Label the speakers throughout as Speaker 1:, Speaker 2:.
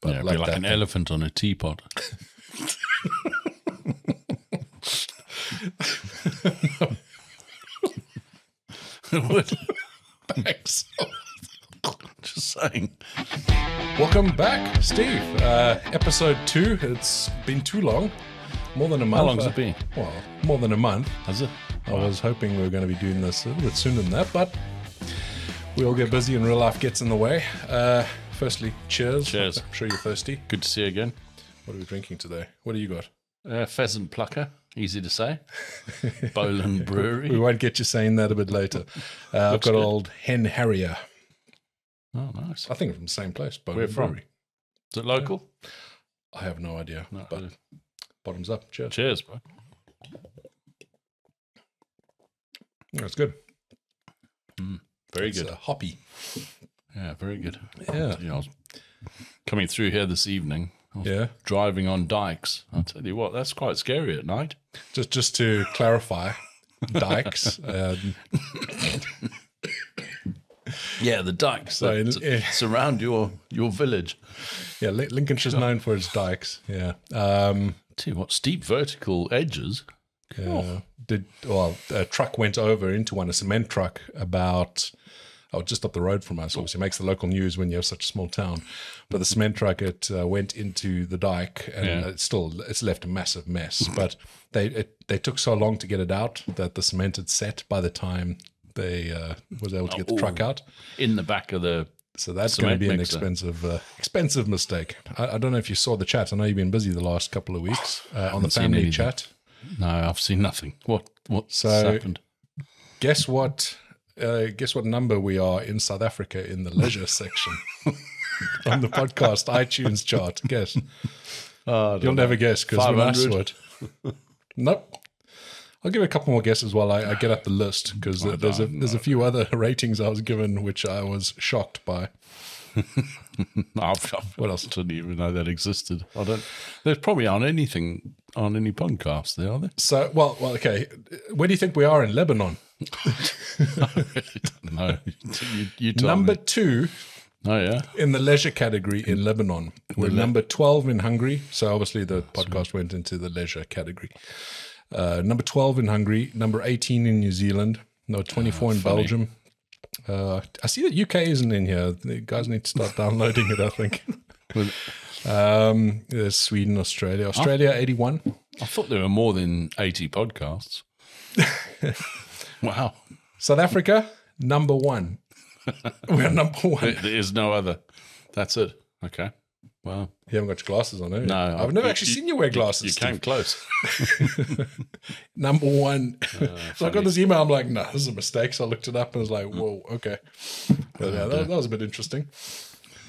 Speaker 1: But
Speaker 2: yeah, it'd
Speaker 1: like,
Speaker 2: be like
Speaker 1: that
Speaker 2: an
Speaker 1: thing.
Speaker 2: elephant on a teapot. It would.
Speaker 1: Thanks.
Speaker 2: Just saying.
Speaker 1: Welcome back, Steve. Uh, episode two. It's been too long. More than a month.
Speaker 2: long's
Speaker 1: Uh,
Speaker 2: it been?
Speaker 1: Well, more than a month.
Speaker 2: Has it?
Speaker 1: I was hoping we were going to be doing this a little bit sooner than that, but we all get busy and real life gets in the way. Uh, firstly, cheers.
Speaker 2: Cheers.
Speaker 1: I'm sure you're thirsty.
Speaker 2: Good to see you again.
Speaker 1: What are we drinking today? What do you got?
Speaker 2: Uh, pheasant plucker, easy to say. Boland
Speaker 1: We
Speaker 2: Brewery.
Speaker 1: won't get you saying that a bit later. Uh, I've
Speaker 2: Looks
Speaker 1: got
Speaker 2: good.
Speaker 1: old Hen Harrier.
Speaker 2: Oh, nice.
Speaker 1: I think from the same place. Bogan
Speaker 2: Where from?
Speaker 1: Brewery.
Speaker 2: Is it local?
Speaker 1: I have no idea.
Speaker 2: No,
Speaker 1: but
Speaker 2: uh,
Speaker 1: bottoms up. Cheers.
Speaker 2: cheers, bro.
Speaker 1: That's good.
Speaker 2: Very
Speaker 1: It's
Speaker 2: good.
Speaker 1: uh, hoppy.
Speaker 2: Yeah, very good.
Speaker 1: Yeah.
Speaker 2: I was coming through here this evening. I was
Speaker 1: Yeah.
Speaker 2: Driving on dikes. I'll tell you what, that's quite scary at night.
Speaker 1: Just just to clarify, dikes. Um,
Speaker 2: Yeah, the dikes
Speaker 1: So
Speaker 2: that
Speaker 1: in-
Speaker 2: su-
Speaker 1: yeah.
Speaker 2: surround your your village.
Speaker 1: yeah, Li- Lincolnshire's known for its dikes. Yeah. Um,
Speaker 2: Tell you what, steep vertical edges.
Speaker 1: Yeah. Did well, a truck went over into one, a cement truck about oh, just up the road from us. Obviously, makes the local news when you have such a small town. But the cement truck it uh, went into the dike, and
Speaker 2: Yeah.
Speaker 1: it's still it's left a massive mess. But they it, they took so long to get it out that the cement had set by the time they uh, was able to get the truck out.
Speaker 2: in the back of the.
Speaker 1: So that's going to
Speaker 2: Cement
Speaker 1: be an
Speaker 2: mixer.
Speaker 1: expensive uh, expensive mistake. I, I don't know if you saw the chat. I know you've been busy the last couple of weeks uh, on the
Speaker 2: seen
Speaker 1: family
Speaker 2: anything.
Speaker 1: chat.
Speaker 2: No, I've seen nothing. What what's
Speaker 1: So-
Speaker 2: happened?
Speaker 1: Guess what? Uh, guess what number we are in South Africa in the leisure section on the podcast iTunes chart? Guess
Speaker 2: Ah,
Speaker 1: you'll never guess because when I
Speaker 2: 500?
Speaker 1: saw it, nope. I'll give a couple more guesses while I, I get up the list because there's a there's a few other ratings I was given which I was shocked by.
Speaker 2: No, I've, I've,
Speaker 1: What else?
Speaker 2: I didn't even know that existed. I don't. There's probably aren't anything on any podcasts there, are there?
Speaker 1: So well, well, okay. Where do you think we are in Lebanon?
Speaker 2: I really don't know. You, you tell
Speaker 1: Number
Speaker 2: me.
Speaker 1: two
Speaker 2: Oh yeah.
Speaker 1: in the leisure category in Lebanon. We're number 12 in Hungary. So obviously the podcast went into the leisure category. Uh, number 12 in Hungary, number 18 in New Zealand, number 24
Speaker 2: Ah,
Speaker 1: in Belgium. Uh, I see that UK isn't in here. The guys need to start downloading it, I think.
Speaker 2: Well,
Speaker 1: Um, there's Sweden,
Speaker 2: Ah.
Speaker 1: Australia. Australia, 81.
Speaker 2: I thought there were more than 80 podcasts. wow.
Speaker 1: South Africa, number one. We're number one.
Speaker 2: There is no other. That's it. Okay. Wow.
Speaker 1: You haven't got your glasses on, have you?
Speaker 2: No.
Speaker 1: I've
Speaker 2: I-
Speaker 1: never
Speaker 2: you-
Speaker 1: actually
Speaker 2: you-
Speaker 1: seen you wear glasses.
Speaker 2: You
Speaker 1: Steve.
Speaker 2: came close.
Speaker 1: number one. so I got this email. I'm like, nah, this is a mistake. So I looked it up and was
Speaker 2: Mm.
Speaker 1: like, whoa, okay.
Speaker 2: Oh,
Speaker 1: But, yeah, that, that was a bit interesting.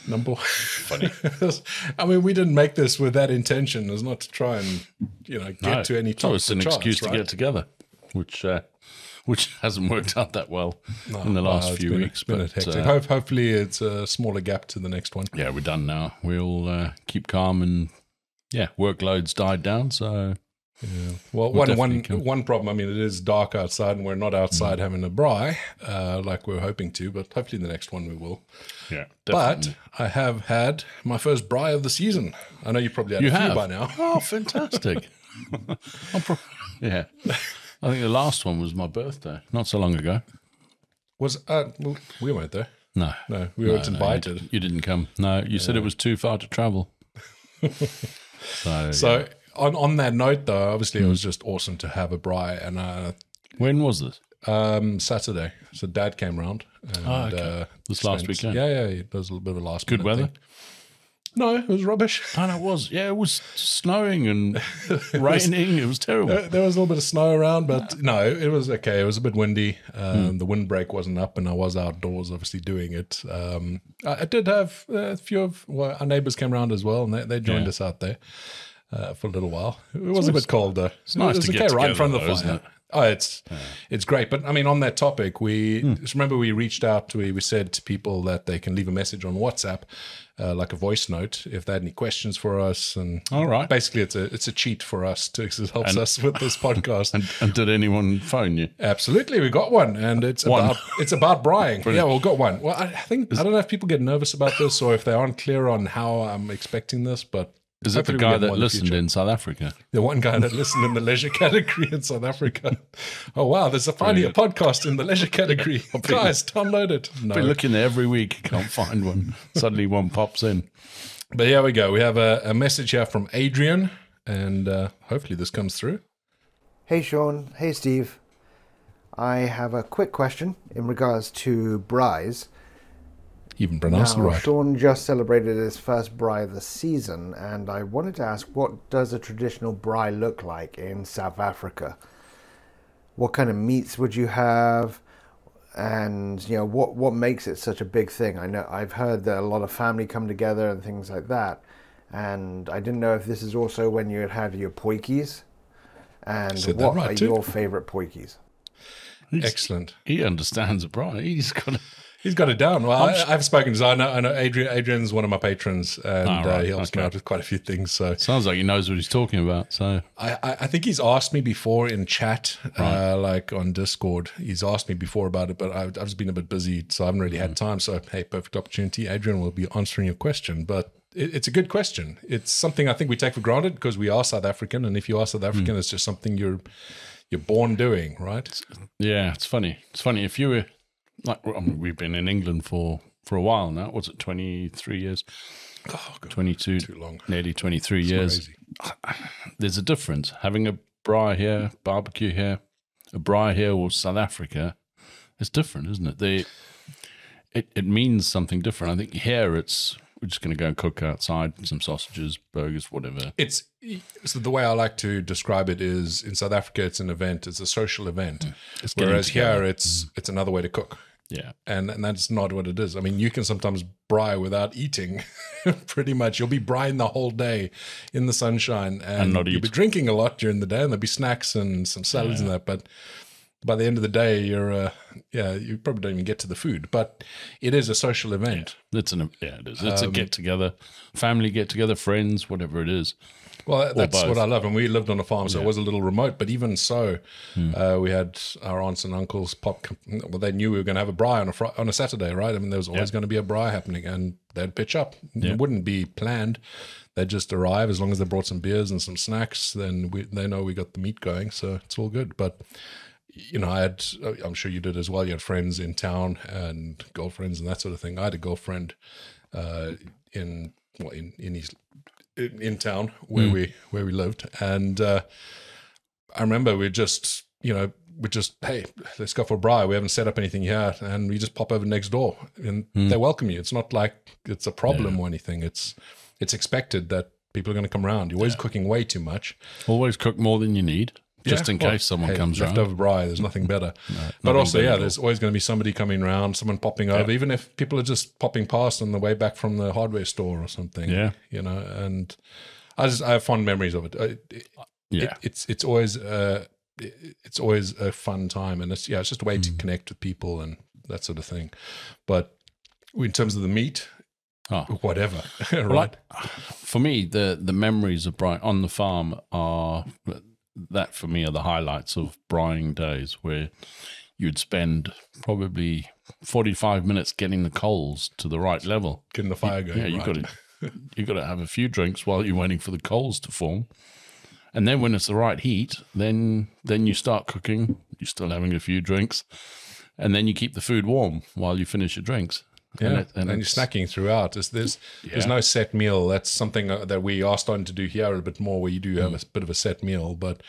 Speaker 1: Number one. Funny. I mean, we didn't make this with that intention. It's not to try and, you know, get
Speaker 2: No,
Speaker 1: to any
Speaker 2: it's
Speaker 1: top.
Speaker 2: always
Speaker 1: of
Speaker 2: an
Speaker 1: the charts,
Speaker 2: excuse to
Speaker 1: right?
Speaker 2: get together, which uh, which hasn't worked out that well in the
Speaker 1: Wow, Uh,
Speaker 2: last
Speaker 1: it's
Speaker 2: few
Speaker 1: been a-
Speaker 2: weeks.
Speaker 1: been a
Speaker 2: But
Speaker 1: hectic.
Speaker 2: uh,
Speaker 1: Hope, hopefully, it's a smaller gap to the next one.
Speaker 2: yeah, we're done now. We'll uh, keep calm and yeah, workloads died down. So
Speaker 1: Well, one
Speaker 2: definitely Mm.
Speaker 1: one
Speaker 2: can.
Speaker 1: one problem. I mean, it is dark outside, and we're not outside having a braai uh, like we are hoping to. But hopefully, the next one we will.
Speaker 2: yeah,
Speaker 1: But I have had my first bry of the season. I know you probably had
Speaker 2: you
Speaker 1: a few
Speaker 2: have
Speaker 1: by now.
Speaker 2: Oh, fantastic! I'm pro- yeah, I think the last one was my birthday not so long ago.
Speaker 1: Was uh, well, we weren't there?
Speaker 2: No,
Speaker 1: No, we weren't
Speaker 2: No, you d-
Speaker 1: invited.
Speaker 2: You, didn't come. No, you said it was too far to travel. so,
Speaker 1: So on on that note, though, obviously
Speaker 2: Hmm.
Speaker 1: it was just awesome to have a bry, and uh,
Speaker 2: when was this?
Speaker 1: um, Saturday, so Dad came round. And,
Speaker 2: Oh, okay.
Speaker 1: uh,
Speaker 2: This Ah, last weekend?
Speaker 1: Yeah, yeah, it was a little bit of a last.
Speaker 2: Good
Speaker 1: minute
Speaker 2: weather?
Speaker 1: thing. No, it was rubbish.
Speaker 2: And it was. Yeah, it was snowing and raining. It was Uh, terrible.
Speaker 1: There there was a little bit of snow around, but no, it was okay. It was a bit windy.
Speaker 2: Hmm.
Speaker 1: Um, The windbreak wasn't up, and I was outdoors, obviously doing it. Um, I, I did have uh, a few of well, our neighbors came around as well, and they, they joined
Speaker 2: Yeah.
Speaker 1: us out there uh, for a little while. It was a bit cold though. It's
Speaker 2: nice
Speaker 1: it was
Speaker 2: to
Speaker 1: okay
Speaker 2: get
Speaker 1: right in
Speaker 2: together,
Speaker 1: front of the
Speaker 2: though,
Speaker 1: fire.
Speaker 2: isn't it?
Speaker 1: Oh, it's it's great. But I mean, on that topic, we
Speaker 2: Hmm.
Speaker 1: just remember we reached out to we said to people that they can leave a message on WhatsApp, uh, like a voice note, if they had any questions for us. And
Speaker 2: All right.
Speaker 1: basically, it's a it's a cheat for us to it helps us with this podcast.
Speaker 2: And did anyone phone you?
Speaker 1: Absolutely, we got one, and it's
Speaker 2: One.
Speaker 1: about it's about Brian. yeah, we got one. Well, I I think I don't know if people get nervous about this or if they aren't clear on how I'm expecting this, but
Speaker 2: Is it the
Speaker 1: hopefully we
Speaker 2: guy
Speaker 1: get
Speaker 2: that
Speaker 1: more in the
Speaker 2: listened
Speaker 1: future.
Speaker 2: in South Africa?
Speaker 1: The one guy that listened in the leisure category in South Africa. Oh wow, there's a finally a podcast in the leisure category. Guys, download it. No.
Speaker 2: Been looking there every week, can't find one. Suddenly one pops in.
Speaker 1: But here we go. We have a, a message here from Adrian, and uh, hopefully this comes through.
Speaker 3: Hey Sean, hey Steve. I have a quick question in regards to Bry's.
Speaker 1: Even pronounced
Speaker 3: Now,
Speaker 1: it right.
Speaker 3: Sean just celebrated his first Bry this season, and I wanted to ask what does a traditional Bry look like in South Africa? What kind of meats would you have? And you know what what makes it such a big thing? I know I've heard that a lot of family come together and things like that. And I didn't know if this is also when you would have your poikies. And
Speaker 1: Said that
Speaker 3: what
Speaker 1: right
Speaker 3: are
Speaker 1: too.
Speaker 3: your favorite poikies?
Speaker 1: Excellent.
Speaker 2: He understands it, Brian. He's got. A,
Speaker 1: He's got it down. Well, I, I've spoken to. I know. I know. Adrian. Adrian's one of my patrons, and
Speaker 2: Ah,
Speaker 1: uh,
Speaker 2: right.
Speaker 1: he helps me
Speaker 2: Okay.
Speaker 1: out with quite a few things. So
Speaker 2: sounds like he knows what he's talking about. So
Speaker 1: I, I I think he's asked me before in chat, uh, like on Discord. He's asked me before about it, but I, I've just been a bit busy, so I haven't really
Speaker 2: Mm.
Speaker 1: had time. So hey, perfect opportunity. Adrian will be answering your question, but it, it's a good question. It's something I think we take for granted because we are South African, and if you are
Speaker 2: Mm.
Speaker 1: South African, it's just something you're you're born doing, right?
Speaker 2: yeah, it's funny. It's funny if you were like I mean, we've been in England for for a while now. What's it? Twenty three years.
Speaker 1: Oh, God,
Speaker 2: 22
Speaker 1: too long.
Speaker 2: nearly 23 years
Speaker 1: Crazy.
Speaker 2: there's a difference having a bri here barbecue here a bri here or south africa it's different isn't it they it, it means something different i think here it's we're just going to go and cook outside some sausages burgers whatever
Speaker 1: it's so the way I like to describe it is in South Africa it's an event, it's a social event,
Speaker 2: Mm. getting
Speaker 1: whereas here
Speaker 2: together. Mm.
Speaker 1: it's it's another way to cook,
Speaker 2: yeah
Speaker 1: and and that's not what it is. I mean, you can sometimes bry without eating, pretty much. You'll be brying the whole day in the sunshine, and,
Speaker 2: not
Speaker 1: you'll
Speaker 2: eat.
Speaker 1: be drinking a lot during the day, and there'll be snacks and some salads and that, but. By the end of the day, you're uh, yeah, you probably don't even get to the food, but it is a social event.
Speaker 2: it's an yeah it is it's
Speaker 1: Um,
Speaker 2: a get together family get together friends whatever it is
Speaker 1: Well, that's
Speaker 2: both.
Speaker 1: what I love. And we lived on a farm, so it was a little remote. But even so, uh, we had our aunts and uncles pop. Well, they knew we were going to have a braai on a fri- on a Saturday, right? I mean, there was always going to be a braai happening, and they'd pitch up. It wouldn't be planned. They'd just arrive as long as they brought some beers and some snacks. Then we, they know we got the meat going, so it's all good. But you know, I had, uh, I'm sure you did as well. You had friends in town and girlfriends and that sort of thing. I had a girlfriend uh, in, well, in, in East, in, in town where
Speaker 2: Hmm.
Speaker 1: we, where we lived. And uh, I remember we just, you know, we just, hey, let's go for a bri. We haven't set up anything yet. And we just pop over next door and
Speaker 2: Hmm.
Speaker 1: they welcome you. It's not like it's a problem or anything. It's, it's expected that people are going to come around. You're always cooking way too much
Speaker 2: always cook more than you need just
Speaker 1: Yeah,
Speaker 2: in
Speaker 1: well,
Speaker 2: case someone
Speaker 1: hey,
Speaker 2: comes around
Speaker 1: Leftover braai, there's nothing better. but also, yeah, there's always going to be somebody coming around, someone popping over, even if people are just popping past on the way back from the hardware store or something.
Speaker 2: Yeah.
Speaker 1: you know, and I just I have fond memories of it. I- it-
Speaker 2: yeah
Speaker 1: it- it's it's always uh, it- it's always a fun time, and it's yeah, it's just a way
Speaker 2: Hmm.
Speaker 1: to connect with people and that sort of thing. But in terms of the meat,
Speaker 2: Ah.
Speaker 1: whatever, right?
Speaker 2: for me, the the memories of Bry on the farm are that for me are the highlights of brying days where you'd spend probably 45 minutes getting the coals to the right level.
Speaker 1: Getting the fire going.
Speaker 2: Yeah, you
Speaker 1: right.
Speaker 2: got to you got to have a few drinks while you're waiting for the coals to form. And then when it's the right heat, then then you start cooking. You're still having a few drinks. And then you keep the food warm while you finish your drinks.
Speaker 1: Yeah,
Speaker 2: And
Speaker 1: and,
Speaker 2: it- and
Speaker 1: you're
Speaker 2: it's-
Speaker 1: snacking throughout. There's there's, there's
Speaker 2: Yeah.
Speaker 1: no set meal. That's something uh, that we are starting to do here a bit more, where you do have a
Speaker 2: Mm.
Speaker 1: s- bit of a set meal, but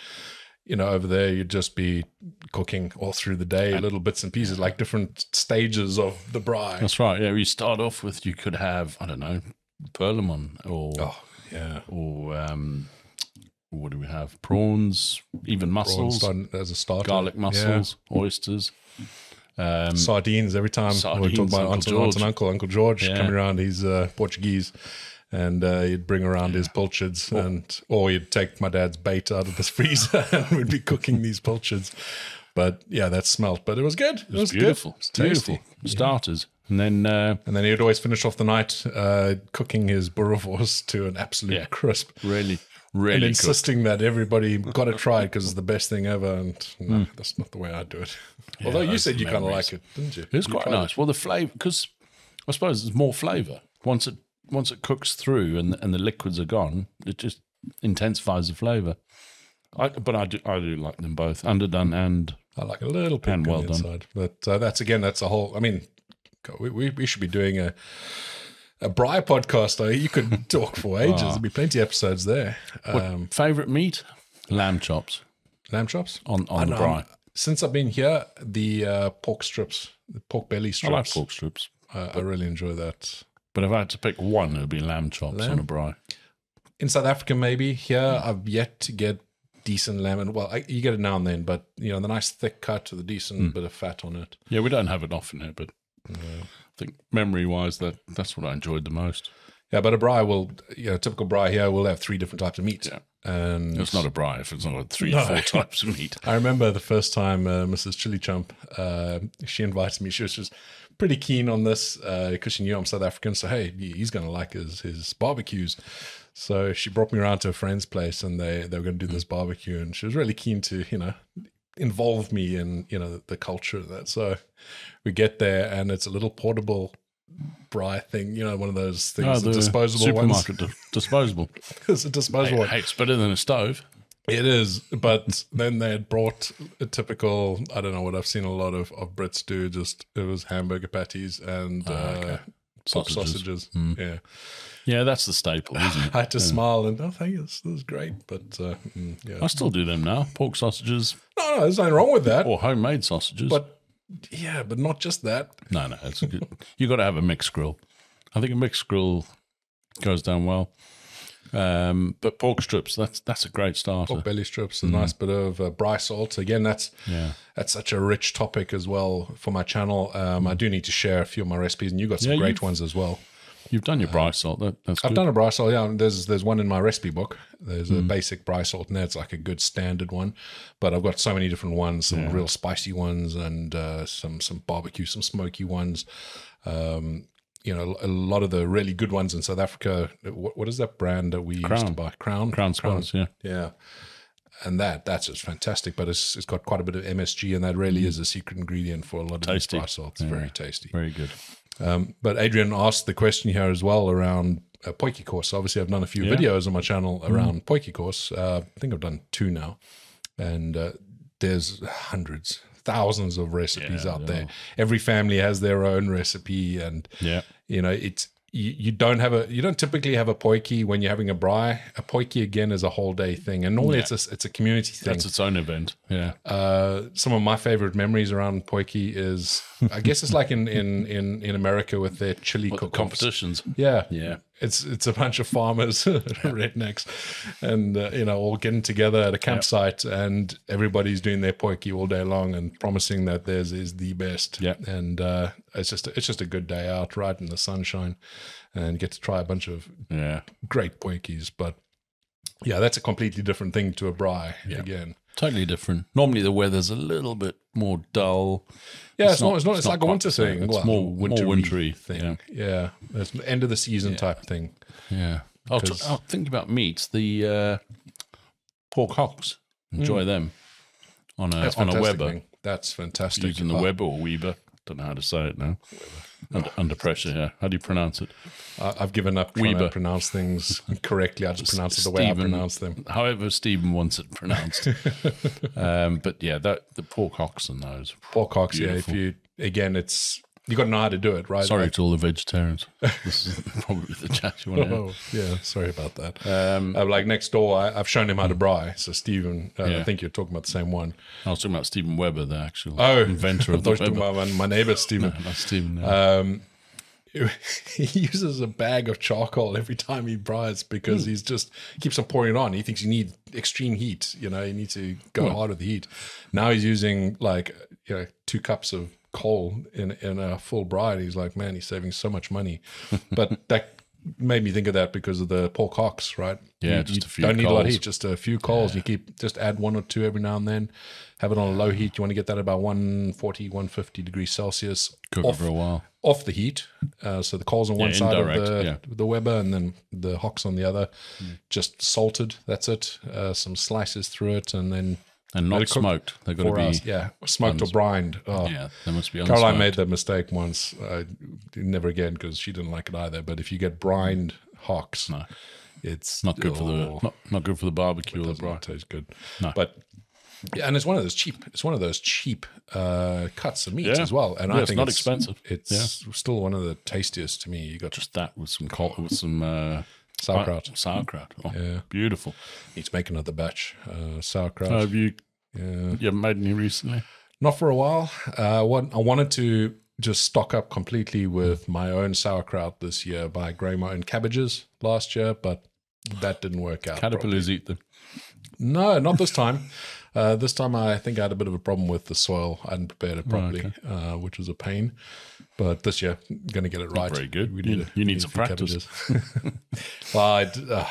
Speaker 1: you know over there you'd just be cooking all through the day, little bits and pieces, like different stages of the braai.
Speaker 2: That's right. Yeah, you start off with you could have I don't know perlamon or
Speaker 1: Oh yeah,
Speaker 2: or um, what do we have? Prawns, even
Speaker 1: prawns
Speaker 2: mussels,
Speaker 1: starting as a starter,
Speaker 2: garlic
Speaker 1: Yeah.
Speaker 2: mussels, oysters. Um,
Speaker 1: sardines. Every time we
Speaker 2: Sardines,
Speaker 1: talk about Uncle
Speaker 2: Uncle
Speaker 1: aunts and
Speaker 2: George.
Speaker 1: uncle, Uncle George
Speaker 2: Yeah.
Speaker 1: coming around, he's uh, Portuguese, and uh, he'd bring around his pilchards, and or he'd take my dad's bait out of the freezer, and we'd be cooking these pilchards. But yeah, that smelt, but it was good. It was, good.
Speaker 2: beautiful.
Speaker 1: It was
Speaker 2: beautiful.
Speaker 1: tasty.
Speaker 2: Starters. And then uh,
Speaker 1: And then he would always finish off the night uh, cooking his bourrivors to an absolute
Speaker 2: Yeah.
Speaker 1: crisp.
Speaker 2: really,
Speaker 1: And
Speaker 2: really good.
Speaker 1: insisting that everybody got to try it because it's the best thing ever. And no, that's not the way I do it. Although you
Speaker 2: Mm. those
Speaker 1: said you kind of like
Speaker 2: memories.
Speaker 1: it, didn't you?
Speaker 2: It was
Speaker 1: You
Speaker 2: quite
Speaker 1: tried
Speaker 2: nice. Well, the flavour, because I suppose there's more flavour once it once it cooks through and and the liquids are gone. It just intensifies the flavour. I, but I do I do like them both, underdone and
Speaker 1: I like a little pink
Speaker 2: And well
Speaker 1: on the
Speaker 2: done.
Speaker 1: inside. But uh, that's again, that's a whole. I mean, God, we, we, we should be doing a a Briar podcast. though. You could talk for ages.
Speaker 2: Ah.
Speaker 1: There'd be plenty of episodes there. Um,
Speaker 2: favourite meat, lamb chops
Speaker 1: lamb chops
Speaker 2: on on the
Speaker 1: Um,
Speaker 2: braai.
Speaker 1: Since I've been here, the uh, pork strips, the pork belly
Speaker 2: I
Speaker 1: strips.
Speaker 2: like pork strips,
Speaker 1: Uh, I really enjoy that.
Speaker 2: but if I had to pick one, it would be lamb chops on a braai.
Speaker 1: in South Africa, maybe here,
Speaker 2: Mm.
Speaker 1: I've yet to get decent lemon. Well, I, you get it now and then, but you know, the nice thick cut with a decent
Speaker 2: Mm.
Speaker 1: bit of fat on it.
Speaker 2: Yeah, we don't have it often here, but I think memory wise, that that's what I enjoyed the most.
Speaker 1: Yeah, but a braai will, you know, typical braai here will have three different types of meat.
Speaker 2: Yeah.
Speaker 1: And
Speaker 2: It's not a braai if it's not like three
Speaker 1: No.
Speaker 2: or four types of meat.
Speaker 1: I remember the first time uh, Mrs. Chili Chump, uh, she invited me. She was just pretty keen on this because she knew I'm South African. So, hey, he- he's going to like his, his barbecues. So she brought me around to a friend's place and they, they were going to do this barbecue. And she was really keen to, you know, involve me in, you know, the, culture of that. So we get there and it's a little portable braai thing, you know, one of those things, the,
Speaker 2: Oh, the
Speaker 1: disposable ones.
Speaker 2: supermarket di- disposable.
Speaker 1: it's a disposable one.
Speaker 2: Hey, it's better than a stove.
Speaker 1: It is, but then they had brought a typical, I don't know what I've seen a lot of, of Brits do, just it was hamburger patties and uh, pop
Speaker 2: Ah, Sausages.
Speaker 1: sausages.
Speaker 2: Mm.
Speaker 1: Yeah.
Speaker 2: Yeah, that's the staple, isn't it?
Speaker 1: I had to smile and, oh, thank you, this, this is great. But uh, mm, yeah.
Speaker 2: I still do them now. Pork sausages
Speaker 1: No, no, there's nothing wrong with that.
Speaker 2: or homemade sausages.
Speaker 1: But yeah, but not just that.
Speaker 2: no, no, it's a good. You got to have a mixed grill. I think a mixed grill goes down well. Um, but pork strips, that's that's a great starter.
Speaker 1: Pork belly strips, a nice bit of uh, bry salt. Again, that's
Speaker 2: Mm. Yeah.
Speaker 1: that's such a rich topic as well for my channel. Um, I do need to share a few of my recipes, and you got some
Speaker 2: Mm. Yeah,
Speaker 1: great
Speaker 2: you've-
Speaker 1: ones as well.
Speaker 2: You've done your bry salt. That, that's
Speaker 1: I've
Speaker 2: good.
Speaker 1: done a bry salt. Yeah, and there's there's one in my recipe book. There's
Speaker 2: Hmm.
Speaker 1: a basic bry salt, and that's like a good standard one. But I've got so many different ones, some real spicy ones, and uh, some some barbecue, some smoky ones. Um, you know, a lot of the really good ones in South Africa. What, what is that brand that we used to
Speaker 2: Crown.
Speaker 1: buy? Crown.
Speaker 2: Crown scones, yeah.
Speaker 1: Yeah. And that that's just fantastic, but it's it's got quite a bit of MSG, and that really is a secret ingredient for a lot of these
Speaker 2: Hmm. Tasty.
Speaker 1: bry salts. Very tasty.
Speaker 2: Very good.
Speaker 1: But Adrian asked the question here as well around uh, Poiki course. Obviously, I've done a few videos on my channel around Poiki course. Uh, I think I've done two now, and uh, there's hundreds, thousands of recipes out there. Every family has their own recipe, and
Speaker 2: Yeah.
Speaker 1: you know it's. You, you don't have a you don't typically have a poiki when you're having a braai. A poiki again is a whole day thing, and normally it's a it's a community thing.
Speaker 2: That's its own event. Yeah.
Speaker 1: Uh, some of my favorite memories around Poiki is, I guess it's like in in in, in America with their chili
Speaker 2: But the
Speaker 1: cook
Speaker 2: competitions.
Speaker 1: Yeah,
Speaker 2: Yeah.
Speaker 1: It's it's a bunch of farmers, rednecks, and uh, you know all getting together at a campsite, and everybody's doing their Poiki all day long and promising that theirs is the best.
Speaker 2: Yeah.
Speaker 1: and uh, it's just it's just a good day out, right in the sunshine, and get to try a bunch of
Speaker 2: Yeah.
Speaker 1: great Poikis. But yeah, that's a completely different thing to a braai again.
Speaker 2: Totally different. Normally the weather's a little bit more dull.
Speaker 1: Yeah, it's, not, It's not. It's, like a
Speaker 2: quite
Speaker 1: winter
Speaker 2: the same.
Speaker 1: thing.
Speaker 2: It's
Speaker 1: Well,
Speaker 2: more wintry, more wintry
Speaker 1: thing.
Speaker 2: Yeah.
Speaker 1: Yeah, it's an end of the season type thing.
Speaker 2: Yeah. I'll, t-
Speaker 1: 'Cause-
Speaker 2: I'll think about meats. The uh, pork hocks. Enjoy them on a
Speaker 1: That's
Speaker 2: on a
Speaker 1: Mm. fantastic,
Speaker 2: Weber
Speaker 1: man. That's fantastic.
Speaker 2: using the
Speaker 1: I-
Speaker 2: Weber or Weber. Don't know how to say it now. Under, under pressure. Yeah. How do you pronounce it?
Speaker 1: I, I've given up trying
Speaker 2: Weber.
Speaker 1: to pronounce things correctly. I just pronounce it the way I
Speaker 2: Stephen-
Speaker 1: pronounce them.
Speaker 2: However, Stephen wants it pronounced. um, but yeah, that the pork hocks and those.
Speaker 1: Pork cocks. Yeah, if
Speaker 2: Beautiful.
Speaker 1: you again, it's you got to know how to do it, right?
Speaker 2: Sorry
Speaker 1: Like-
Speaker 2: to all the vegetarians. This is probably the chat you want to have.
Speaker 1: Oh, yeah. Sorry about that. Um, like next door, I, I've shown him how to braai. So Stephen, uh, I
Speaker 2: Hmm. Yeah.
Speaker 1: think you're talking about the same one.
Speaker 2: I was talking about Stephen Weber, the actual
Speaker 1: Oh,
Speaker 2: inventor
Speaker 1: I
Speaker 2: of the
Speaker 1: thought you were
Speaker 2: Weber.
Speaker 1: talking about Uh, my, my neighbor Stephen.
Speaker 2: That's Stephen. uh, yeah.
Speaker 1: he uses a bag of charcoal every time he brays
Speaker 2: Hmm.
Speaker 1: because he's just keeps on pouring it on. He thinks you need extreme heat, you know, you need to go
Speaker 2: Hmm.
Speaker 1: hard with the heat. Now he's using like you know two cups of coal in in a full braai. and He's like, man, he's saving so much money. But that made me think of that because of the pork hocks, right?
Speaker 2: Yeah,
Speaker 1: You-
Speaker 2: just
Speaker 1: you
Speaker 2: a few
Speaker 1: Don't need a lot of
Speaker 2: coals.
Speaker 1: heat, just a few coals. You keep just add one or two every now and then. Have it on a low heat. You want to get that about 140, 150 degrees Celsius
Speaker 2: Cook it
Speaker 1: off,
Speaker 2: for a while.
Speaker 1: off the heat. Uh, so the coals on one
Speaker 2: Yeah,
Speaker 1: side
Speaker 2: indirect,
Speaker 1: of the
Speaker 2: yeah. Hmm.
Speaker 1: the Weber, and then the hocks on the other. Just salted. That's it. Uh, some slices through it, and then
Speaker 2: And
Speaker 1: Let
Speaker 2: not
Speaker 1: it cook
Speaker 2: smoked. They've got to
Speaker 1: four
Speaker 2: be.
Speaker 1: hours. Yeah, smoked or brined. Oh,
Speaker 2: yeah, they must be unsmoked.
Speaker 1: Caroline made that mistake once. I never again because she didn't like it either. But if you get brined hocks,
Speaker 2: No.
Speaker 1: it's
Speaker 2: Not good for the
Speaker 1: oh,
Speaker 2: not, not good for the barbecue or the
Speaker 1: doesn't
Speaker 2: braai.
Speaker 1: taste good.
Speaker 2: No.
Speaker 1: But yeah, and it's one of those cheap. It's one of those cheap uh, cuts of meat
Speaker 2: Yeah.
Speaker 1: as well. And
Speaker 2: Yeah,
Speaker 1: I
Speaker 2: it's
Speaker 1: think
Speaker 2: not expensive.
Speaker 1: It's still one of the tastiest to me. You got just
Speaker 2: Just that with some col- with some uh,
Speaker 1: Sauerkraut.
Speaker 2: uh, sauerkraut. Oh,
Speaker 1: Yeah.
Speaker 2: beautiful.
Speaker 1: need to make another batch uh, sauerkraut.
Speaker 2: Uh, have you
Speaker 1: yeah.
Speaker 2: you haven't made any recently?
Speaker 1: Not for a while. Uh, what I wanted to just stock up completely with my own sauerkraut this year by growing my own cabbages last year, but that didn't work out.
Speaker 2: Caterpillars eat them.
Speaker 1: No, not this time. Uh, this time, I think I had a bit of a problem with the soil. I hadn't prepared it properly, uh, which was a pain. But this year, going to get it right.
Speaker 2: very good.
Speaker 1: We
Speaker 2: You-
Speaker 1: did a-
Speaker 2: you need
Speaker 1: a
Speaker 2: some
Speaker 1: few
Speaker 2: practice.
Speaker 1: cabbages. well, I d- uh,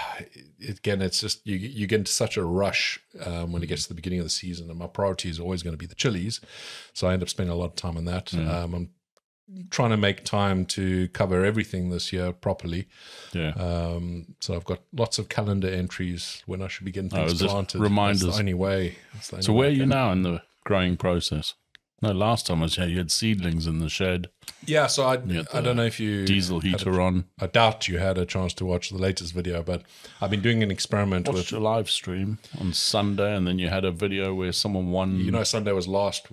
Speaker 1: it- again, it's just you, you get into such a rush um, when it gets to the beginning of the season, and my priority is always going to be the chilies. So I end up spending a lot of time on that.
Speaker 2: Mm.
Speaker 1: Um, I'm trying to make time to cover everything this year properly.
Speaker 2: Yeah.
Speaker 1: Um, so I've got lots of calendar entries when I should be getting
Speaker 2: Oh,
Speaker 1: things
Speaker 2: is it
Speaker 1: planted.
Speaker 2: reminders?
Speaker 1: That's the only way. That's the only
Speaker 2: so
Speaker 1: way
Speaker 2: where
Speaker 1: I
Speaker 2: are you
Speaker 1: can-
Speaker 2: now in the growing process? No, last time I was here, you had seedlings in the shed,
Speaker 1: Yeah, so I,
Speaker 2: Yeah,
Speaker 1: I don't know if you.
Speaker 2: diesel heater on.
Speaker 1: I doubt you had a chance to watch the latest video, but I've been doing an experiment with.
Speaker 2: Watched a live stream on Sunday, and then you had a video where someone won.
Speaker 1: You know, Sunday was last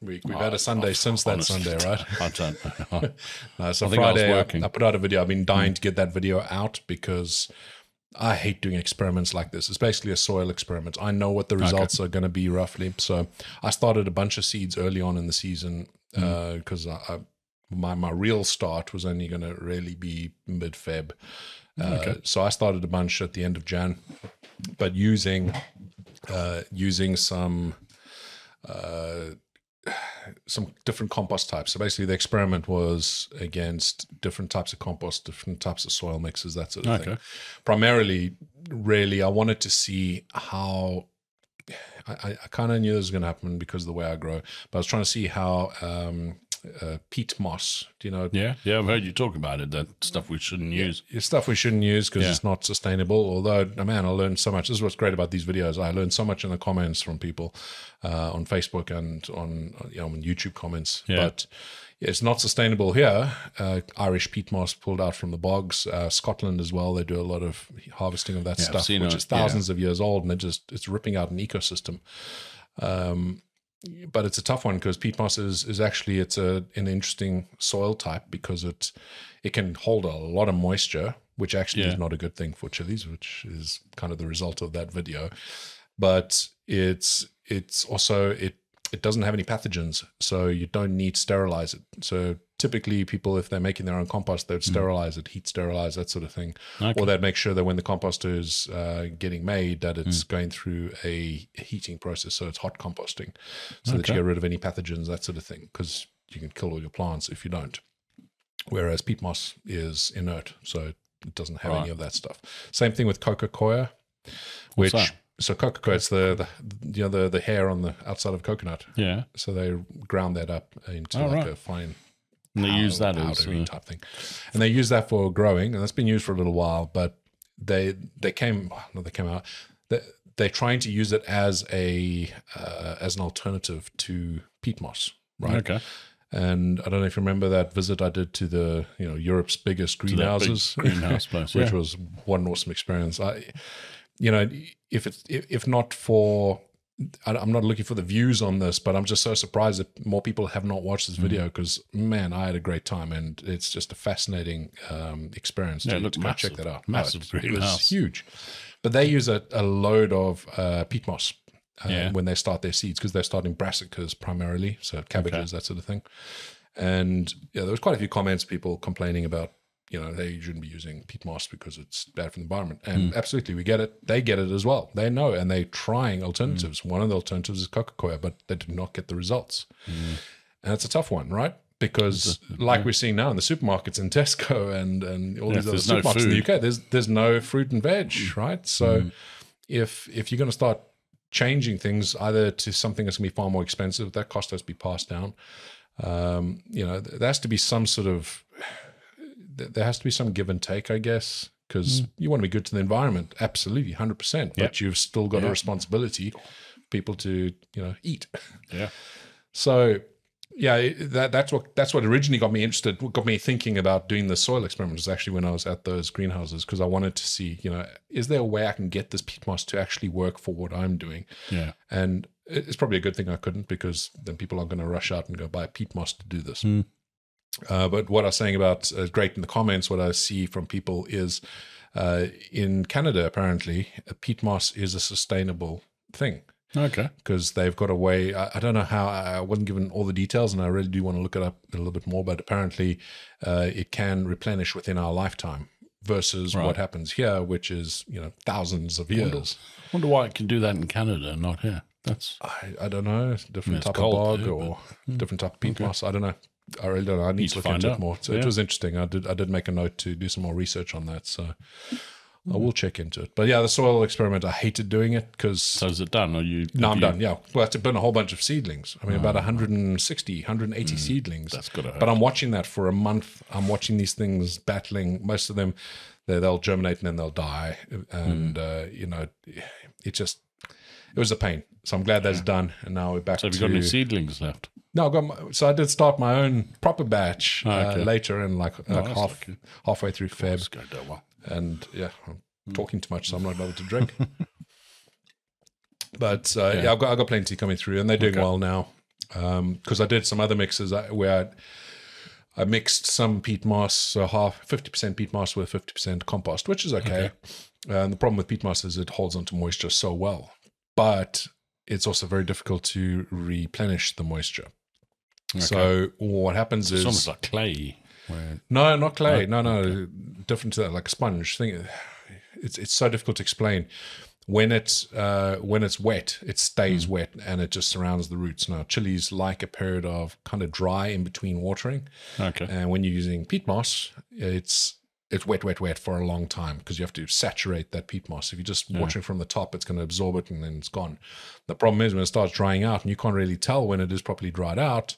Speaker 1: week. We've
Speaker 2: Oh,
Speaker 1: had a Sunday since that
Speaker 2: honestly,
Speaker 1: Sunday, right?
Speaker 2: I don't know.
Speaker 1: No, so
Speaker 2: think I was
Speaker 1: Friday, I,
Speaker 2: working. Mm.
Speaker 1: I put out a video. I've been dying to get that video out because I hate doing experiments like this. It's basically a soil experiment. I know what the results are going to be roughly. So I started a bunch of seeds early on in the season
Speaker 2: Mm.
Speaker 1: because I, I, my my real start was only going to really be mid Feb. Uh, So I started a bunch at the end of Jan, but using uh, using some uh, some different compost types. So basically, the experiment was against different types of compost, different types of soil mixes, that sort of thing.
Speaker 2: Okay.
Speaker 1: Primarily, really, I wanted to see how. I, I- I kind of knew this was going to happen because of the way I grow, but I was trying to see how um, uh, peat moss. Do you know?
Speaker 2: yeah, yeah, I've heard you talk about it. That stuff we shouldn't use.
Speaker 1: It's stuff we shouldn't use because
Speaker 2: Yeah.
Speaker 1: it's not sustainable. Although, oh, man, I learned so much. This is what's great about these videos. I learned so much in the comments from people uh, on Facebook and on you know, on YouTube comments.
Speaker 2: Yeah.
Speaker 1: But it's not sustainable here. Uh, Irish peat moss pulled out from the bogs. Uh, Scotland as well. They do a lot of harvesting of that
Speaker 2: I've
Speaker 1: stuff,
Speaker 2: seen
Speaker 1: which
Speaker 2: it,
Speaker 1: is thousands of years old, and it just it's ripping out an ecosystem. Um, but it's a tough one because peat moss is, is actually it's a an interesting soil type because it it can hold a lot of moisture, which actually
Speaker 2: Yeah.
Speaker 1: is not a good thing for chilies, which is kind of the result of that video. But it's it's also it it doesn't have any pathogens, so you don't need to sterilize it. So typically, people if they're making their own compost, they'd sterilize it, heat sterilize that sort of thing,
Speaker 2: Mm-hmm. Okay.
Speaker 1: or they'd make sure that when the compost is uh, getting made, that it's
Speaker 2: Mm.
Speaker 1: going through a heating process, so it's hot composting, so that you
Speaker 2: Okay.
Speaker 1: get rid of any pathogens, that sort of thing, because you can kill all your plants if you don't whereas peat moss is inert, so it doesn't have any
Speaker 2: Right.
Speaker 1: of that stuff. Same thing with coca coir, which
Speaker 2: that?
Speaker 1: so coca coir it's the, the you know the, the hair on the outside of coconut.
Speaker 2: Yeah,
Speaker 1: So they ground that up into
Speaker 2: Oh,
Speaker 1: like
Speaker 2: right.
Speaker 1: a fine
Speaker 2: and they use that
Speaker 1: pow-
Speaker 2: as
Speaker 1: powdery
Speaker 2: uh,
Speaker 1: type thing, and they use that for growing, and that's been used for a little while. But they they came no, they came out. They, they're trying to use it as a uh, as an alternative to peat moss, right?
Speaker 2: okay.
Speaker 1: And I don't know if you remember that visit I did to the you know Europe's biggest
Speaker 2: that big
Speaker 1: greenhouses,
Speaker 2: greenhouse place,
Speaker 1: which
Speaker 2: yeah.
Speaker 1: was one awesome experience. I, you know, if it's if, if not for I- I'm not looking for the views on this, but I'm just so surprised that more people have not watched
Speaker 2: Mm.
Speaker 1: this video because, man, I had a great time and it's just a fascinating um, experience
Speaker 2: Yeah,
Speaker 1: to,
Speaker 2: it looked
Speaker 1: to go
Speaker 2: massive,
Speaker 1: check that out. Oh,
Speaker 2: massive
Speaker 1: it- it was
Speaker 2: greenhouse.
Speaker 1: huge. But they use a, a load of uh, peat moss uh,
Speaker 2: Yeah.
Speaker 1: when they start their seeds because they're starting brassicas primarily, so cabbages, that sort of thing. And yeah, there was quite a few comments, people complaining about, you know, they shouldn't be using peat moss because it's bad for the environment. And absolutely, we get it. They get it as well. They know, and they're trying alternatives. One of the alternatives is coca coir, but they did not get the results. And it's a tough one, right? because like we're seeing now in the supermarkets in Tesco and, and all
Speaker 2: Yeah,
Speaker 1: these
Speaker 2: if
Speaker 1: other
Speaker 2: there's no
Speaker 1: supermarkets in the
Speaker 2: food. Mm.
Speaker 1: UK, there's there's no fruit and veg, right? So if if you're going to start changing things either to something that's going to be far more expensive, that cost has to be passed down. Um, you know, th- there has to be some sort of th- there has to be some give and take, I guess, because
Speaker 2: Mm.
Speaker 1: you want to be good to the environment, absolutely, hundred percent. But you've still got a responsibility, people to you know eat.
Speaker 2: Yeah.
Speaker 1: So yeah, it- that that's what that's what originally got me interested, what got me thinking about doing the soil experiment was actually when I was at those greenhouses because I wanted to see, you know, is there a way I can get this peat moss to actually work for what I'm doing?
Speaker 2: Yeah.
Speaker 1: And it- it's probably a good thing I couldn't because then people are going to rush out and go buy peat moss to do this. Uh, but what I was saying about uh, great in the comments, what I see from people is uh, in Canada, apparently, uh, peat moss is a sustainable thing
Speaker 2: Okay.
Speaker 1: because they've got a way. I, I don't know how. I I wasn't given all the details, and I really do want to look it up a little bit more. But apparently, uh, it can replenish within our lifetime versus what happens here, which is you know thousands of years.
Speaker 2: Wonder why it can do that in Canada and not here. That's
Speaker 1: I, I don't know different
Speaker 2: it's
Speaker 1: type
Speaker 2: cold
Speaker 1: of bog
Speaker 2: there, hmm.
Speaker 1: or different type of peat moss. I don't know. I really don't know. I need,
Speaker 2: Need
Speaker 1: to
Speaker 2: to
Speaker 1: look
Speaker 2: find
Speaker 1: into
Speaker 2: out.
Speaker 1: it more. So it
Speaker 2: Yeah.
Speaker 1: was interesting. I did. I did make a note to do some more research on that. So.
Speaker 2: Hmm.
Speaker 1: I will check into it, but yeah, the soil experiment. I hated doing it because
Speaker 2: so is it done? Are you?
Speaker 1: No, I'm
Speaker 2: you- Mm.
Speaker 1: done. Yeah. Well, it's been a whole bunch of seedlings. I mean, about 160, 180 seedlings.
Speaker 2: that's gotta hurt.
Speaker 1: But I'm watching that for a month. I'm watching these things battling. Most of them, they, they'll germinate and then they'll die. And,
Speaker 2: Mm.
Speaker 1: uh, you know, it just, it was a pain. So I'm glad that's done. And now we're back
Speaker 2: So have
Speaker 1: to.
Speaker 2: you got any seedlings left?
Speaker 1: no, I got my, so I did start my own proper batch
Speaker 2: Ah, okay.
Speaker 1: uh, later in like, like
Speaker 2: that's
Speaker 1: half,
Speaker 2: lucky.
Speaker 1: halfway through Feb
Speaker 2: Let's go do Hmm. one.
Speaker 1: and yeah, I'm talking too much, so I'm not able to drink. but uh, yeah. I've got I've got plenty coming through, and they're doing well now. Because I did some other mixes I, where I, I mixed some peat moss, so half fifty percent peat moss with fifty percent compost, which is okay. Uh, And the problem with peat moss is it holds onto moisture so well, but it's also very difficult to replenish the moisture. So what happens is
Speaker 2: It's almost like clay. Where,
Speaker 1: no, not clay. No, no, different to that, like a sponge thing. It's it's so difficult to explain. When it's uh, when it's wet, it
Speaker 2: Hmm.
Speaker 1: stays wet and it just surrounds the roots. Now, chilies like a period of kind of dry in between watering,
Speaker 2: okay.
Speaker 1: and when you're using peat moss, it's it's wet, wet, wet for a long time because you have to saturate that peat moss. If you're just watering from the top, it's going to absorb it and then it's gone. The problem is when it starts drying out and you can't really tell when it is properly dried out.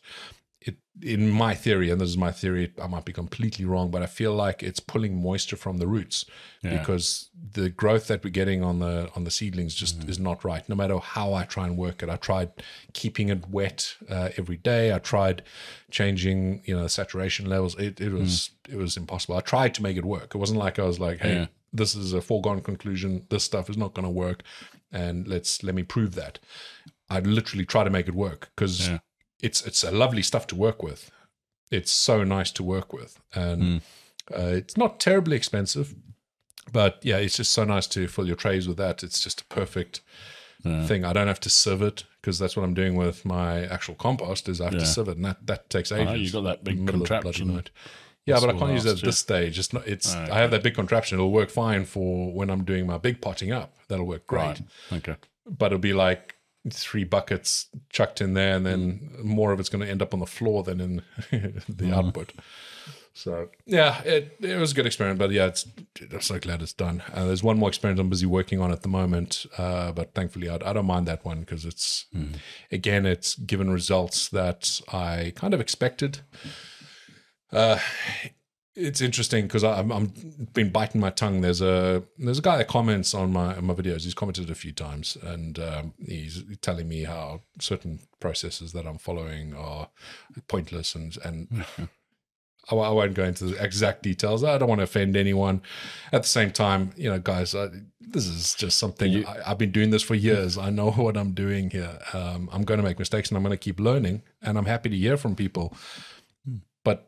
Speaker 1: It, in my theory, and this is my theory, I might be completely wrong, but I feel like it's pulling moisture from the roots because the growth that we're getting on the on the seedlings just is not right. No matter how I try and work it, I tried keeping it wet uh, every day. I tried changing, you know, the saturation levels. It it was it was impossible. I tried to make it work. It wasn't like I was like, hey,
Speaker 2: Yeah.
Speaker 1: this is a foregone conclusion. This stuff is not going to work, and let's let me prove that. I literally try to make it work because
Speaker 2: Yeah.
Speaker 1: it's it's a lovely stuff to work with. It's so nice to work with, and
Speaker 2: Hmm.
Speaker 1: uh, it's not terribly expensive, but yeah, it's just so nice to fill your trays with that. It's just a perfect thing. I don't have to sieve it because that's what I'm doing with my actual compost. Is I have
Speaker 2: Yeah. Oh,
Speaker 1: to sieve it, and that, that takes ages.
Speaker 2: you got that big
Speaker 1: middle of the bloody
Speaker 2: contraption.
Speaker 1: night. Yeah, but I
Speaker 2: all
Speaker 1: can't use it
Speaker 2: last, Oh,
Speaker 1: at this stage. It's not. It's. I have that big contraption. It'll work fine for when I'm doing my big potting up. That'll work great
Speaker 2: Right. Okay.
Speaker 1: but it'll be like three buckets chucked in there, and then more of it's going to end up on the floor than in the output. So yeah, it it was a good experiment, but yeah, it's I'm so glad it's done. Uh, there's one more experiment I'm busy working on at the moment, uh, but thankfully I, I don't mind that one because it's again it's given results that I kind of expected it's interesting because I'm I'm been biting my tongue. There's a there's a guy that comments on my on my videos. He's commented a few times, and um, he's telling me how certain processes that I'm following are pointless and and. I wo- I won't go into the exact details. I don't want to offend anyone. At the same time, you know, guys, I, this is just something I, I've been doing this for years. I know what I'm doing here. Um, I'm going to make mistakes, and I'm going to keep learning. And I'm happy to hear from people but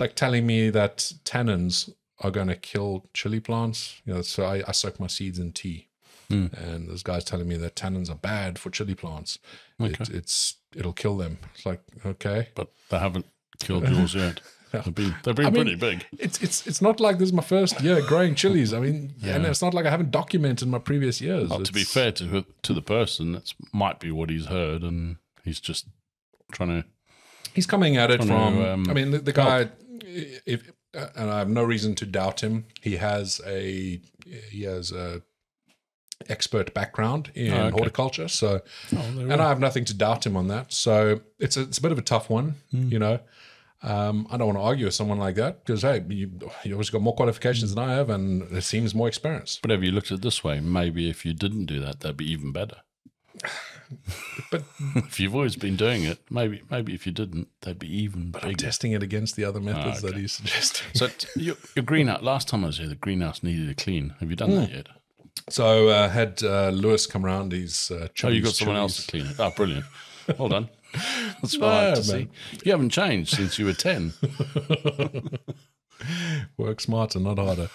Speaker 1: like telling me that tannins are going to kill chili plants. You know, so I, I soak my seeds in tea,
Speaker 2: Hmm.
Speaker 1: and this guy's telling me that tannins are bad for chili plants. It, it's it'll kill them. It's like okay,
Speaker 2: But they haven't killed yours yet. They've been, they've been
Speaker 1: mean-
Speaker 2: pretty big.
Speaker 1: it's it's it's not like this is my first year growing chilies. I mean, and it's not like I haven't documented my previous years.
Speaker 2: Well, Oh, to be
Speaker 1: It's-
Speaker 2: fair to her- to the person, that's might be what he's heard, and he's just trying to
Speaker 1: he's coming at it
Speaker 2: Trying
Speaker 1: from.
Speaker 2: to, um,
Speaker 1: I mean, the, the guy, if uh, and I have no reason to doubt him. He has a he has a expert background in
Speaker 2: Oh, okay.
Speaker 1: horticulture, so
Speaker 2: Oh, there we
Speaker 1: and I have nothing to doubt him on that. So it's a, it's a bit of a tough one,
Speaker 2: Hmm.
Speaker 1: you know. Um, I don't want to argue with someone like that because hey, you you always got more qualifications than I have, and it seems more experienced.
Speaker 2: But have you looked at it this way? Maybe if you didn't do that, that'd be even better.
Speaker 1: But-
Speaker 2: if you've always been doing it, maybe maybe if you didn't, that'd be even
Speaker 1: I'm
Speaker 2: bigger.
Speaker 1: testing it against the other methods that he's suggesting.
Speaker 2: So t- your, your greenhouse. Last time I was here, the greenhouse needed a clean. Have you done that
Speaker 1: Hmm.
Speaker 2: yet?
Speaker 1: So uh, had uh, Lewis come round. He's uh,
Speaker 2: Oh, you
Speaker 1: Chubby's
Speaker 2: got someone else to
Speaker 1: Chubby's.
Speaker 2: clean it. Oh, brilliant. Well done. That's what I like to
Speaker 1: No, man.
Speaker 2: see. You haven't changed since you were ten.
Speaker 1: Work smarter, not harder.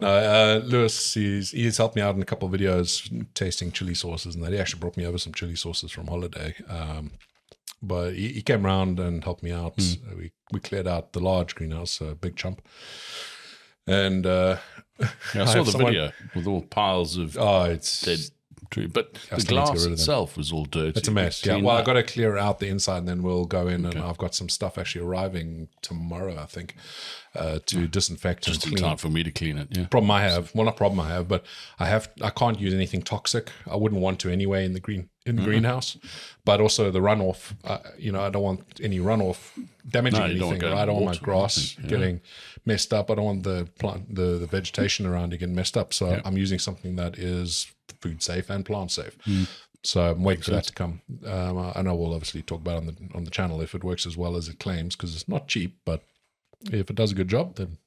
Speaker 1: No, uh, Lewis, he's, he's helped me out in a couple of videos tasting chili sauces, and that he actually brought me over some chili sauces from holiday. Um, but he, he came round and helped me out.
Speaker 2: Hmm.
Speaker 1: Uh, We we cleared out the large greenhouse, a big chump, and uh,
Speaker 2: Yeah, I
Speaker 1: I
Speaker 2: saw
Speaker 1: have
Speaker 2: the
Speaker 1: someone-
Speaker 2: video with all piles of
Speaker 1: oh, it's
Speaker 2: dead tree, but
Speaker 1: I still need
Speaker 2: the
Speaker 1: to get
Speaker 2: glass
Speaker 1: rid of them.
Speaker 2: itself was all dirty.
Speaker 1: It's a mess. Yeah. Well, I got to clear out the inside, and then we'll go in. And I've got some stuff actually arriving tomorrow, I think, uh, to disinfect
Speaker 2: just
Speaker 1: and
Speaker 2: in
Speaker 1: clean.
Speaker 2: time for me to clean it. Yeah.
Speaker 1: Problem I have, well, not problem I have, but I have I can't use anything toxic. I wouldn't want to anyway in the green in the
Speaker 2: Mm-hmm.
Speaker 1: greenhouse, but also the runoff. Uh, you know, I don't want any runoff damaging
Speaker 2: No, you
Speaker 1: anything.
Speaker 2: don't want to go
Speaker 1: right? I don't want
Speaker 2: water
Speaker 1: my
Speaker 2: or
Speaker 1: grass getting messed up. I don't want the plant the, the vegetation around it getting messed up. So I'm using something that is food safe and plant safe.
Speaker 2: Mm.
Speaker 1: So I'm waiting for that to come. Um, I I know we'll obviously talk about it on the on the channel if it works as well as it claims because it's not cheap, but if it does a good job, then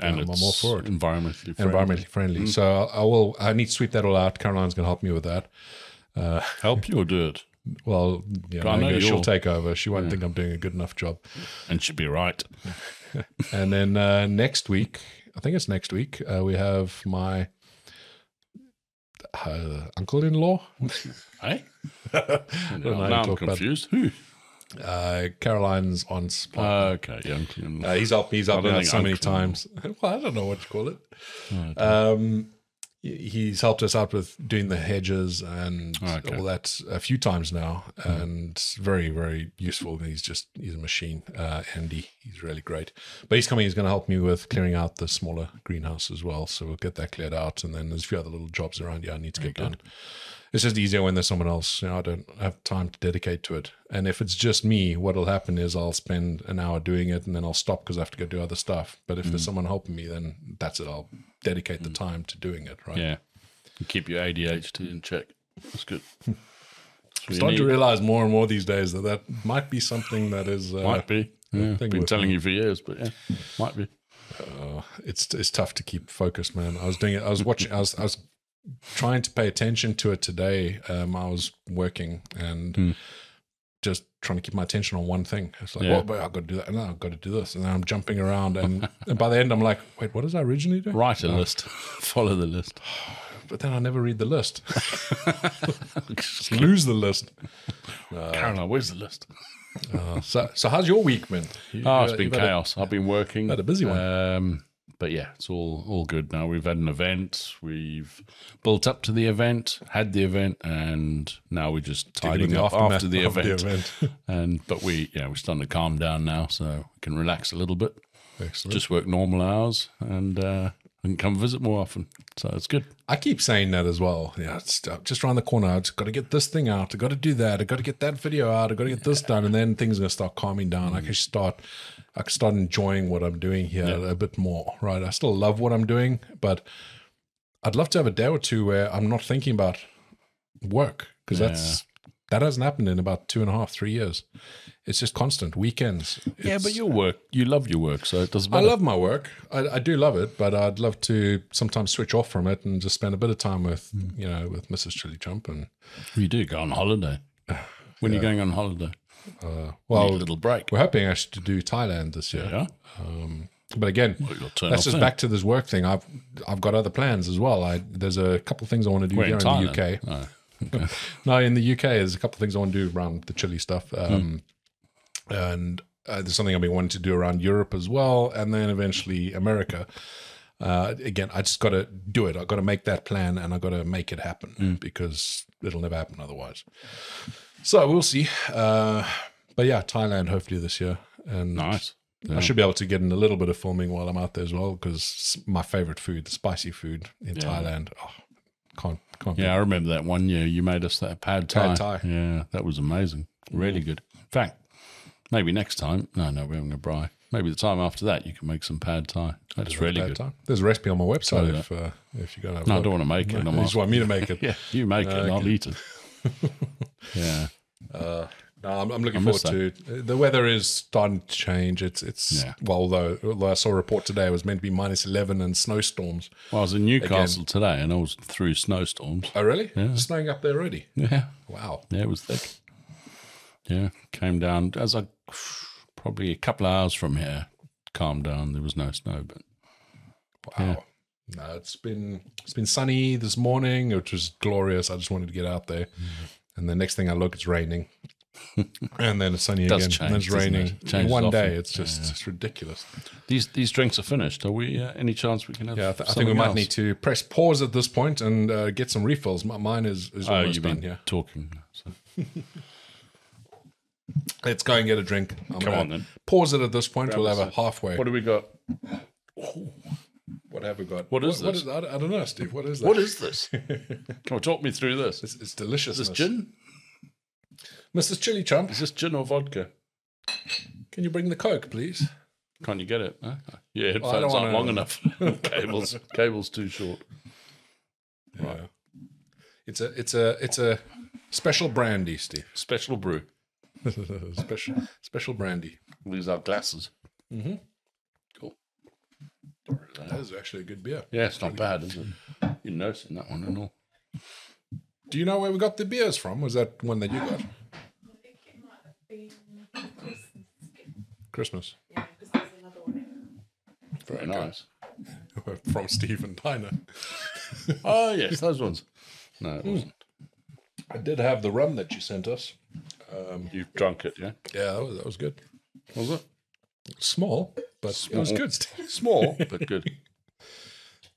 Speaker 2: And
Speaker 1: um,
Speaker 2: it's
Speaker 1: I'm all for it
Speaker 2: environmentally friendly.
Speaker 1: environmentally friendly. So I will. I need to sweep that all out. Caroline's going to help me with that.
Speaker 2: Help you or do it,
Speaker 1: Well, yeah,
Speaker 2: I know
Speaker 1: maybe she'll
Speaker 2: you'll-
Speaker 1: take over. She won't think I'm doing a good enough job.
Speaker 2: and should be right.
Speaker 1: And then uh, next week, I think it's next week, uh, we have my uh, uncle-in-law,
Speaker 2: Eh?
Speaker 1: know,
Speaker 2: now
Speaker 1: you
Speaker 2: I'm
Speaker 1: talk about-
Speaker 2: confused. Who?
Speaker 1: uh, Caroline's aunt's. partner.
Speaker 2: Okay, yeah, I'm clean.
Speaker 1: Uh, he's helped me. He's helped
Speaker 2: I
Speaker 1: me
Speaker 2: don't
Speaker 1: out
Speaker 2: think
Speaker 1: so many
Speaker 2: uncle-
Speaker 1: times. well, I don't know what you call it.
Speaker 2: Oh,
Speaker 1: Um, he's helped us out with doing the hedges and
Speaker 2: Oh, Okay.
Speaker 1: all that a few times now, and very very useful. He's just he's a machine, uh, Andy. He's really great. But he's coming. He's going to help me with clearing out the smaller greenhouse as well. So we'll get that cleared out, and then there's a few other little jobs around here I need to get done. It's just easier when there's someone else. You know, I don't have time to dedicate to it. And if it's just me, what'll happen is I'll spend an hour doing it and then I'll stop because I have to go do other stuff. But if there's someone helping me, then that's it. I'll dedicate the time to doing it. Right.
Speaker 2: yeah, You keep your ADHD in check. That's good. That's what you
Speaker 1: Starting to
Speaker 2: need.
Speaker 1: realize more and more these days that that might be something that is uh,
Speaker 2: Might be. Yeah,
Speaker 1: thing
Speaker 2: been
Speaker 1: with
Speaker 2: telling you for years, but yeah, might be.
Speaker 1: it's it's tough to keep focused, man. I was doing it. I was watching. I was I was trying to pay attention to it today. Um, I was working and
Speaker 2: Hmm.
Speaker 1: just trying to keep my attention on one thing. It's like,
Speaker 2: Yeah.
Speaker 1: well, but I've got to do that, and then I've got to do this, and then I'm jumping around, and, and by the end, I'm like, wait, what was I originally doing?
Speaker 2: Write a list. Follow the list.
Speaker 1: But then I never read the list. Lose the list.
Speaker 2: Caroline, where's the list?
Speaker 1: Uh, so so how's your week, man? You-
Speaker 2: Oh, it's
Speaker 1: you-
Speaker 2: been
Speaker 1: you've had a-
Speaker 2: chaos. I've been working.
Speaker 1: had a busy one.
Speaker 2: Um, but yeah, it's all all good now. We've had an event. We've built up to the event, had the event, and now we're just
Speaker 1: dealing with
Speaker 2: tidying up
Speaker 1: aftermath
Speaker 2: after the
Speaker 1: of
Speaker 2: event.
Speaker 1: event.
Speaker 2: and but we yeah we're starting to calm down now, so we can relax a little bit.
Speaker 1: Excellent.
Speaker 2: Just work normal hours and uh, and come visit more often. So it's good.
Speaker 1: I keep saying that as well. Yeah, it's uh, just around the corner. I just got to get this thing out. I got to do that. I got to get that video out. I got to get this done, and then things are gonna start calming down. I can start, I can start enjoying what I'm doing here a bit more. Right? I still love what I'm doing, but I'd love to have a day or two where I'm not thinking about work because that's that hasn't happened in about two and a half, three years. It's just constant weekends.
Speaker 2: yeah,
Speaker 1: It's-
Speaker 2: but your work, you love your work, so it doesn't
Speaker 1: I
Speaker 2: matter.
Speaker 1: love my work. I, I do love it, but I'd love to sometimes switch off from it and just spend a bit of time with,
Speaker 2: Hmm.
Speaker 1: you know, with Mrs. Chili Jump. And
Speaker 2: you do go on holiday. Uh, When are you going on holiday?
Speaker 1: well,
Speaker 2: Need a little break.
Speaker 1: we're hoping actually to do Thailand this year.
Speaker 2: Yeah.
Speaker 1: But again,
Speaker 2: you'll turn
Speaker 1: that's
Speaker 2: off
Speaker 1: just
Speaker 2: then.
Speaker 1: back to this work thing. I've I've got other plans as well. I there's a couple things I want to do
Speaker 2: We're
Speaker 1: here
Speaker 2: in
Speaker 1: in,
Speaker 2: Thailand.
Speaker 1: the UK.
Speaker 2: Oh.
Speaker 1: No, in the UK, there's a couple of things I want to do around the chili stuff,
Speaker 2: Hmm.
Speaker 1: um, and uh, there's something I've been wanting to do around Europe as well, and then eventually America. Uh, again, I just got to do it. I got to make that plan, and I got to make it
Speaker 2: Hmm.
Speaker 1: happen because it'll never happen otherwise. So we'll see. Uh, But yeah, Thailand hopefully this year, and
Speaker 2: Nice.
Speaker 1: I should be able to get in a little bit of filming while I'm out there as well because my favorite food, spicy food in Thailand, oh, can't can't.
Speaker 2: Yeah, I remember that one year you made us that pad thai.
Speaker 1: Pad thai.
Speaker 2: Yeah, that was amazing. Really good. In fact, maybe next time. No, no, we're having a bri. Maybe the time after that you can make some pad thai. That's really
Speaker 1: bad
Speaker 2: good.
Speaker 1: time. There's a recipe on my website
Speaker 2: Try
Speaker 1: if uh, if you go.
Speaker 2: No, I don't want to make it. I'm
Speaker 1: You just
Speaker 2: asking.
Speaker 1: want me to make it.
Speaker 2: Yeah, you make it. and I'll eat it. yeah,
Speaker 1: No, I'm, I'm looking
Speaker 2: I
Speaker 1: forward
Speaker 2: miss
Speaker 1: to it. The weather is starting to change. It's it's
Speaker 2: Yeah.
Speaker 1: well, although, although I saw a report today it was meant to be minus 11 and snowstorms.
Speaker 2: well, I was in Newcastle today and I was through snowstorms.
Speaker 1: Oh, really? It's snowing up there already.
Speaker 2: Yeah,
Speaker 1: Wow.
Speaker 2: yeah, it was thick. Yeah, came down as I probably a couple of hours from here. Calmed down. There was no snow, but
Speaker 1: Wow. No, it's been it's been sunny this morning, which was glorious. I just wanted to get out there.
Speaker 2: Mm-hmm.
Speaker 1: And the next thing I look, it's raining. and then it's sunny again.
Speaker 2: does
Speaker 1: and then
Speaker 2: change,
Speaker 1: it's
Speaker 2: doesn't it?
Speaker 1: raining.
Speaker 2: It
Speaker 1: In
Speaker 2: changes
Speaker 1: one
Speaker 2: often.
Speaker 1: day, it's just it's ridiculous.
Speaker 2: These these drinks are finished. Are we? Uh, any chance we can have?
Speaker 1: Yeah, I, th- I think we might need to press pause at this point and uh, get some refills. M- Mine is, is
Speaker 2: Oh,
Speaker 1: almost
Speaker 2: you've been
Speaker 1: done. Yeah,
Speaker 2: talking. So.
Speaker 1: let's go and get a drink. I'm
Speaker 2: Come
Speaker 1: gonna
Speaker 2: on, then.
Speaker 1: Pause it at this point. we'll have a halfway. What,
Speaker 2: What do we got?
Speaker 1: have we got?
Speaker 2: What is
Speaker 1: what,
Speaker 2: this?
Speaker 1: I, don't- I don't know, Steve. What is that?
Speaker 2: What is this? Come on, talk me through this. Is
Speaker 1: It's, it's delicious.
Speaker 2: this gin?
Speaker 1: Mrs. Chili Chump.
Speaker 2: Is this gin or vodka?
Speaker 1: Can you bring the Coke, please?
Speaker 2: Can't you get it? Huh? Yeah, headphones
Speaker 1: I don't
Speaker 2: aren't
Speaker 1: wanna-
Speaker 2: long enough. cables, cables too short.
Speaker 1: Right. It's a it's a it's a special brandy, Steve.
Speaker 2: Special brew.
Speaker 1: special special brandy.
Speaker 2: These are glasses.
Speaker 1: That is actually a good beer.
Speaker 2: Yeah, it's not bad, is it? You're noticing that one and all.
Speaker 1: Do you know where we got the beers from? Was that one that you got? Christmas
Speaker 2: Very nice.
Speaker 1: from Steve and Diner.
Speaker 2: Oh yes, those ones. No, it wasn't.
Speaker 1: I did have the rum that you sent us.
Speaker 2: You've drunk it, yeah?
Speaker 1: Yeah, that was, that was good.
Speaker 2: Was it?
Speaker 1: Small, but it was
Speaker 2: Small.
Speaker 1: good. Steve.
Speaker 2: Small, but good.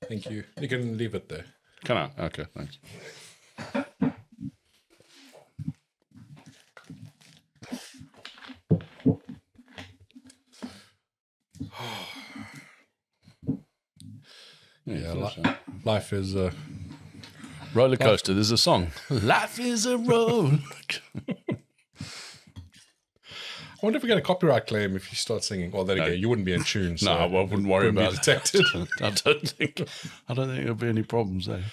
Speaker 1: Thank you. You can leave it there.
Speaker 2: Can I? Okay, thanks.
Speaker 1: Yeah,
Speaker 2: Yeah,
Speaker 1: li-
Speaker 2: so-
Speaker 1: life is uh,
Speaker 2: roller coaster. There's a song. Life is a roller.
Speaker 1: I wonder if we get a copyright claim if you start singing. Well, there you go. You wouldn't be in tune. So
Speaker 2: no, I wouldn't worry
Speaker 1: wouldn't
Speaker 2: about
Speaker 1: be
Speaker 2: it.
Speaker 1: detected.
Speaker 2: I don't think. I don't think there'll be any problems there.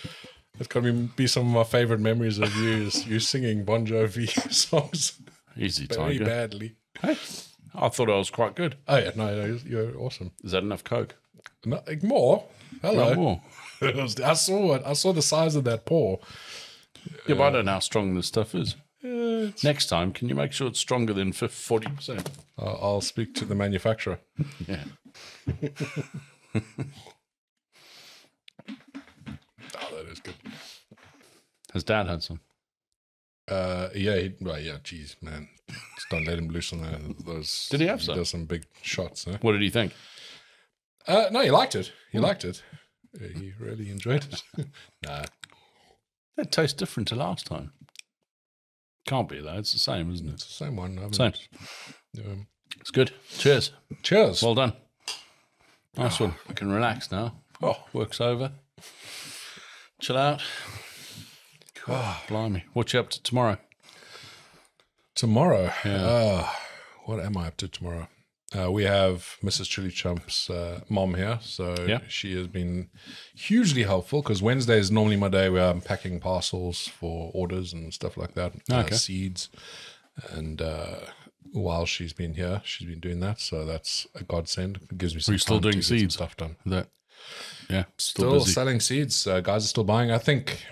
Speaker 1: It's going to be some of my favorite memories of you is you singing Bon Jovi songs
Speaker 2: Easy
Speaker 1: very
Speaker 2: tiger.
Speaker 1: badly.
Speaker 2: Hey, I thought I was quite good.
Speaker 1: Oh yeah, no, no, you're awesome.
Speaker 2: Is that enough coke?
Speaker 1: No, more. Hello.
Speaker 2: One more.
Speaker 1: It was- I saw it. I saw the size of that paw.
Speaker 2: Yeah, but I don't know how strong this stuff is. Next time, can you make sure it's stronger than forty percent?
Speaker 1: I'll I'll speak to the manufacturer.
Speaker 2: Yeah.
Speaker 1: Oh, that is good.
Speaker 2: Has Dad had some?
Speaker 1: Uh, yeah, he, well, yeah. Geez, man, just don't let him loose on the- those.
Speaker 2: Did he have some?
Speaker 1: Does some big shots? Huh?
Speaker 2: What did he think?
Speaker 1: Uh, no, he liked it. He
Speaker 2: Hmm.
Speaker 1: liked it. Uh, He really enjoyed it. nah,
Speaker 2: That tastes different to last time. Can't be though. It's the same, isn't it?
Speaker 1: it's the same one. I haven't-
Speaker 2: Same.
Speaker 1: Um,
Speaker 2: It's good. Cheers.
Speaker 1: cheers.
Speaker 2: Well done. Nice one. I can relax now. Oh, work's over. Chill out. God, blimey. What you up to tomorrow?
Speaker 1: Tomorrow. Uh, what am I up to tomorrow? Uh, we have Mrs. Chili Chump's uh, mom here. So
Speaker 2: Yeah.
Speaker 1: she has been hugely helpful because Wednesday is normally my day where I'm packing parcels for orders and stuff like that, uh,
Speaker 2: Okay.
Speaker 1: seeds. And uh, while she's been here, she's been doing that. So that's a godsend. It gives me some
Speaker 2: you still
Speaker 1: time to
Speaker 2: doing
Speaker 1: get some
Speaker 2: seeds?
Speaker 1: stuff done
Speaker 2: That. Yeah.
Speaker 1: still, selling seeds. Uh, guys are still buying. I think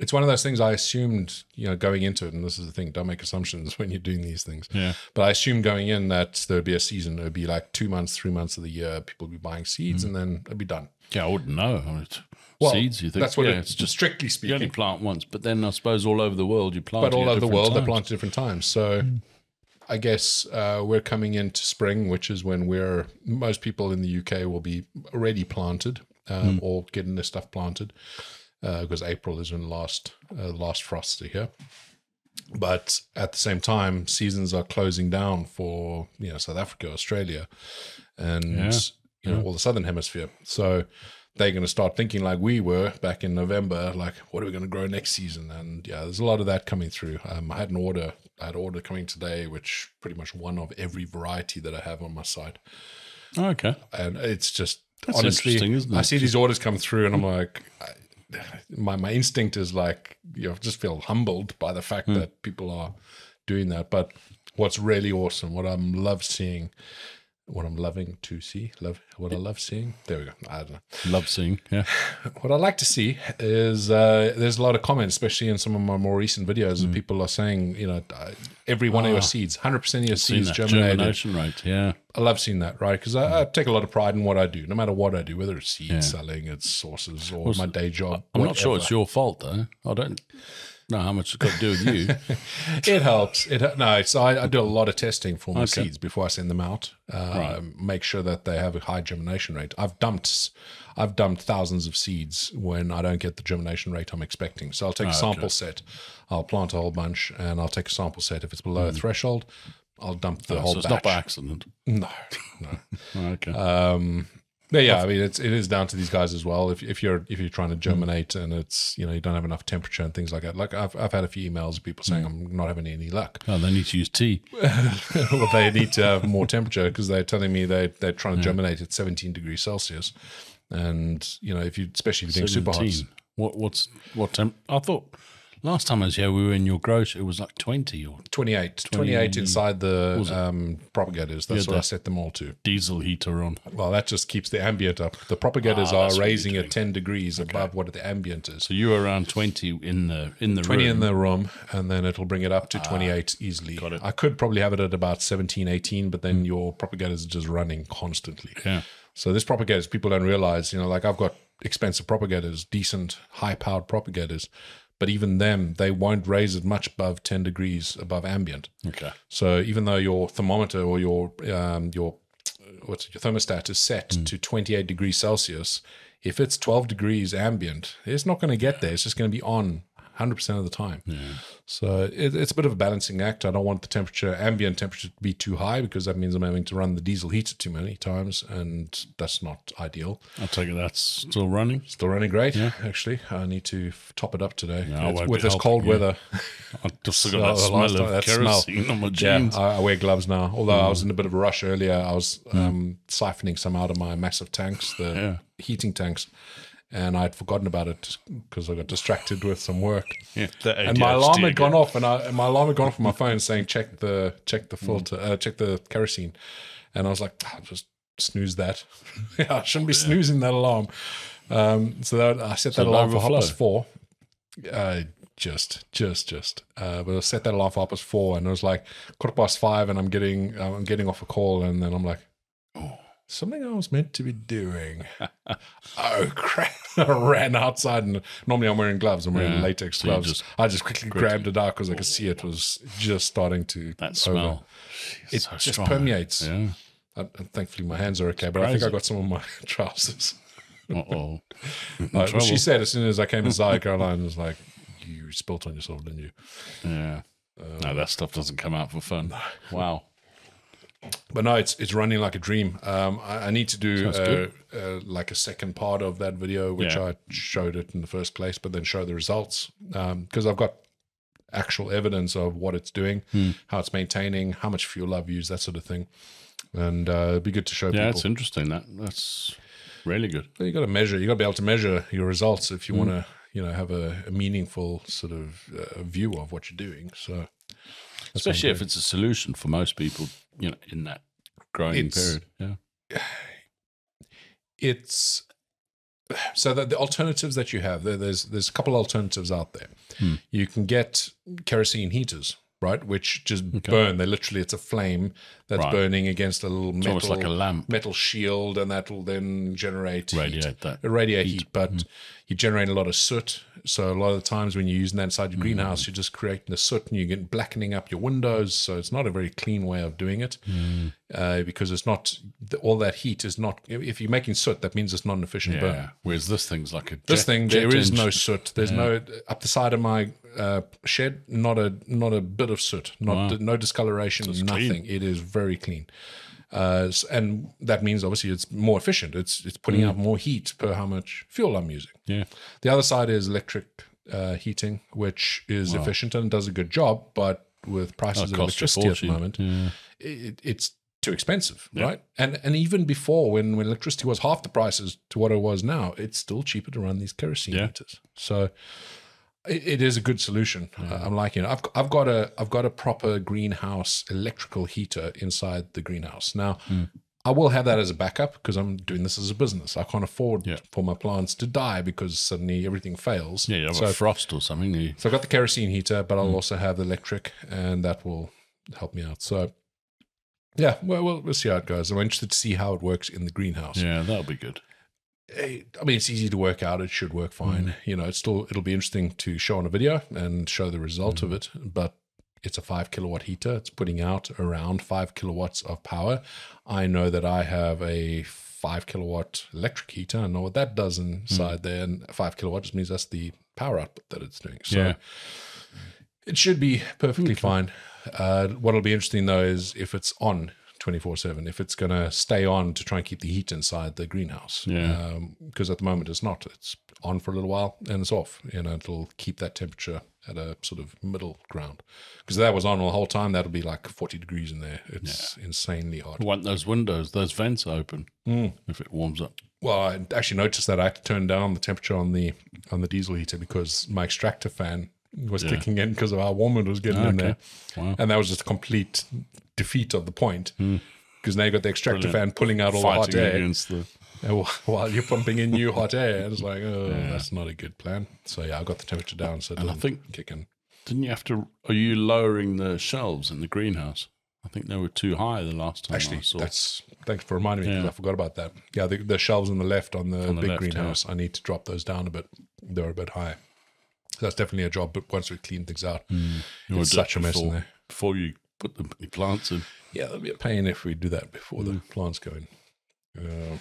Speaker 1: it's one of those things I assumed, you know, going into it. And this is the thing: don't make assumptions when you're doing these things.
Speaker 2: Yeah.
Speaker 1: But I assumed going in that there would be a season. It would be like two months, three months of the year. People would be buying seeds, and then it'd be done.
Speaker 2: Yeah, I wouldn't know. I mean, it's
Speaker 1: Well,
Speaker 2: Mm-hmm. seeds, you think?
Speaker 1: that's what
Speaker 2: yeah,
Speaker 1: it-
Speaker 2: it's just
Speaker 1: strictly
Speaker 2: you only
Speaker 1: speaking.
Speaker 2: plant once, but then I suppose all over the world you plant.
Speaker 1: But all
Speaker 2: at
Speaker 1: over the
Speaker 2: different
Speaker 1: world, they're
Speaker 2: times. Hmm.
Speaker 1: planted different times. So. I guess uh, we're coming into spring, which is when we're most people in the UK will be already planted
Speaker 2: Hmm.
Speaker 1: um, or getting uh, their stuff planted because April is when last uh, last frosts are here. But at the same time, seasons are closing down for you know South Africa, Australia, and
Speaker 2: Yeah,
Speaker 1: you know all the southern hemisphere. So they're going to start thinking like we were back in November, like what are we going to grow next season? And yeah, there's a lot of that coming through. Um, I had an order, I had an order coming today, which pretty much one of every variety that I have on my site,
Speaker 2: Oh, okay.
Speaker 1: and it's just
Speaker 2: That's
Speaker 1: honestly,
Speaker 2: interesting, isn't it?
Speaker 1: I see these orders come through, and I'm like. I, my, my instinct is like you know, just feel humbled by the fact
Speaker 2: Hmm.
Speaker 1: that people are doing that. But what's really awesome, what I'm love seeing, what I'm loving to see, love what I love seeing. There we go. I don't know
Speaker 2: Love seeing. Yeah.
Speaker 1: what I like to see is uh, there's a lot of comments, especially in some of my more recent videos,
Speaker 2: Hmm.
Speaker 1: that people are saying, you know, uh, every one of your seeds, 100% of your
Speaker 2: Ah. Seen
Speaker 1: seeds
Speaker 2: that.
Speaker 1: germinated.
Speaker 2: Germination rate. Yeah.
Speaker 1: I love seeing that, right? Because I,
Speaker 2: Mm.
Speaker 1: I take a lot of pride in what I do, no matter what I do, whether it's seed selling, it's sources, or my day job.
Speaker 2: I'm not sure it's your fault though. I don't know how much it's got to do with you.
Speaker 1: it helps. It hel- no, it's I, I do a lot of testing for my seeds before I send them out. Uh, Make sure that they have a high germination rate. I've dumped, s- I've dumped thousands of seeds when I don't get the germination rate I'm expecting. So I'll take a
Speaker 2: Ah,
Speaker 1: sample set, I'll plant a whole bunch, and I'll take a sample set. If it's below a threshold, I'll dump the whole
Speaker 2: Mm. Oh, so it's
Speaker 1: batch. Uh,
Speaker 2: not by accident. Oh,
Speaker 1: No, no.
Speaker 2: Okay.
Speaker 1: But yeah, I mean it's it is down to these guys as well. If if you're if you're trying to germinate and it's you know you don't have enough temperature and things like that. Like I've I've had a few emails of people saying I'm not having any luck.
Speaker 2: oh, they need to use tea.
Speaker 1: well, they need to have more temperature because they're telling me they they're trying to germinate at 17 degrees Celsius, and you know if you especially if you're doing super hot,
Speaker 2: Seventeen. What? What's what temp? I thought last time I was here, we were in your grocery. It was like twenty or
Speaker 1: 28, 28 inside the um, propagators. That's what I set them all to.
Speaker 2: diesel heater on.
Speaker 1: Well, that just keeps the ambient up. The propagators are raising at 10 degrees above what the ambient is.
Speaker 2: So you were around twenty in the in the
Speaker 1: 20
Speaker 2: room. Ah,
Speaker 1: in the room and then it'll bring it up to 28 easily i could probably have it at about 17 18 but then your propagators are just running constantly
Speaker 2: Hmm. Yeah.
Speaker 1: so this propagators people don't realize you know like i've got expensive propagators decent high powered propagators but even them they won't raise it much above 10 degrees above ambient
Speaker 2: okay.
Speaker 1: so even though your thermometer or your um, your what's it, your thermostat is set
Speaker 2: Hmm.
Speaker 1: to 28 degrees Celsius, if it's 12 degrees ambient, it's not going to get there. It's just going to be on 100% of the time. So it, it's a bit of a balancing act. I don't want the temperature, ambient temperature, to be too high because that means I'm having to run the diesel heater too many times, and that's not ideal.
Speaker 2: I take it that's still running.
Speaker 1: Still running great, actually. I need to f- top it up today
Speaker 2: Yeah, I
Speaker 1: It's-
Speaker 2: won't
Speaker 1: with
Speaker 2: be
Speaker 1: this cold
Speaker 2: helping you.
Speaker 1: weather.
Speaker 2: I just
Speaker 1: Oh,
Speaker 2: got that
Speaker 1: the
Speaker 2: smell
Speaker 1: last time-
Speaker 2: of
Speaker 1: that smell.
Speaker 2: kerosene on my
Speaker 1: Yeah, Uh,
Speaker 2: jeans. Mm.
Speaker 1: I, I wear gloves now. Although I was in a bit of a rush earlier, I was um, siphoning some out of my massive tanks, the
Speaker 2: Yeah.
Speaker 1: heating tanks, and I'd forgotten about it because I got distracted with some work.
Speaker 2: Yeah, the
Speaker 1: And my
Speaker 2: ADHD
Speaker 1: alarm had
Speaker 2: again.
Speaker 1: gone off, and, I, and my alarm had gone off on my phone saying check the check
Speaker 2: Hmm.
Speaker 1: the filter, uh, check the kerosene, and I was like, "Ah, just snooze that. yeah, I shouldn't be snoozing that alarm. Um, so that, I set that alarm for half
Speaker 2: overflow.
Speaker 1: past four. Uh, just, just, just. Uh, but I set that alarm for half past four, and it was like quarter past five, and I'm getting, I'm getting off a call, and then I'm like, "Oh, something I was meant to be doing. oh crap! I ran outside, and normally I'm wearing gloves. I'm wearing
Speaker 2: Yeah.
Speaker 1: latex
Speaker 2: So you
Speaker 1: gloves.
Speaker 2: just
Speaker 1: I just quickly, grabbed it out because I could see it was just starting to
Speaker 2: That smell.
Speaker 1: It
Speaker 2: so
Speaker 1: just
Speaker 2: strong.
Speaker 1: permeates.
Speaker 2: Yeah.
Speaker 1: Uh, and thankfully, my hands are okay, but I think I got some on my trousers.
Speaker 2: Uh oh.
Speaker 1: Uh, she said as soon as I came inside, Caroline was like, "You spilt on yourself, didn't you?"
Speaker 2: Yeah. Uh, no, that stuff doesn't come out for fun. Wow.
Speaker 1: But no, it's it's running like a dream. Um, I, I need to do uh,
Speaker 2: good.
Speaker 1: uh, like a second part of that video, which
Speaker 2: Yeah.
Speaker 1: I showed it in the first place, but then show the results because I've got actual evidence of what it's doing,
Speaker 2: Hmm.
Speaker 1: how it's maintaining, how much fuel I've used, that sort of thing. And uh, it'd be good to show
Speaker 2: Yeah,
Speaker 1: people.
Speaker 2: it's interesting. That that's really good.
Speaker 1: But you got to measure. You got to be able to measure your results if
Speaker 2: Hmm.
Speaker 1: you want to, you know, have a, a meaningful sort of uh, view of what you're doing. So
Speaker 2: Especially if it's a solution for most people, you know, in that growing
Speaker 1: It's-
Speaker 2: period. Yeah.
Speaker 1: it's so that the alternatives that you have there, there's there's a couple alternatives out there
Speaker 2: Hmm.
Speaker 1: you can get kerosene heaters right which just burn they literally it's a flame that's
Speaker 2: Right.
Speaker 1: burning against a little metal
Speaker 2: almost like a lamp.
Speaker 1: metal shield and that will then generate heat
Speaker 2: Radiate that.
Speaker 1: irradiate heat, but you generate a lot of soot. So a lot of the times when you're using that inside your greenhouse, you're just creating the soot and you're getting blackening up your windows. So it's not a very clean way of doing it uh, because it's not the, all that heat is not. If if you're making soot, that means it's not an efficient burn.
Speaker 2: Yeah. Whereas this thing's like a
Speaker 1: This
Speaker 2: jet-
Speaker 1: thing,
Speaker 2: jet
Speaker 1: there is
Speaker 2: engine.
Speaker 1: no soot. There's no up the side of my uh, shed, not a not a bit of soot, not no discoloration, nothing. It is very clean, uh, s- and that means obviously it's more efficient. It's it's
Speaker 2: Mm.
Speaker 1: putting out more heat per how much fuel I'm using.
Speaker 2: Yeah.
Speaker 1: The other side is electric uh, heating, which is efficient and does a good job, but with prices of
Speaker 2: costs a
Speaker 1: electricity at the
Speaker 2: fortune,
Speaker 1: moment, it, it's too expensive, right? And and even before, when, when electricity was half the prices to what it was now, it's still cheaper to run these kerosene
Speaker 2: Yeah.
Speaker 1: heaters. So it, it is a good solution.
Speaker 2: Mm-hmm.
Speaker 1: Uh, I'm liking it. I've I've got a I've got a proper greenhouse electrical heater inside the greenhouse now.
Speaker 2: Mm.
Speaker 1: I will have that as a backup because I'm doing this as a business. I can't afford
Speaker 2: Yeah.
Speaker 1: for my plants to die because suddenly everything fails.
Speaker 2: Yeah, Mm. you have
Speaker 1: so,
Speaker 2: a frost or something. you-
Speaker 1: so I've got the kerosene heater, but I'll also have the electric, and that will help me out. So, yeah, well, we'll, we'll see how it goes. I'm interested to see how it works in the greenhouse.
Speaker 2: yeah, that'll be good.
Speaker 1: Eh, I mean, it's easy to work out. It should work fine. You know, it's still it'll be interesting to show on a video and show the result of it. But it's a five kilowatt heater. It's putting out around five kilowatts of power. I know that I have a five kilowatt electric heater. I know what that does inside there, and five kilowatt just means that's the power output that it's doing. So
Speaker 2: Yeah.
Speaker 1: it should be perfectly fine. Uh, what'll be interesting though is if it's on 24 7, if it's going to stay on to try and keep the heat inside the greenhouse.
Speaker 2: Yeah.
Speaker 1: Because at the moment it's not. It's on for a little while and it's off. You know, it'll keep that temperature at a sort of middle ground. Because that was on the whole time, that'll be like 40 degrees in there. It's insanely hot.
Speaker 2: I want those windows, those vents open
Speaker 1: Mm.
Speaker 2: if it warms up.
Speaker 1: Well, I actually noticed that I had to turn down the temperature on the on the diesel heater because my extractor fan was kicking in because of how warm it was getting in
Speaker 2: okay.
Speaker 1: there.
Speaker 2: Wow. Hmm.
Speaker 1: And that was just a complete defeat of the point because now you've got the extractor fan pulling out all the
Speaker 2: Fighting
Speaker 1: hot air
Speaker 2: against the.
Speaker 1: and wh- while you're pumping in new hot air. It's like, oh, that's not a good plan. So yeah, I got the temperature down so it doesn't
Speaker 2: think-
Speaker 1: kick in.
Speaker 2: Didn't you have to? Are you lowering the shelves in the greenhouse? I think they were too high the last time
Speaker 1: Actually,
Speaker 2: I saw.
Speaker 1: that's thanks for reminding me because
Speaker 2: Yeah.
Speaker 1: I forgot about that. Yeah, the, the shelves on the left on the
Speaker 2: the
Speaker 1: big
Speaker 2: left, yeah.
Speaker 1: greenhouse, I need to drop those down a bit. They're a bit high. So that's definitely a job. But once we clean things out,
Speaker 2: Mm. You
Speaker 1: it's
Speaker 2: wanna do it
Speaker 1: such a mess in
Speaker 2: before-
Speaker 1: there.
Speaker 2: Before you put the the plants in,
Speaker 1: Yeah, it'll be a pain if we do that before
Speaker 2: Mm.
Speaker 1: the plants go in. Uh,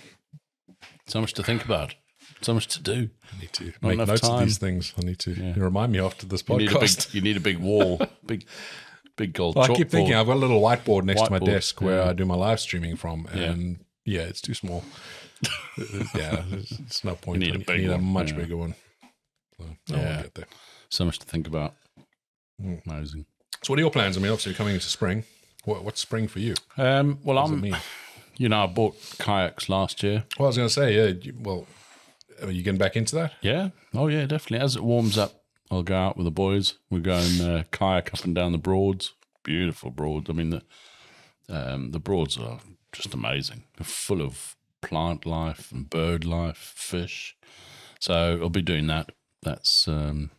Speaker 2: so much to think about, so much to do.
Speaker 1: I need to
Speaker 2: Not
Speaker 1: make
Speaker 2: enough
Speaker 1: notes of
Speaker 2: time.
Speaker 1: these things. I need to you remind me after this
Speaker 2: You need a big,
Speaker 1: podcast.
Speaker 2: you need a big wall, big, big gold.
Speaker 1: I keep thinking
Speaker 2: chalkboard.
Speaker 1: I've got a little whiteboard next to my
Speaker 2: Whiteboard,
Speaker 1: desk where
Speaker 2: yeah.
Speaker 1: I do my live streaming from, and yeah, it's too small. yeah, it's, it's no point.
Speaker 2: need a
Speaker 1: I
Speaker 2: big
Speaker 1: need a
Speaker 2: one,
Speaker 1: much
Speaker 2: yeah.
Speaker 1: bigger one. So, I
Speaker 2: Yeah.
Speaker 1: will get there.
Speaker 2: so much to think about.
Speaker 1: Hmm.
Speaker 2: Amazing.
Speaker 1: So, what are your plans? I mean, obviously, we're coming into spring. What, what's spring for you?
Speaker 2: Um, well,
Speaker 1: What does it
Speaker 2: I'm.
Speaker 1: mean?
Speaker 2: You know, I bought kayaks last year.
Speaker 1: Well, I was going to say, yeah. You, well, are you getting back into that?
Speaker 2: Yeah. Oh, yeah, definitely. As it warms up, I'll go out with the boys. We're going uh, kayak up and down the broads. Beautiful broads. I mean, the um, the broads are just amazing. They're full of plant life and bird life, fish. So I'll be doing that. That's um,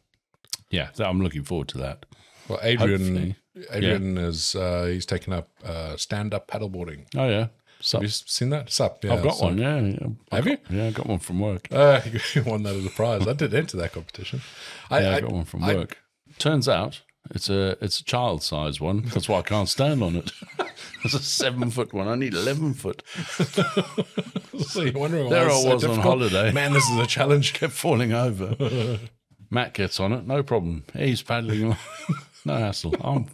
Speaker 2: yeah. so I'm looking forward to that.
Speaker 1: Well, Adrian,
Speaker 2: Hopefully.
Speaker 1: Adrian is uh, he's taken up uh, stand-up paddleboarding.
Speaker 2: Oh yeah. So
Speaker 1: Have you seen that? Sup? Yeah,
Speaker 2: I've got
Speaker 1: so-
Speaker 2: one. Yeah. yeah. I
Speaker 1: Have you?
Speaker 2: got- Yeah, I got one from work.
Speaker 1: Uh, you won that as a prize. I did enter that competition. I,
Speaker 2: Yeah, I,
Speaker 1: I-
Speaker 2: got one from
Speaker 1: I-
Speaker 2: work. Turns out it's a it's a child size one. That's why I can't stand on it. It's a seven foot one. I need eleven foot.
Speaker 1: so you're wondering why
Speaker 2: There
Speaker 1: it's
Speaker 2: I
Speaker 1: so
Speaker 2: was on
Speaker 1: difficult?
Speaker 2: holiday.
Speaker 1: Man, this is a challenge.
Speaker 2: Kept falling over. Matt gets on it, no problem. He's paddling along. no hassle. I'm,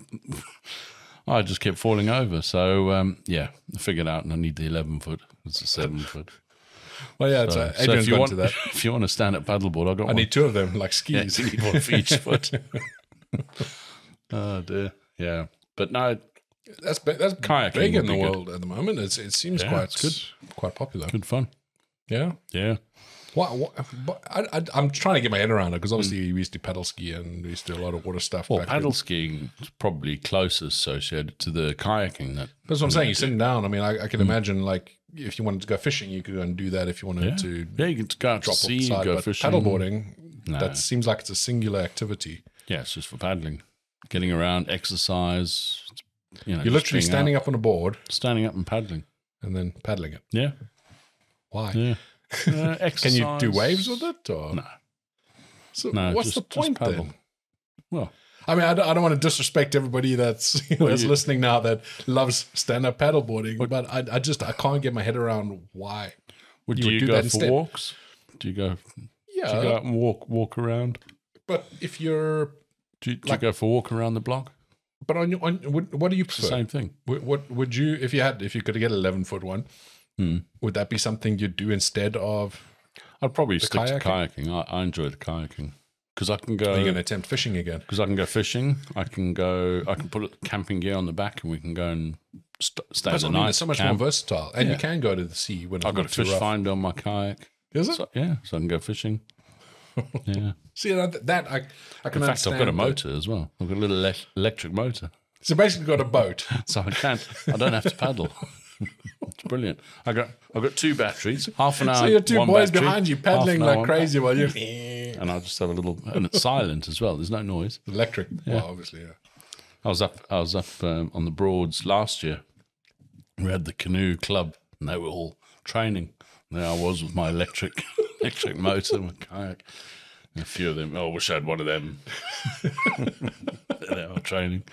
Speaker 2: I just kept falling over. So um, yeah, I figured out, and I need the eleven foot. It's a seven foot.
Speaker 1: Well, yeah, it's,
Speaker 2: So,
Speaker 1: uh,
Speaker 2: so
Speaker 1: Adrian's
Speaker 2: if you
Speaker 1: gone
Speaker 2: want
Speaker 1: to that.
Speaker 2: if you want to stand up paddleboard, I got
Speaker 1: I
Speaker 2: one.
Speaker 1: need two of them, like skis.
Speaker 2: You need one for each foot. oh dear. Yeah, but no,
Speaker 1: That's big, that's
Speaker 2: Kayaking
Speaker 1: big in
Speaker 2: would
Speaker 1: the
Speaker 2: be good.
Speaker 1: world at the moment. It's, it seems
Speaker 2: Yeah,
Speaker 1: quite
Speaker 2: it's good.
Speaker 1: quite popular.
Speaker 2: good fun.
Speaker 1: Yeah.
Speaker 2: Yeah.
Speaker 1: What, what, but I, I, am trying to get my head around it because obviously we used to paddle ski and we used to do a lot of water stuff.
Speaker 2: Well,
Speaker 1: back
Speaker 2: paddle
Speaker 1: then.
Speaker 2: skiing is probably closest associated to the kayaking. That
Speaker 1: That's what I'm saying. You're sitting down. I mean, I,
Speaker 2: Hmm.
Speaker 1: I can imagine like if you wanted to go fishing, you could go and do that. If you wanted to
Speaker 2: yeah, you can go out to
Speaker 1: drop off
Speaker 2: sea,
Speaker 1: the side,
Speaker 2: go
Speaker 1: but
Speaker 2: fishing.
Speaker 1: paddleboarding,
Speaker 2: No.
Speaker 1: that seems like it's a singular activity.
Speaker 2: Yeah, it's just for paddling, getting around, exercise. You know,
Speaker 1: You're literally standing up on a board
Speaker 2: up, standing up and paddling.
Speaker 1: and then paddling it.
Speaker 2: Yeah,
Speaker 1: Why?
Speaker 2: yeah. Uh,
Speaker 1: Can you do
Speaker 2: exercise.
Speaker 1: waves with it? Or?
Speaker 2: No.
Speaker 1: So
Speaker 2: No,
Speaker 1: what's
Speaker 2: just-
Speaker 1: the
Speaker 2: just
Speaker 1: point
Speaker 2: paddle.
Speaker 1: then?
Speaker 2: Well,
Speaker 1: I mean, I don't, I don't want to disrespect everybody that's that's
Speaker 2: you-
Speaker 1: listening now that loves stand up paddleboarding, but I, I just I can't get my head around why.
Speaker 2: would
Speaker 1: You
Speaker 2: you,
Speaker 1: would do
Speaker 2: go
Speaker 1: that
Speaker 2: for
Speaker 1: instead.
Speaker 2: walks? Do you go? Do you
Speaker 1: Yeah,
Speaker 2: go out and walk walk around?
Speaker 1: but if you're
Speaker 2: Do you, do
Speaker 1: Like-
Speaker 2: you go for a walk around the block?
Speaker 1: But on your, on what, what do you
Speaker 2: It's the
Speaker 1: prefer?
Speaker 2: same thing.
Speaker 1: What, what would you if you had if you could get eleven foot one?
Speaker 2: Hmm.
Speaker 1: Would that be something you'd do instead of?
Speaker 2: I'd probably stick to
Speaker 1: kayaking?
Speaker 2: kayaking. I, I enjoy the kayaking because I can
Speaker 1: Are you going to
Speaker 2: go
Speaker 1: attempt fishing again?
Speaker 2: because I can go fishing. I can go. I can put camping gear on the back, and we can go and st- stay
Speaker 1: That's
Speaker 2: the
Speaker 1: what I mean.
Speaker 2: night.
Speaker 1: It's so much
Speaker 2: camp.
Speaker 1: more versatile, and you
Speaker 2: Yeah.
Speaker 1: can go to the sea when it's
Speaker 2: I've got a
Speaker 1: not too
Speaker 2: fish
Speaker 1: rough.
Speaker 2: finder on my kayak.
Speaker 1: Is it?
Speaker 2: So, yeah, so I can go fishing. Yeah.
Speaker 1: See now th- that I, I can
Speaker 2: In fact,
Speaker 1: understand.
Speaker 2: I've got a
Speaker 1: the-
Speaker 2: motor as well. I've got a little elec- electric motor,
Speaker 1: So basically, got a boat.
Speaker 2: so I can't. I don't have to paddle. it's brilliant. I got. I've got two batteries. Half an hour.
Speaker 1: so your two
Speaker 2: one
Speaker 1: boys
Speaker 2: battery,
Speaker 1: behind you
Speaker 2: half an
Speaker 1: paddling
Speaker 2: hour,
Speaker 1: like
Speaker 2: one
Speaker 1: crazy while you
Speaker 2: battery. And I'll just have a little, and it's silent as well. There's no noise.
Speaker 1: electric. Well, obviously, yeah.
Speaker 2: I was up. I was up um, on the Broads last year. We had the canoe club, and they were all training. And there I was with my electric electric motor, and my kayak. And a few of them. Oh, I wish I had one of them. they were training.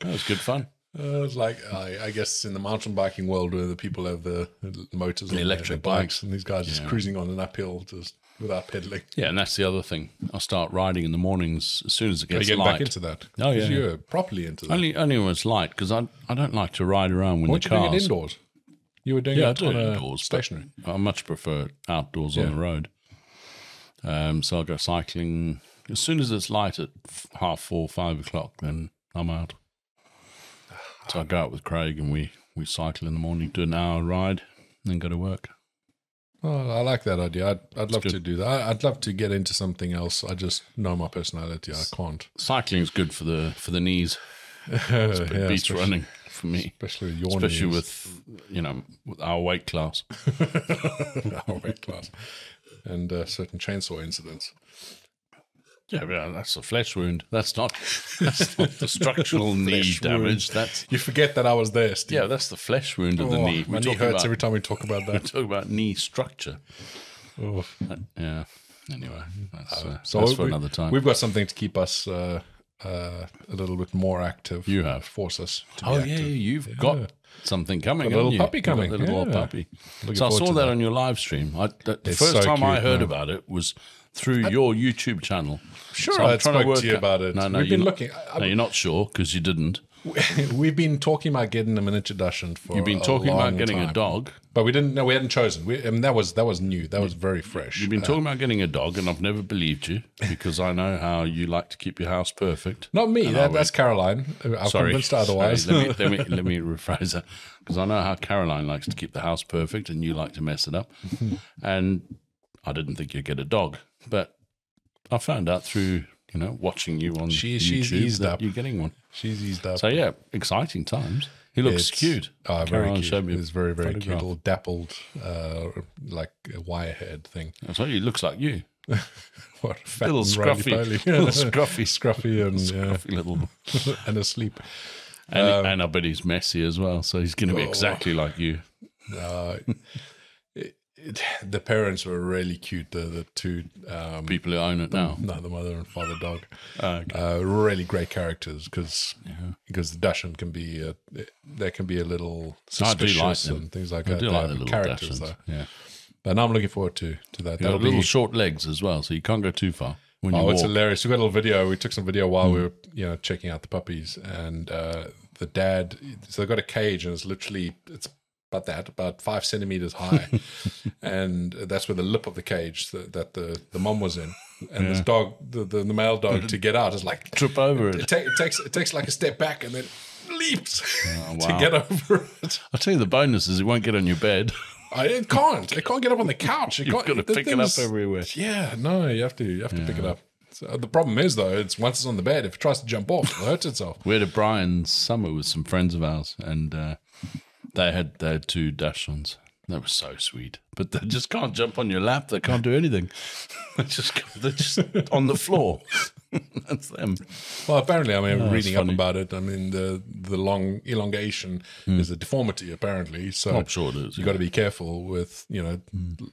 Speaker 2: That was good fun.
Speaker 1: Uh, it's like I, I guess in the mountain biking world where the people have the motors, on their-
Speaker 2: electric
Speaker 1: their
Speaker 2: bikes.
Speaker 1: and these guys just cruising on an uphill just without pedaling.
Speaker 2: Yeah, and that's the other thing. I start riding in the mornings as soon as it
Speaker 1: Are you
Speaker 2: gets
Speaker 1: getting
Speaker 2: light.
Speaker 1: back into that?
Speaker 2: Oh, yeah,
Speaker 1: you're properly into that.
Speaker 2: only only when it's light because I I don't like to ride around when
Speaker 1: Weren't
Speaker 2: the
Speaker 1: you doing it
Speaker 2: cars.
Speaker 1: indoors? You were doing
Speaker 2: Yeah, I
Speaker 1: it
Speaker 2: do
Speaker 1: on
Speaker 2: it
Speaker 1: a
Speaker 2: indoors, but
Speaker 1: stationary.
Speaker 2: I much prefer outdoors on
Speaker 1: Yeah.
Speaker 2: the road. Um, so I go cycling as soon as it's light at f- half four, five o'clock. Then I'm out. So I go out with Craig and we we cycle in the morning, do an hour ride, and then go to work.
Speaker 1: Oh, I like that idea. I'd, I'd love
Speaker 2: good.
Speaker 1: to do that. I, I'd love to get into something else. I just know my personality. I can't.
Speaker 2: Cycling's good for the for the knees.
Speaker 1: Yeah,
Speaker 2: uh, beach
Speaker 1: especially-
Speaker 2: running for me,
Speaker 1: Especially with your
Speaker 2: especially
Speaker 1: knees.
Speaker 2: with you know with our weight class.
Speaker 1: our weight class and uh, certain chainsaw incidents.
Speaker 2: Yeah, yeah, that's a flesh wound. That's not that's not the structural knee
Speaker 1: Flesh
Speaker 2: damage.
Speaker 1: wound.
Speaker 2: That's
Speaker 1: You forget that I was there, Steve.
Speaker 2: yeah, that's the flesh wound of the
Speaker 1: Oh,
Speaker 2: knee.
Speaker 1: My knee
Speaker 2: talk
Speaker 1: hurts
Speaker 2: about,
Speaker 1: every time we talk about
Speaker 2: we
Speaker 1: that.
Speaker 2: talk about knee structure.
Speaker 1: Oh.
Speaker 2: Yeah. Anyway, that's, uh,
Speaker 1: So
Speaker 2: that's for
Speaker 1: we-
Speaker 2: another time.
Speaker 1: We've got something to keep us uh, uh, a little bit more active.
Speaker 2: You have.
Speaker 1: force us. To
Speaker 2: Oh
Speaker 1: be
Speaker 2: yeah,
Speaker 1: active.
Speaker 2: you've got something coming.
Speaker 1: Got a little
Speaker 2: haven't you?
Speaker 1: puppy
Speaker 2: You've got
Speaker 1: coming,
Speaker 2: a little old
Speaker 1: yeah.
Speaker 2: puppy.
Speaker 1: Looking
Speaker 2: so I
Speaker 1: forward
Speaker 2: saw
Speaker 1: to
Speaker 2: that,
Speaker 1: that.
Speaker 2: on your live stream. I, the the
Speaker 1: It's
Speaker 2: first
Speaker 1: so
Speaker 2: time I
Speaker 1: cute,
Speaker 2: heard
Speaker 1: man.
Speaker 2: about it was through your YouTube channel. Sure,
Speaker 1: I spoke to you about it.
Speaker 2: No, no,
Speaker 1: We've
Speaker 2: you're
Speaker 1: been
Speaker 2: not-
Speaker 1: looking. I-
Speaker 2: no, you're not sure because you didn't.
Speaker 1: We've been talking about getting a miniature Dachshund for.
Speaker 2: You've been
Speaker 1: a
Speaker 2: talking about
Speaker 1: long
Speaker 2: getting a
Speaker 1: time.
Speaker 2: dog.
Speaker 1: but we didn't. No, we hadn't chosen. We, I mean, that was that was new. That was very fresh.
Speaker 2: You've been talking about getting a dog, and I've never believed you because I know how you like to keep your house perfect.
Speaker 1: Not me. That, that's Caroline. I'm
Speaker 2: Sorry,
Speaker 1: convinced otherwise.
Speaker 2: Sorry, let, me, let, me, let me rephrase that because I know how Caroline likes to keep the house perfect and you like to mess it up. and I didn't think you'd get a dog, but I found out through you know watching you on
Speaker 1: She-
Speaker 2: YouTube
Speaker 1: she's eased
Speaker 2: that
Speaker 1: up.
Speaker 2: you're getting one.
Speaker 1: She's eased up.
Speaker 2: So yeah, exciting times. He looks
Speaker 1: It's-
Speaker 2: cute.
Speaker 1: Oh, very
Speaker 2: Caroline showed
Speaker 1: cute.
Speaker 2: me a
Speaker 1: It's very, very cute.
Speaker 2: photograph.
Speaker 1: Little dappled, uh, like a wire haired thing.
Speaker 2: I tell you, he looks like you.
Speaker 1: What a fat
Speaker 2: Little
Speaker 1: and
Speaker 2: scruffy,
Speaker 1: roly-poly.
Speaker 2: little scruffy,
Speaker 1: scruffy, and
Speaker 2: scruffy little.
Speaker 1: yeah, and asleep.
Speaker 2: And,
Speaker 1: Um,
Speaker 2: and I bet he's messy as well. So he's going
Speaker 1: Oh,
Speaker 2: to be exactly like you.
Speaker 1: Uh, it, it, the parents were really cute. The the two, um,
Speaker 2: People who own it now.
Speaker 1: no, the mother and father dog,
Speaker 2: Oh, Okay.
Speaker 1: uh, really great characters because because the Dachshund can be a, they can be a little
Speaker 2: I do like
Speaker 1: suspicious
Speaker 2: them.
Speaker 1: and things like
Speaker 2: I
Speaker 1: that.
Speaker 2: do
Speaker 1: They
Speaker 2: like the
Speaker 1: have
Speaker 2: little
Speaker 1: characters
Speaker 2: Dachshunds.
Speaker 1: though.
Speaker 2: Yeah.
Speaker 1: But now I'm looking forward to to that.
Speaker 2: Got
Speaker 1: That'll
Speaker 2: little
Speaker 1: be
Speaker 2: short legs as well, so you can't go too far when you
Speaker 1: Oh,
Speaker 2: walk. Hmm.
Speaker 1: it's hilarious. We got a little video. We took some video while we were, you know, checking out the puppies. And uh, the dad, so they've got a cage and it's literally, it's about that, about five centimeters high. and that's where the lip of the cage that, that the, the mum was in. And this dog, the, the, the male dog, to get out is like,
Speaker 2: Trip over
Speaker 1: it,
Speaker 2: it.
Speaker 1: ta- it takes it takes like a step back and then leaps to
Speaker 2: Oh, wow.
Speaker 1: get over it.
Speaker 2: I tell you, the bonus is it won't get on your bed.
Speaker 1: I, it can't. It can't get up on the couch. It
Speaker 2: You've
Speaker 1: can't,
Speaker 2: got to
Speaker 1: the
Speaker 2: pick it up
Speaker 1: thing's-
Speaker 2: everywhere.
Speaker 1: yeah, no, you have to you have to pick it up. So uh, the problem is though, it's once it's on the bed, if it tries to jump off, it hurts itself.
Speaker 2: We had a Brian summer with some friends of ours, and uh, they had they had two Dachshunds. They were so sweet, but they just can't jump on your lap. They can't do anything. they just they're just on the floor. That's them.
Speaker 1: Well, apparently, I mean, reading up
Speaker 2: funny.
Speaker 1: about it, I mean, the the long elongation is a deformity apparently. So
Speaker 2: Hmm. I'm sure it is. Hmm.
Speaker 1: you got to be careful with you know,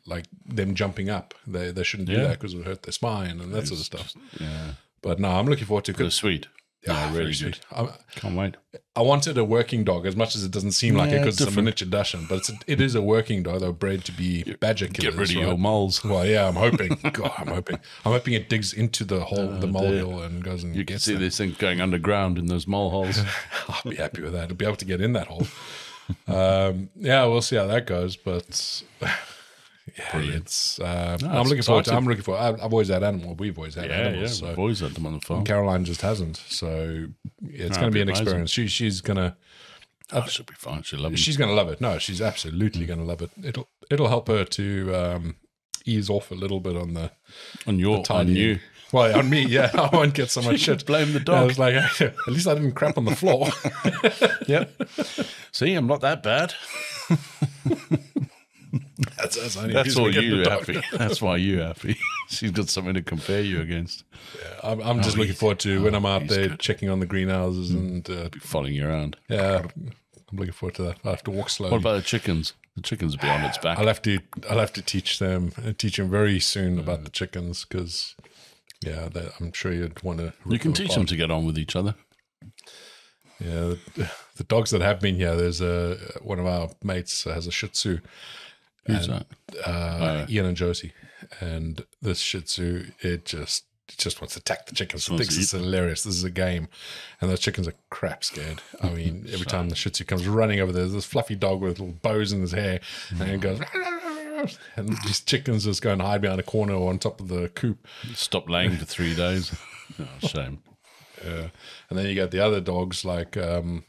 Speaker 1: like them jumping up. They they shouldn't do
Speaker 2: Yeah.
Speaker 1: that because it would hurt their spine and that sort of stuff.
Speaker 2: yeah,
Speaker 1: But no, I'm looking forward to Ah,
Speaker 2: they're
Speaker 1: because
Speaker 2: sweet. Yeah,
Speaker 1: very
Speaker 2: really
Speaker 1: sweet.
Speaker 2: good.
Speaker 1: I,
Speaker 2: Can't wait.
Speaker 1: I wanted a working dog as much as it doesn't seem like it
Speaker 2: Yeah,
Speaker 1: because it's a
Speaker 2: different.
Speaker 1: miniature Dachshund, but it's, it is a working dog. They're bred to be badger killers.
Speaker 2: Get rid of
Speaker 1: right?
Speaker 2: your moles.
Speaker 1: Well, yeah, I'm hoping. God, I'm hoping. I'm hoping it digs into the hole, the molehill, and goes and
Speaker 2: Oh, You can
Speaker 1: gets
Speaker 2: see
Speaker 1: them.
Speaker 2: these things going underground in those mole holes.
Speaker 1: I'll be happy with that. I'll be able to get in that hole. um, yeah, we'll see how that goes. But yeah, it's. Uh, I'm looking forward. To,
Speaker 2: exciting.
Speaker 1: I'm looking forward. I- I've always had animal. We've always had
Speaker 2: yeah, yeah.
Speaker 1: animals.
Speaker 2: We've
Speaker 1: So
Speaker 2: always uh, had them on the farm.
Speaker 1: Caroline just hasn't. So yeah, it's going to
Speaker 2: it'd
Speaker 1: be
Speaker 2: be
Speaker 1: an
Speaker 2: amazing.
Speaker 1: experience. She, she's going to.
Speaker 2: Oh, she'll be fine. She'll love them.
Speaker 1: She's going to love it. No, she's absolutely going to love it. It'll it'll help her to um, ease off a little bit on the
Speaker 2: on your, on you.
Speaker 1: Well, on me, yeah, I won't get so much shit.
Speaker 2: Blame the
Speaker 1: I
Speaker 2: dog.
Speaker 1: was like, at least I didn't crap on the floor.
Speaker 2: Yep. see, I'm not that bad.
Speaker 1: that's that's, the only
Speaker 2: That's
Speaker 1: reason
Speaker 2: all
Speaker 1: we get
Speaker 2: you
Speaker 1: the dog.
Speaker 2: happy. That's why you happy. She's got something to compare you against.
Speaker 1: I'm, I'm just looking forward to when I'm out
Speaker 2: Oh, he's
Speaker 1: there
Speaker 2: good. Mm.
Speaker 1: checking on the greenhouses and uh,
Speaker 2: Be following you around.
Speaker 1: yeah, I'm looking forward to that. I have to walk slowly.
Speaker 2: What about the chickens? The chickens will be on its back.
Speaker 1: I'll have to I'll have to teach them uh, teach them very soon
Speaker 2: Mm.
Speaker 1: about the chickens because yeah, they, I'm sure you'd want to.
Speaker 2: you can teach them to get on with each other.
Speaker 1: Yeah, the, the dogs that have been here. There's a one of our mates has a Shih Tzu.
Speaker 2: Who's that?
Speaker 1: uh, Ian and Josie, and this Shih Tzu, it just it just wants to attack the chickens. It
Speaker 2: wants
Speaker 1: thinks
Speaker 2: to
Speaker 1: it's hilarious. This is a game, and those chickens are crap scared. I mean, every time the Shih Tzu comes running over there, there's this fluffy dog with little bows in his hair, and
Speaker 2: Mm-hmm.
Speaker 1: it goes. And these chickens just go and hide behind a corner or on top of the coop.
Speaker 2: Stop laying for three days. Oh, shame.
Speaker 1: Uh, and then you get the other dogs like um,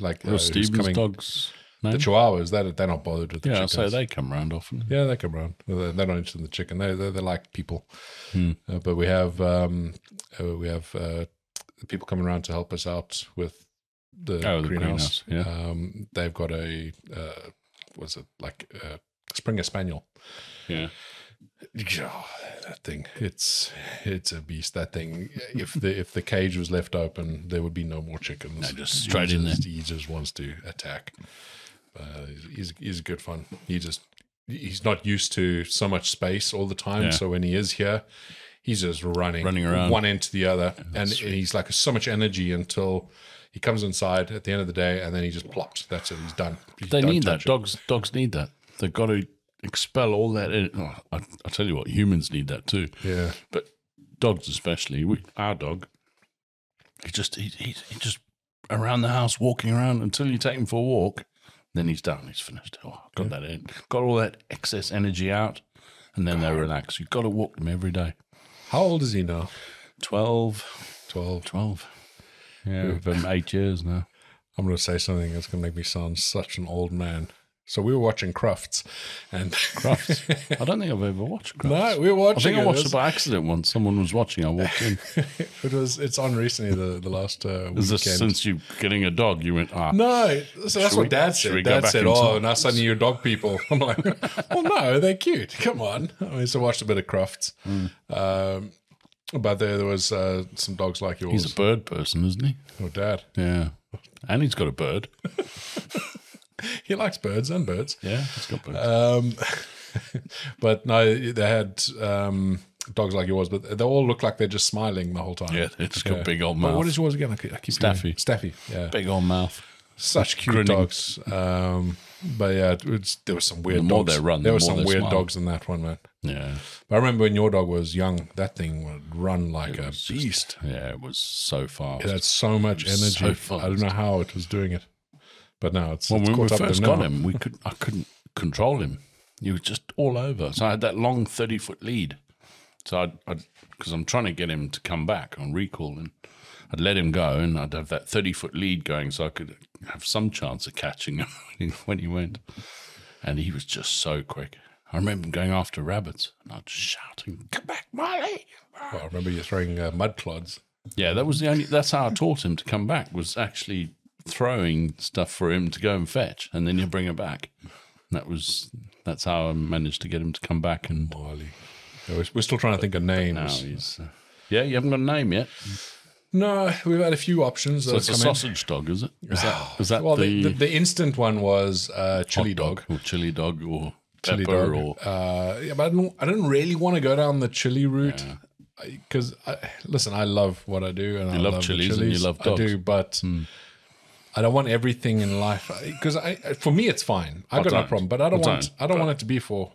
Speaker 1: like uh,
Speaker 2: Well,
Speaker 1: who's
Speaker 2: Stephen's
Speaker 1: coming-
Speaker 2: dogs. No?
Speaker 1: the Chihuahuas. That they're not bothered with the
Speaker 2: yeah,
Speaker 1: chickens.
Speaker 2: so they come round often.
Speaker 1: Yeah, they come around. They're, they're not interested in the chicken. They they, they like people.
Speaker 2: Hmm.
Speaker 1: Uh, but we have um, uh, we have uh, people coming around to help us out with the
Speaker 2: Oh, the
Speaker 1: greenhouse.
Speaker 2: greenhouse. Yeah.
Speaker 1: Um, they've got a uh, was it like uh, Springer Spaniel?
Speaker 2: Yeah.
Speaker 1: Yeah, that thing. It's it's a beast. That thing. If the if the cage was left open, there would be no more chickens.
Speaker 2: No, just straight
Speaker 1: he
Speaker 2: in there.
Speaker 1: just, He just wants to attack. Uh, he's he's good fun. He just he's not used to so much space all the time.
Speaker 2: Yeah.
Speaker 1: So when he is here, he's just running
Speaker 2: Running around.
Speaker 1: one end to the other, and, and he's like so much energy until. He comes inside at the end of the day, and then he just plops. That's it. He's done. You
Speaker 2: They
Speaker 1: don't
Speaker 2: need that.
Speaker 1: touch him.
Speaker 2: Dogs dogs need that. They've got to expel all that. en- Oh, I, I tell you what, humans need that too.
Speaker 1: Yeah.
Speaker 2: But dogs especially. We, our dog, he just he, he, he just around the house, walking around until you take him for a walk. Then he's done. He's finished. Oh, got that in. Got all that excess energy out, and then they relax. You've got to walk them every day.
Speaker 1: How old is he now?
Speaker 2: 12,
Speaker 1: Twelve.
Speaker 2: 12. Yeah, we've been eight years now.
Speaker 1: I'm going to say something that's going to make me sound such an old man. So we were watching Crufts, and Crufts.
Speaker 2: I don't think I've ever watched. Crafts.
Speaker 1: no, we were
Speaker 2: I
Speaker 1: watching.
Speaker 2: think I watched it
Speaker 1: it.
Speaker 2: by accident once. Someone was watching. I walked in.
Speaker 1: It's- It was. It's on recently. The the last uh,
Speaker 2: Is this
Speaker 1: weekend.
Speaker 2: since you getting a dog? You went ah.
Speaker 1: no, so that's what
Speaker 2: Should we-
Speaker 1: Dad
Speaker 2: should
Speaker 1: said.
Speaker 2: we go
Speaker 1: Dad
Speaker 2: back
Speaker 1: said,
Speaker 2: in
Speaker 1: "Oh,
Speaker 2: time?"
Speaker 1: now suddenly you're dog people." I'm like, "Well, no, they're cute. Come on." I mean, so I watched a bit of Crufts,
Speaker 2: Mm.
Speaker 1: um, but there there was uh, some dogs like yours.
Speaker 2: He's a bird person, isn't he?
Speaker 1: oh, Dad,
Speaker 2: Yeah, and he's got a bird.
Speaker 1: he likes birds and birds.
Speaker 2: Yeah, he's got birds.
Speaker 1: Um, but no, they had um, dogs like yours, but they all look like they're just smiling the whole time.
Speaker 2: yeah, it's got
Speaker 1: Yeah.
Speaker 2: big old
Speaker 1: But
Speaker 2: mouth.
Speaker 1: what is yours again? I keep- I keep
Speaker 2: Staffy.
Speaker 1: Staffy. Yeah.
Speaker 2: big old mouth?
Speaker 1: Such cute
Speaker 2: Grinning.
Speaker 1: dogs. Um, but yeah, it was, there were some weird
Speaker 2: The more
Speaker 1: dogs.
Speaker 2: they run,
Speaker 1: there
Speaker 2: the
Speaker 1: were
Speaker 2: more
Speaker 1: some
Speaker 2: they
Speaker 1: weird
Speaker 2: smile.
Speaker 1: dogs in that one, man.
Speaker 2: Yeah,
Speaker 1: But I remember when your dog was young, that thing would run like a
Speaker 2: just-
Speaker 1: beast.
Speaker 2: yeah. It was so fast.
Speaker 1: It had so much
Speaker 2: was so
Speaker 1: energy. I don't
Speaker 2: fast.
Speaker 1: know how it was doing it. But now it's,
Speaker 2: when
Speaker 1: it's
Speaker 2: we, we
Speaker 1: caught up
Speaker 2: first
Speaker 1: with them
Speaker 2: got
Speaker 1: now.
Speaker 2: him, we could I couldn't control him. He was just all over. So I had that long thirty foot lead. So I'd because I'm trying to get him to come back on recall, and I'd let him go, and I'd have that thirty foot lead going, so I could have some chance of catching him when he, when he went. And he was just so quick. I remember him going after rabbits, and I'd shouting, "Come back, Marley!"
Speaker 1: Well, I remember you throwing uh, mud clods.
Speaker 2: Yeah, that was the only. That's how I taught him to come back. Was actually throwing stuff for him to go and fetch, and then you bring it back. And that was that's how I managed to get him to come back. And
Speaker 1: Marley. Yeah, we're- We're still trying to think of
Speaker 2: now
Speaker 1: names.
Speaker 2: he's uh, yeah, you haven't got a name yet.
Speaker 1: No, we've had a few options. that
Speaker 2: So it's a
Speaker 1: have come in.
Speaker 2: sausage dog, is it? Is that is that
Speaker 1: Well,
Speaker 2: the,
Speaker 1: the, the, the instant one was uh, chili
Speaker 2: hot
Speaker 1: dog.
Speaker 2: or chili dog or
Speaker 1: Chili
Speaker 2: pepper
Speaker 1: dog.
Speaker 2: or
Speaker 1: Uh, yeah, but I didn't, I didn't really want to go down the chili route. because listen, I love what I do, and
Speaker 2: You
Speaker 1: I
Speaker 2: love
Speaker 1: the
Speaker 2: chilies and you love dogs. Hmm.
Speaker 1: I do, but I don't want everything in life because I, I- for me, it's fine. I've got no
Speaker 2: don't.
Speaker 1: problem, but I don't
Speaker 2: I
Speaker 1: want,
Speaker 2: don't, Hmm.
Speaker 1: I don't want it to be for.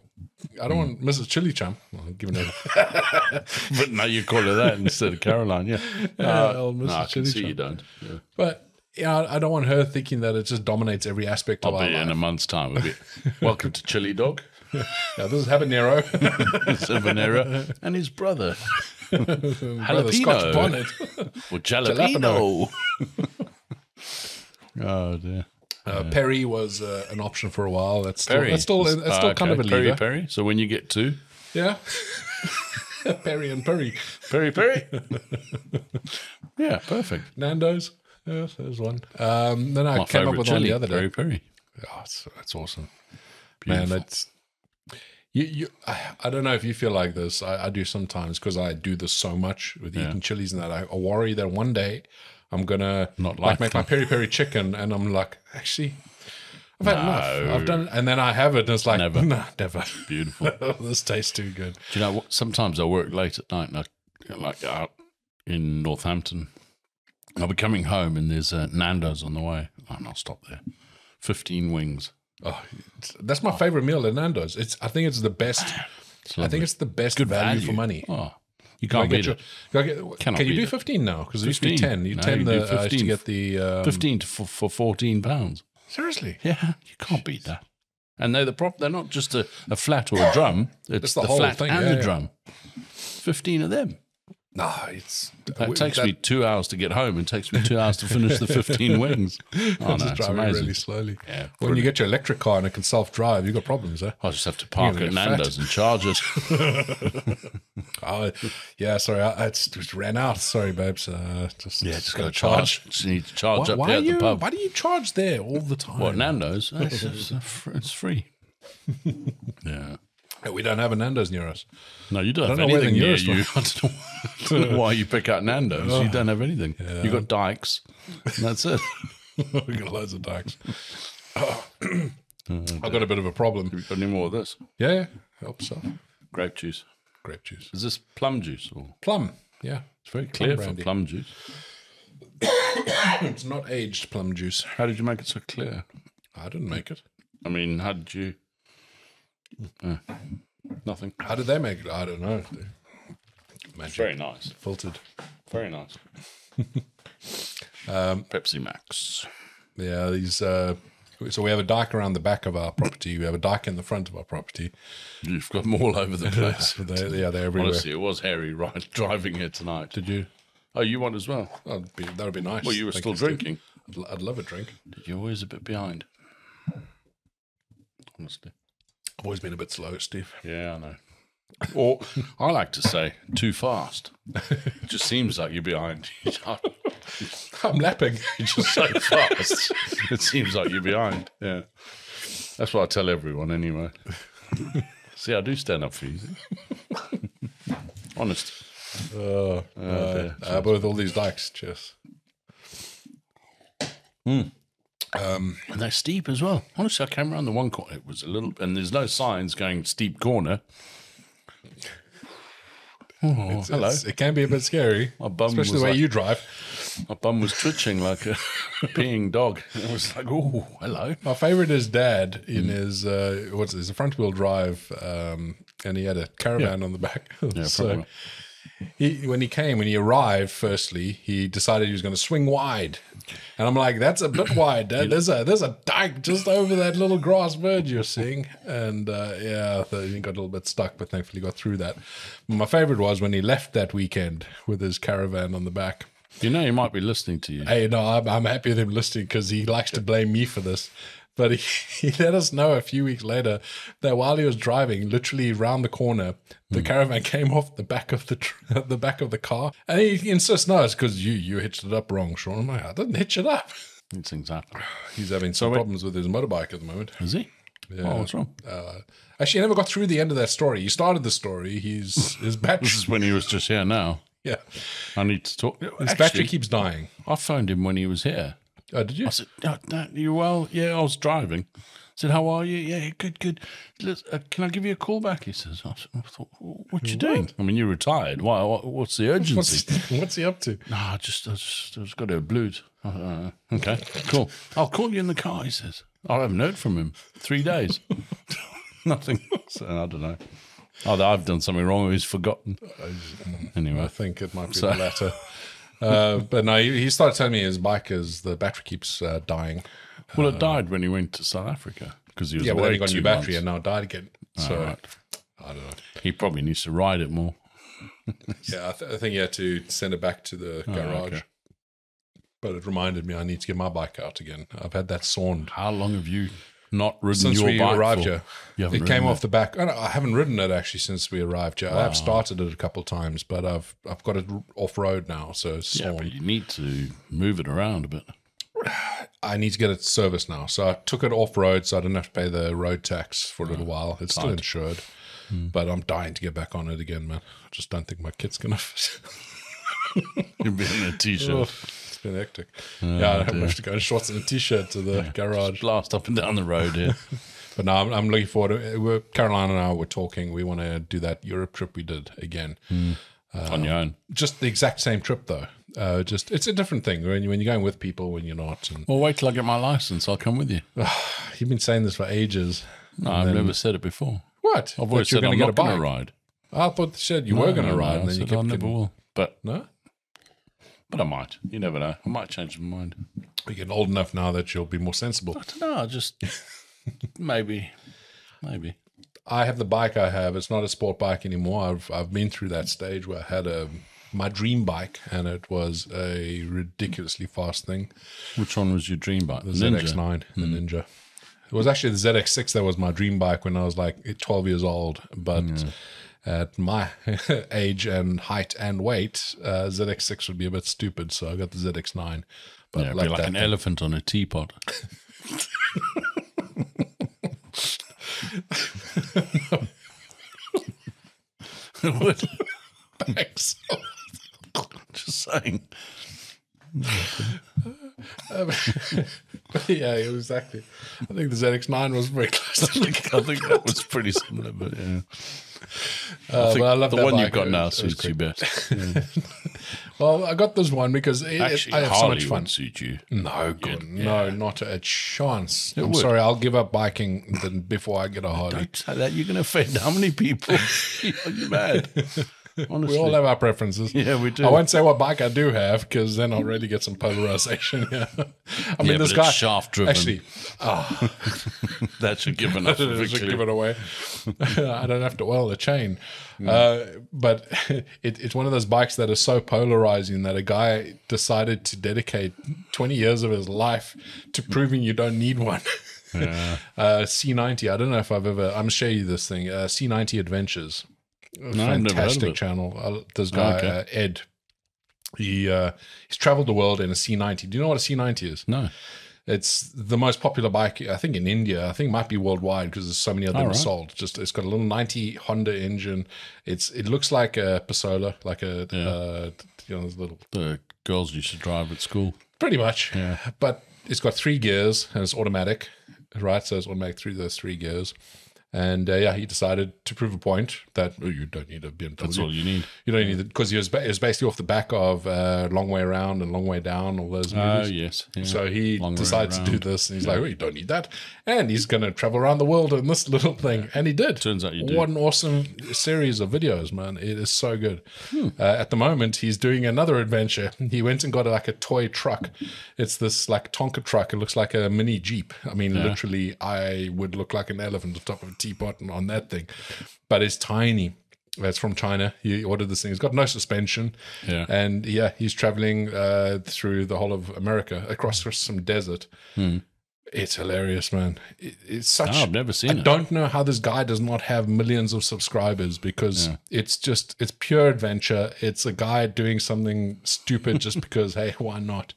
Speaker 1: I don't want Mrs. Chili Chum. Well, I'm giving her
Speaker 2: but now you call her that instead of Caroline. Yeah.
Speaker 1: Yeah, old Mrs.
Speaker 2: No, I can
Speaker 1: Chili
Speaker 2: see
Speaker 1: Chum.
Speaker 2: you don't. Yeah.
Speaker 1: But yeah, I- I don't want her thinking that it just dominates every aspect of
Speaker 2: I'll
Speaker 1: our
Speaker 2: be in a
Speaker 1: life.
Speaker 2: month's time. We'll be, Welcome to Chili Dog,
Speaker 1: Now, this is habanero,
Speaker 2: Savanera, and his brother,
Speaker 1: Brother Scotch
Speaker 2: Jalapeno,
Speaker 1: bonnet.
Speaker 2: or Jalapeno. oh dear.
Speaker 1: Uh, Perry was uh, an option for a while. That's still,
Speaker 2: Perry.
Speaker 1: that's still, that's
Speaker 2: Ah,
Speaker 1: still kind
Speaker 2: okay.
Speaker 1: of a
Speaker 2: Perry
Speaker 1: lever.
Speaker 2: Perry. So when you get to
Speaker 1: Yeah. Perry and Perry.
Speaker 2: Perry Perry, yeah, perfect.
Speaker 1: Nando's. Yes, there's one. Um, then I came
Speaker 2: My
Speaker 1: up
Speaker 2: favorite
Speaker 1: with one
Speaker 2: chili,
Speaker 1: the other day.
Speaker 2: Perry Perry.
Speaker 1: Oh, that's, that's awesome. Man,
Speaker 2: Beautiful.
Speaker 1: that's. You, you, I, I don't know if you feel like this. I, I do sometimes because I do this so much with eating chilies and that. I, I worry that one day I'm gonna
Speaker 2: Not
Speaker 1: like
Speaker 2: like
Speaker 1: make my
Speaker 2: them.
Speaker 1: peri peri chicken, and I'm like, actually, I've had enough. I've done, and then I have it, and it's like,
Speaker 2: Never.
Speaker 1: nah, never.
Speaker 2: Beautiful.
Speaker 1: this tastes too good.
Speaker 2: Do you know what? Sometimes I work late at night, and I like out in Northampton. I'll be coming home, and there's uh, Nando's on the way, and I'll stop there. Fifteen wings.
Speaker 1: Oh, it's- that's my favorite meal at Nando's. It's I think it's the best. I think it's the best value, for money.
Speaker 2: Oh, you
Speaker 1: I
Speaker 2: can't
Speaker 1: get
Speaker 2: beat
Speaker 1: your,
Speaker 2: it.
Speaker 1: can, I get-
Speaker 2: Cannot
Speaker 1: can you
Speaker 2: beat
Speaker 1: do
Speaker 2: it.
Speaker 1: 15 now? Because it used to be
Speaker 2: 15.
Speaker 1: 10. You
Speaker 2: No,
Speaker 1: 10
Speaker 2: you
Speaker 1: the,
Speaker 2: do
Speaker 1: I used to
Speaker 2: 15.
Speaker 1: get the. Um,
Speaker 2: Fifteen to for, for fourteen pounds.
Speaker 1: Seriously?
Speaker 2: Yeah, you can't beat that. And they're the prop. They're not just a, a flat or a drum. It's,
Speaker 1: It's the
Speaker 2: the,
Speaker 1: whole
Speaker 2: flat
Speaker 1: thing,
Speaker 2: and
Speaker 1: yeah,
Speaker 2: the
Speaker 1: yeah.
Speaker 2: drum. Fifteen of them.
Speaker 1: No, it's.
Speaker 2: That takes me two hours to get home, and takes me two hours to finish the fifteen wings. Oh no,
Speaker 1: It's
Speaker 2: it's
Speaker 1: driving
Speaker 2: amazing.
Speaker 1: really slowly.
Speaker 2: Yeah,
Speaker 1: when you get your electric car and it can self drive, you've got problems, eh? huh?
Speaker 2: I just have to park
Speaker 1: You're gonna
Speaker 2: at
Speaker 1: get fat.
Speaker 2: Nando's and charge it.
Speaker 1: Oh, yeah, sorry. I, I just, just ran out. Sorry, babes. Uh, just,
Speaker 2: Yeah,
Speaker 1: just
Speaker 2: just
Speaker 1: got
Speaker 2: gotta
Speaker 1: to charge.
Speaker 2: charge. Just need to charge
Speaker 1: Why,
Speaker 2: up
Speaker 1: why
Speaker 2: there
Speaker 1: are
Speaker 2: at
Speaker 1: you,
Speaker 2: the pub.
Speaker 1: why do you charge there all the time?
Speaker 2: What Nando's? It's, it's fr- it's free. yeah.
Speaker 1: We don't have a Nando's near us.
Speaker 2: No, you don't,
Speaker 1: don't
Speaker 2: have
Speaker 1: know where the
Speaker 2: anything near
Speaker 1: nearest Oh.
Speaker 2: you. I don't know- I don't know why you pick out Nando's. You don't have anything. You got Dykes. And that's it.
Speaker 1: we got loads of dykes.
Speaker 2: Mm-hmm.
Speaker 1: I've got a bit of a problem.
Speaker 2: Have you got any more of this?
Speaker 1: Yeah, yeah. help yourself.
Speaker 2: Grape juice.
Speaker 1: Grape juice.
Speaker 2: Is this plum juice or?
Speaker 1: Plum. Yeah.
Speaker 2: It's very clear for
Speaker 1: brandy.
Speaker 2: plum juice.
Speaker 1: It's not aged plum juice.
Speaker 2: How did you make it so clear?
Speaker 1: I didn't make it.
Speaker 2: I mean, how did you? Uh, nothing.
Speaker 1: How did they make it? I don't know. Magic.
Speaker 2: Very nice.
Speaker 1: Filtered.
Speaker 2: Very nice. Pepsi Max.
Speaker 1: Yeah, these. Uh, so we have a dike around the back of our property. We have a dike in the front of our property.
Speaker 2: You've got them all over the place.
Speaker 1: So they, yeah, they're everywhere.
Speaker 2: Honestly, it was hairy right driving here tonight. Did you? Oh, you one as well.
Speaker 1: That'd be, that'd be nice.
Speaker 2: Well, you were
Speaker 1: Thank
Speaker 2: still
Speaker 1: Steve.
Speaker 2: drinking.
Speaker 1: I'd, l- I'd love a drink.
Speaker 2: You're always a bit behind. Honestly.
Speaker 1: I've always been a bit slow, Steve.
Speaker 2: Yeah, I know. Or I like to say, too fast. It just seems like you're behind. You're
Speaker 1: I'm lapping.
Speaker 2: just so fast. It seems like you're behind. Yeah. That's what I tell everyone anyway. See, I do stand up for you. see? Honest.
Speaker 1: Uh,
Speaker 2: Oh,
Speaker 1: uh,
Speaker 2: dear.
Speaker 1: uh, but with all these dikes, cheers.
Speaker 2: And they're steep as well. Honestly, I came around the one corner. It was a little, and there's no signs going steep corner. Oh, hello.
Speaker 1: It's- it can be a bit scary,
Speaker 2: My bum
Speaker 1: especially
Speaker 2: was
Speaker 1: the way
Speaker 2: like-
Speaker 1: you drive.
Speaker 2: My bum was twitching like a peeing dog. It was like, oh, hello.
Speaker 1: My favorite is Dad in his uh, what's his front wheel drive, um, and he had a caravan on the back. so
Speaker 2: probably.
Speaker 1: he, when he came, when he arrived, firstly he decided he was going to swing wide, and I'm like, "That's a bit wide, Dad. There's a there's a dike just over that little grass verge you're seeing." And uh, yeah, so he got a little bit stuck, but thankfully got through that. My favorite was when he left that weekend with his caravan on the back.
Speaker 2: You know, he might be listening to you.
Speaker 1: Hey, no, I'm, I'm happy with him listening because he likes to blame me for this. But he, he let us know a few weeks later that while he was driving, literally round the corner, the
Speaker 2: Hmm.
Speaker 1: caravan came off the back of the tr- the back of the car, and he insists, "No, it's because you you hitched it up wrong, Sean." I'm like, "I didn't hitch it up."
Speaker 2: These things happen.
Speaker 1: He's having some problems with his motorbike at the moment.
Speaker 2: Is he? Oh, what's wrong?
Speaker 1: Uh, actually, I never got through the end of that story. You started the story. He's his
Speaker 2: This
Speaker 1: battery.
Speaker 2: is when he was just here now.
Speaker 1: yeah,
Speaker 2: I need to talk.
Speaker 1: his
Speaker 2: Actually,
Speaker 1: battery keeps dying.
Speaker 2: I phoned him when he was here
Speaker 1: Oh, did you?
Speaker 2: I said, "Oh, no, you well? Yeah, I was driving. I said, how are you? Yeah, good, good. Let's, uh, can I give you a call back? He says, I s- I thought, "Wh- what you doing? I mean, you're retired. Why? What, what's the urgency?
Speaker 1: What's, what's he up to?
Speaker 2: no, Ah, I just, I just, I just got a blues. Uh, okay, cool. I'll call you in the car, he says. I haven't heard from him. Three days. Nothing. So, I don't know. Either I've done something wrong or he's forgotten.
Speaker 1: I
Speaker 2: Anyway.
Speaker 1: think it might be
Speaker 2: So-
Speaker 1: the latter. Uh, but no, he, he started telling me his bike is the battery keeps uh, dying.
Speaker 2: Well, it died when he went to South Africa because he was
Speaker 1: Yeah, well, then
Speaker 2: away
Speaker 1: he got a
Speaker 2: two
Speaker 1: new battery and
Speaker 2: months.
Speaker 1: now it died again. So
Speaker 2: right.
Speaker 1: I don't know.
Speaker 2: He probably needs to ride it more.
Speaker 1: Yeah, I, th- I think you had to send it back to the garage.
Speaker 2: Oh, okay.
Speaker 1: But it reminded me I need to get my bike out again. I've had that sawned
Speaker 2: How long have you not ridden
Speaker 1: since
Speaker 2: your
Speaker 1: we
Speaker 2: bike
Speaker 1: arrived
Speaker 2: for?
Speaker 1: here.
Speaker 2: You haven't
Speaker 1: It came
Speaker 2: ridden
Speaker 1: off the back. I, don't- I haven't ridden it actually since we arrived here. I have started it a couple of times, but I've I've got it off road now, so it's
Speaker 2: Yeah,
Speaker 1: sawn.
Speaker 2: but you need to move it around a bit.
Speaker 1: I need to get it serviced now. So I took it off road so I didn't have to pay the road tax for a
Speaker 2: Ah,
Speaker 1: little while. It's still insured,
Speaker 2: Hmm.
Speaker 1: but I'm dying to get back on it again, man. I just don't think my kit's going to fit.
Speaker 2: You've been in a
Speaker 1: Oh,
Speaker 2: t-shirt,
Speaker 1: it's been hectic.
Speaker 2: Oh,
Speaker 1: yeah, I don't have much to go in shorts and a t shirt to the garage.
Speaker 2: blast up and down the road here.
Speaker 1: But no, I'm, I'm looking forward to it. We're, Caroline and I were talking. We want to do that Europe trip we did again.
Speaker 2: Hmm. on your own.
Speaker 1: Just the exact same trip, though. Uh, just It's a different thing when, you, when you're going with people, when you're not. And,
Speaker 2: Well, wait till I get my license. I'll come with you.
Speaker 1: you've been saying this for ages.
Speaker 2: No, I've never said it before.
Speaker 1: What?
Speaker 2: I've always
Speaker 1: That you're
Speaker 2: said
Speaker 1: gonna
Speaker 2: I'm not going to ride.
Speaker 1: I thought you said you were
Speaker 2: No,
Speaker 1: going to
Speaker 2: no, no,
Speaker 1: ride,
Speaker 2: I
Speaker 1: and then you
Speaker 2: said I
Speaker 1: kept
Speaker 2: never
Speaker 1: getting,
Speaker 2: will. But
Speaker 1: no.
Speaker 2: but I might. You never know. I might change my mind.
Speaker 1: You're getting old enough now that you'll be more sensible.
Speaker 2: I don't know. I just maybe, maybe.
Speaker 1: I have the bike I have. It's not a sport bike anymore. I've I've been through that stage where I had a my dream bike, and it was a ridiculously fast thing.
Speaker 2: Which one was your dream bike? The
Speaker 1: ZX9, the Ninja. It was actually the ZX6 that was my dream bike when I was like 12 years old. But at my age and height and weight, uh, ZX6 would be a bit stupid. So I got the ZX9. But
Speaker 2: Yeah, it'd be
Speaker 1: like
Speaker 2: like
Speaker 1: that
Speaker 2: an
Speaker 1: thing.
Speaker 2: elephant on a teapot. It would.
Speaker 1: Thanks.
Speaker 2: Just saying.
Speaker 1: Um, yeah, yeah, exactly. I think the ZX9 was very close. To the
Speaker 2: I think that was pretty similar, but yeah.
Speaker 1: Uh,
Speaker 2: I think
Speaker 1: but I love
Speaker 2: the
Speaker 1: that
Speaker 2: one
Speaker 1: bike.
Speaker 2: you've got
Speaker 1: It
Speaker 2: now
Speaker 1: was- it was
Speaker 2: suits you best.
Speaker 1: Well, I got this one because it,
Speaker 2: Actually,
Speaker 1: I have so
Speaker 2: Harley
Speaker 1: much fun.
Speaker 2: would suit you.
Speaker 1: No, good. No, not a chance. I'm
Speaker 2: would.
Speaker 1: sorry. I'll give up biking then before I get a Harley.
Speaker 2: Don't say that. You're going to offend how many people? Are you mad? Honestly.
Speaker 1: We all have our preferences.
Speaker 2: Yeah, we do.
Speaker 1: I won't say what bike I do have because then I'll really get some polarization. Yeah. I mean,
Speaker 2: Yeah, but
Speaker 1: this
Speaker 2: it's
Speaker 1: guy
Speaker 2: shaft-driven.
Speaker 1: Actually, ah,
Speaker 2: that should give enough
Speaker 1: I should
Speaker 2: victory.
Speaker 1: give it away. I don't have to oil the chain. Uh, but it, it's one of those bikes that is so polarizing that a guy decided to dedicate 20 years of his life to proving you don't need one. uh, C90, I don't know if I've ever, I'm going to show you this thing. Uh, C90 Adventures.
Speaker 2: I've never heard of
Speaker 1: Fantastic
Speaker 2: it.
Speaker 1: channel. Uh, this guy,
Speaker 2: okay.
Speaker 1: uh, Ed, he uh, he's traveled the world in a C90. Do you know what a C90 is?
Speaker 2: No.
Speaker 1: It's the most popular bike, I think, in India. I think it might be worldwide because there's so many of them
Speaker 2: right.
Speaker 1: sold. Just it's got a little ninety Honda engine. It's it looks like a Pasola, like a uh, you know, there's a little
Speaker 2: The girls used to drive at school.
Speaker 1: pretty much. But it's got three gears and it's automatic, right? So it's automatic through those three gears. And uh, yeah, he decided to prove a point that oh, you don't need a BMW.
Speaker 2: That's all you need.
Speaker 1: You don't need it because he was ba- it was basically off the back of uh, Long Way Around and Long Way Down, all those movies.
Speaker 2: Oh, yes. yeah.
Speaker 1: So he
Speaker 2: Long way
Speaker 1: decides to do
Speaker 2: around.
Speaker 1: this, and he's like, "Oh, you don't need that," and he's going to travel around the world in this little thing, and he did.
Speaker 2: Turns out you do.
Speaker 1: What an awesome series of videos, man! It is so good.
Speaker 2: Hmm.
Speaker 1: Uh, at the moment, he's doing another adventure. He went and got like a toy truck. It's this like Tonka truck. It looks like a mini jeep. I mean, literally, I would look like an elephant on top of a teapot and on that thing, but it's tiny. It's from China. He ordered this thing. It's got no suspension.
Speaker 2: Yeah.
Speaker 1: And yeah, he's traveling uh, through the whole of America
Speaker 2: Hmm.
Speaker 1: across some desert. It's hilarious, man. It, it's such.
Speaker 2: No, Hmm. Oh, I've never seen
Speaker 1: I
Speaker 2: it.
Speaker 1: don't know how this guy does not have millions of subscribers because it's just it's pure adventure. It's a guy doing something stupid just because hey, why not?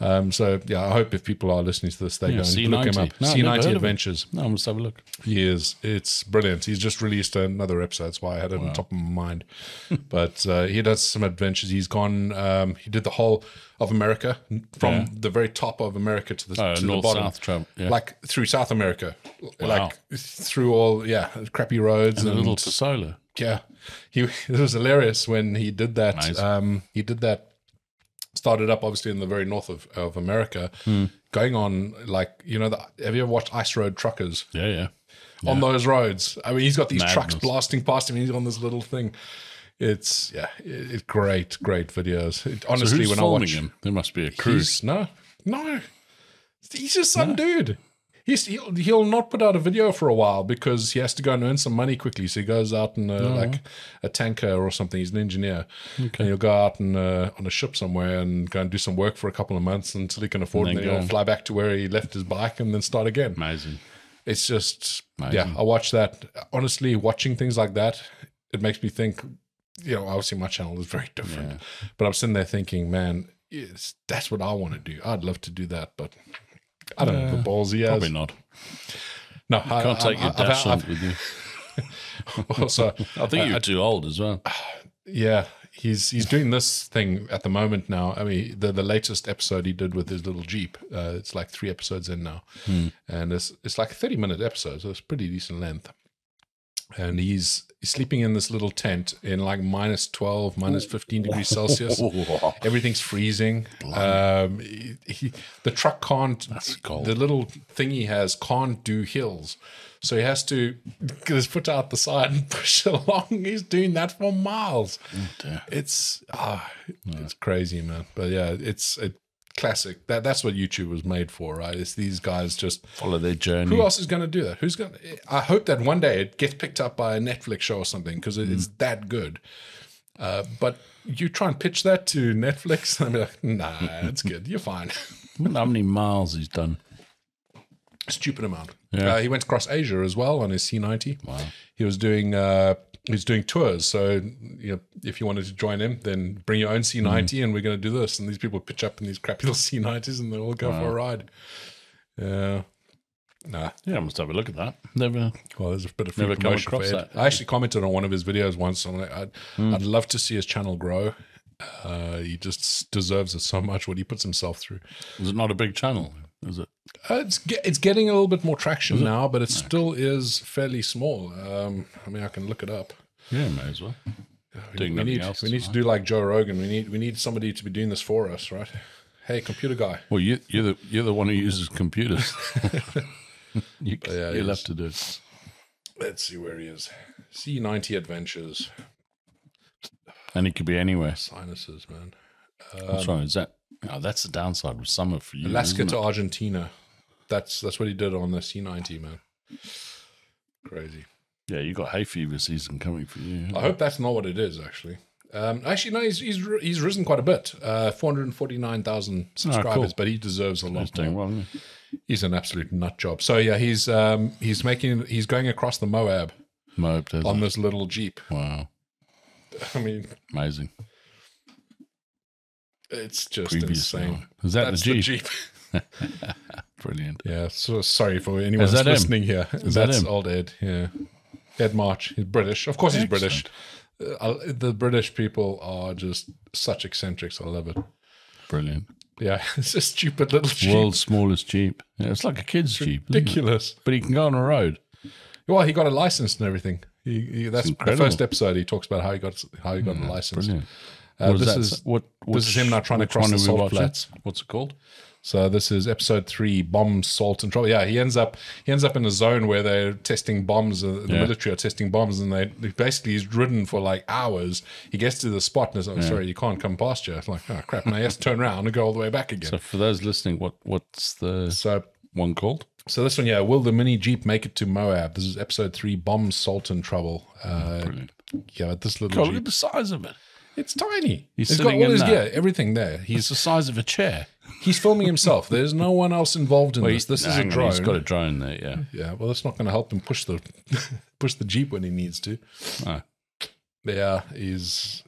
Speaker 1: Um, so yeah, I hope if people are listening to this, they
Speaker 2: Yeah,
Speaker 1: go and look
Speaker 2: C90.
Speaker 1: him up.
Speaker 2: No, I've never heard of
Speaker 1: C90
Speaker 2: him.
Speaker 1: Adventures.
Speaker 2: No, let's have a look.
Speaker 1: He is. It's brilliant. He's just released another episode. That's why I had it on top of my mind. but uh, he does some adventures. He's gone. Um, he did the whole of America from
Speaker 2: Yeah.
Speaker 1: the very top of America to the,
Speaker 2: Oh,
Speaker 1: to the
Speaker 2: north,
Speaker 1: bottom,
Speaker 2: south travel, yeah.
Speaker 1: like through South America, like through all yeah crappy roads
Speaker 2: The
Speaker 1: and,
Speaker 2: little to solar.
Speaker 1: yeah. He it was hilarious when he did that.
Speaker 2: Nice.
Speaker 1: Um, he did that. Started up obviously in the very north of, of America,
Speaker 2: Hmm.
Speaker 1: going on like you know. The, have you ever watched Ice Road Truckers?
Speaker 2: Yeah, yeah.
Speaker 1: on those roads. I mean, he's got these trucks
Speaker 2: Madness.
Speaker 1: blasting past him. And he's on this little thing. It's yeah, it, it- great, great videos. It-
Speaker 2: So
Speaker 1: honestly,
Speaker 2: who's
Speaker 1: when I
Speaker 2: filming
Speaker 1: watch
Speaker 2: him? There must be a crew.
Speaker 1: he's- no, no, he's just some dude. He's, he'll, he'll not put out a video for a while because he has to go and earn some money quickly. So he goes out in a,
Speaker 2: Oh.
Speaker 1: like a tanker or something. He's an engineer, and he'll go out and uh, on a ship somewhere and go and do some work for a couple of months until he can afford. And
Speaker 2: And then
Speaker 1: then, he'll
Speaker 2: go.
Speaker 1: fly back to where he left his bike and then start again
Speaker 2: Amazing.
Speaker 1: it's just
Speaker 2: Amazing.
Speaker 1: yeah i watch that honestly watching things like that it makes me think you know obviously my channel is very different but i'm sitting there thinking man it's, that's what i want to do i'd love to do that but i don't have the balls he has
Speaker 2: Probably not.
Speaker 1: no i
Speaker 2: Can't take your dash on with you.
Speaker 1: also
Speaker 2: I think you're too old as well.
Speaker 1: yeah he's he's doing this thing at the moment now i mean the the latest episode he did with his little jeep uh, it's like three episodes in now and it's it's like a 30 minute episode so it's pretty decent length and he's, he's sleeping in this little tent in like minus 12 minus 15 degrees celsius everything's freezing um, he, he- the truck can't
Speaker 2: That's cold.
Speaker 1: the little thing he has can't do hills so he has to get his foot out the side and push along he's doing that for miles
Speaker 2: Oh, dear.
Speaker 1: it's ah, it's crazy man but yeah it's a classic that that's what youtube was made for right it's these guys just
Speaker 2: Follow their journey.
Speaker 1: who else is going to do that? Who's going? to I hope that one day it gets picked up by a Netflix show or something because it's that good. Uh, but you try and pitch that to Netflix, and I'm like, nah, it's good. You're fine.
Speaker 2: I wonder how many miles he's done.
Speaker 1: Stupid amount.
Speaker 2: Yeah.
Speaker 1: Uh, he went across Asia as well on his C90. He was doing uh, he was doing tours. So you know, if you wanted to join him, then bring your own C90, and we're going to do this. And these people pitch up in these crappy little C90s, and they all go for a ride. Yeah. Nah,
Speaker 2: Yeah, I must have a look at that. Never.
Speaker 1: Well, there's a bit of free
Speaker 2: Never come
Speaker 1: promotion for
Speaker 2: across
Speaker 1: Ed.
Speaker 2: that. Hmm.
Speaker 1: I actually commented on one of his videos once. and I'm like, I'd, I'd love to see his channel grow. Uh, he just deserves it so much what he puts himself through.
Speaker 2: Was it not a big channel? Was it?
Speaker 1: Uh, it's ge- it's getting a little bit more traction now, but it still is fairly small. Um, I mean, I can look it up.
Speaker 2: Yeah, may as well. Doing
Speaker 1: we
Speaker 2: nothing
Speaker 1: need
Speaker 2: else.
Speaker 1: we need to do like Joe Rogan. We need we need somebody to be doing this for us, right? Hey, computer guy.
Speaker 2: Well, you, you're the you're the one who uses computers. you
Speaker 1: yeah,
Speaker 2: you'll
Speaker 1: yes.
Speaker 2: have to do it.
Speaker 1: Let's see where he is. C90 Adventures.
Speaker 2: And it could be anywhere.
Speaker 1: Sinuses, man.
Speaker 2: What's wrong? Is that? Oh, that's the downside with summer for you.
Speaker 1: Alaska
Speaker 2: isn't
Speaker 1: to
Speaker 2: it?
Speaker 1: Argentina. That's that's what he did on the C90, man. Crazy.
Speaker 2: Yeah, you got hay fever season coming for you.
Speaker 1: I hope that's not what it is, actually. Um, actually, no, he's, he's ri- he's risen quite a bit. Uh,
Speaker 2: Ah,
Speaker 1: 449,000 subscribers, but he deserves a
Speaker 2: He's
Speaker 1: lot.
Speaker 2: doing well. Isn't he?
Speaker 1: He's an absolute nut job. So yeah, he's um, he's making he's going across the Moab
Speaker 2: Moab does.
Speaker 1: on
Speaker 2: it.
Speaker 1: this little jeep.
Speaker 2: Wow,
Speaker 1: I mean,
Speaker 2: amazing.
Speaker 1: it's just
Speaker 2: Previous
Speaker 1: insane.
Speaker 2: one. Is that
Speaker 1: That's
Speaker 2: the Jeep?
Speaker 1: Jeep.
Speaker 2: Brilliant.
Speaker 1: Yeah, so sorry for anyone
Speaker 2: Is
Speaker 1: that's
Speaker 2: that him?
Speaker 1: listening here.
Speaker 2: that
Speaker 1: that's
Speaker 2: him?
Speaker 1: old Ed. Yeah, Ed March. He's British. Of course, he's British. Uh, I- the British people are just such eccentrics. I love it.
Speaker 2: Brilliant.
Speaker 1: Yeah, it's a stupid little Jeep.
Speaker 2: World's smallest jeep. Yeah, it's like a kid's jeep. isn't it?
Speaker 1: ridiculous.
Speaker 2: But he can go on a road.
Speaker 1: Well, he got a license and everything. He, he, that's the
Speaker 2: incredible. Mm,
Speaker 1: first episode. He talks about how he got how he got a license.
Speaker 2: Brilliant.
Speaker 1: Uh,
Speaker 2: What is
Speaker 1: this
Speaker 2: that?
Speaker 1: is
Speaker 2: what,
Speaker 1: this is him now trying to
Speaker 2: which
Speaker 1: cross
Speaker 2: one
Speaker 1: the
Speaker 2: are we
Speaker 1: salt
Speaker 2: watching?
Speaker 1: flats.
Speaker 2: What's it called?
Speaker 1: So this is episode three: bombs, salt, and trouble. Yeah, he ends up he ends up in a zone where they're testing bombs. uh, The
Speaker 2: Yeah.
Speaker 1: military are testing bombs, and they they basically he's ridden for like hours. He gets to the spot and is like, "Sorry, you can't come past you." It's like, "Oh crap!" Now he has to turn around and go all the way back again.
Speaker 2: So for those listening, what what's the
Speaker 1: so
Speaker 2: one called?
Speaker 1: so this one, yeah, will the mini jeep make it to Moab? This is episode three: bombs, salt, and trouble. Uh,
Speaker 2: Brilliant.
Speaker 1: yeah, but this little
Speaker 2: God, look at
Speaker 1: jeep,
Speaker 2: the size of it.
Speaker 1: it's tiny.
Speaker 2: He's
Speaker 1: it's got
Speaker 2: sitting
Speaker 1: all
Speaker 2: in
Speaker 1: his
Speaker 2: that.
Speaker 1: gear, everything there.
Speaker 2: It's
Speaker 1: He's
Speaker 2: the size of a chair.
Speaker 1: he's filming himself. There's no one else involved in this. This is a
Speaker 2: Hang on,
Speaker 1: drone.
Speaker 2: He's got a drone Mm-hmm. there. Yeah.
Speaker 1: Yeah, well, that's not going to help him push the push the jeep when he needs to.
Speaker 2: No.
Speaker 1: But yeah, he's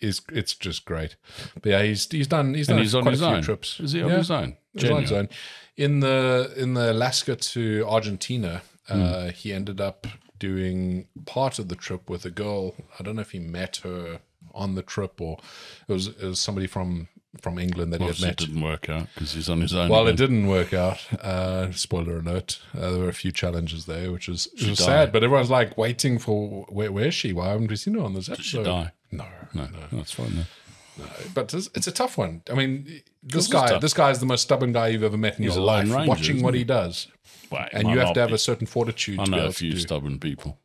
Speaker 1: is it's just great. But yeah, he's he's done he's
Speaker 2: and
Speaker 1: done
Speaker 2: he's on
Speaker 1: quite
Speaker 2: his
Speaker 1: a few
Speaker 2: own.
Speaker 1: trips.
Speaker 2: Is he on
Speaker 1: Yeah.
Speaker 2: his own?
Speaker 1: It was on
Speaker 2: Genuine.
Speaker 1: his own. In the in the Alaska to Argentina,
Speaker 2: Hmm.
Speaker 1: uh, he ended up doing part of the trip with a girl. I don't know if he met her on the trip or it was it was somebody from from England that he
Speaker 2: Obviously,
Speaker 1: had
Speaker 2: it
Speaker 1: met.
Speaker 2: didn't work out because he's on his own.
Speaker 1: Well, it
Speaker 2: again.
Speaker 1: didn't work out. Uh, spoiler alert: uh, there were a few challenges there, which is which was
Speaker 2: died.
Speaker 1: sad. But everyone's like waiting for where, where is she? Why haven't we seen her on this episode?
Speaker 2: She die.
Speaker 1: No,
Speaker 2: No, that's fine. Then.
Speaker 1: but it's, it's a tough one. I mean, this
Speaker 2: is
Speaker 1: guy,
Speaker 2: tough.
Speaker 1: this guy is the most stubborn guy you've ever met in
Speaker 2: He's
Speaker 1: your
Speaker 2: a Lone
Speaker 1: life.
Speaker 2: Ranger,
Speaker 1: watching
Speaker 2: isn't
Speaker 1: what
Speaker 2: he?
Speaker 1: he does,
Speaker 2: Well, it
Speaker 1: and
Speaker 2: might
Speaker 1: you have
Speaker 2: not
Speaker 1: to have
Speaker 2: be.
Speaker 1: a certain fortitude
Speaker 2: I
Speaker 1: to be
Speaker 2: know a
Speaker 1: able
Speaker 2: few
Speaker 1: to do.
Speaker 2: stubborn people.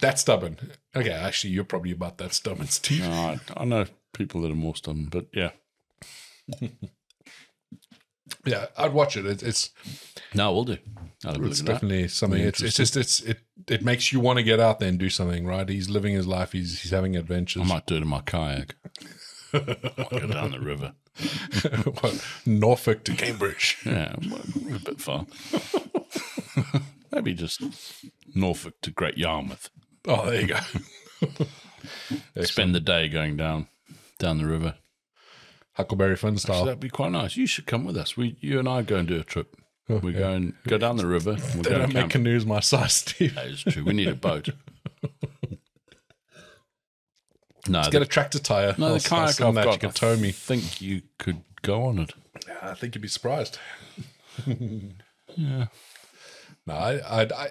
Speaker 1: That's stubborn. Okay, actually, you're probably about that stubborn, Steve.
Speaker 2: No, I, I know people that are more stubborn, but yeah.
Speaker 1: Yeah, I'd watch it. it it's
Speaker 2: No, we'll do. I'll have a look
Speaker 1: it's
Speaker 2: at that.
Speaker 1: definitely something. It's, it's just it's it it makes you want to get out there and do something. Right? He's living his life. He's he's having adventures.
Speaker 2: I might do it in my kayak. I'll go down the river.
Speaker 1: What, Norfolk to Cambridge.
Speaker 2: Yeah, well, a bit far. Maybe just Norfolk to Great Yarmouth.
Speaker 1: Oh, there you go.
Speaker 2: Spend the day going down down the river.
Speaker 1: Huckleberry Finn
Speaker 2: So
Speaker 1: style.
Speaker 2: that'd be quite nice. You should come with us. We, you and I, go and do a trip. We go and go down the river. and We'll
Speaker 1: Oh, They
Speaker 2: go
Speaker 1: don't make
Speaker 2: camp.
Speaker 1: canoes my size, Steve.
Speaker 2: That is true. We need a boat. No,
Speaker 1: Get
Speaker 2: the-
Speaker 1: a tractor tire.
Speaker 2: no,
Speaker 1: I'll-
Speaker 2: the
Speaker 1: I'll
Speaker 2: kayak
Speaker 1: sell
Speaker 2: I've
Speaker 1: that.
Speaker 2: got.
Speaker 1: You can tow
Speaker 2: I
Speaker 1: me.
Speaker 2: think you could go on it.
Speaker 1: I think you'd be surprised. yeah. No, I, I, I,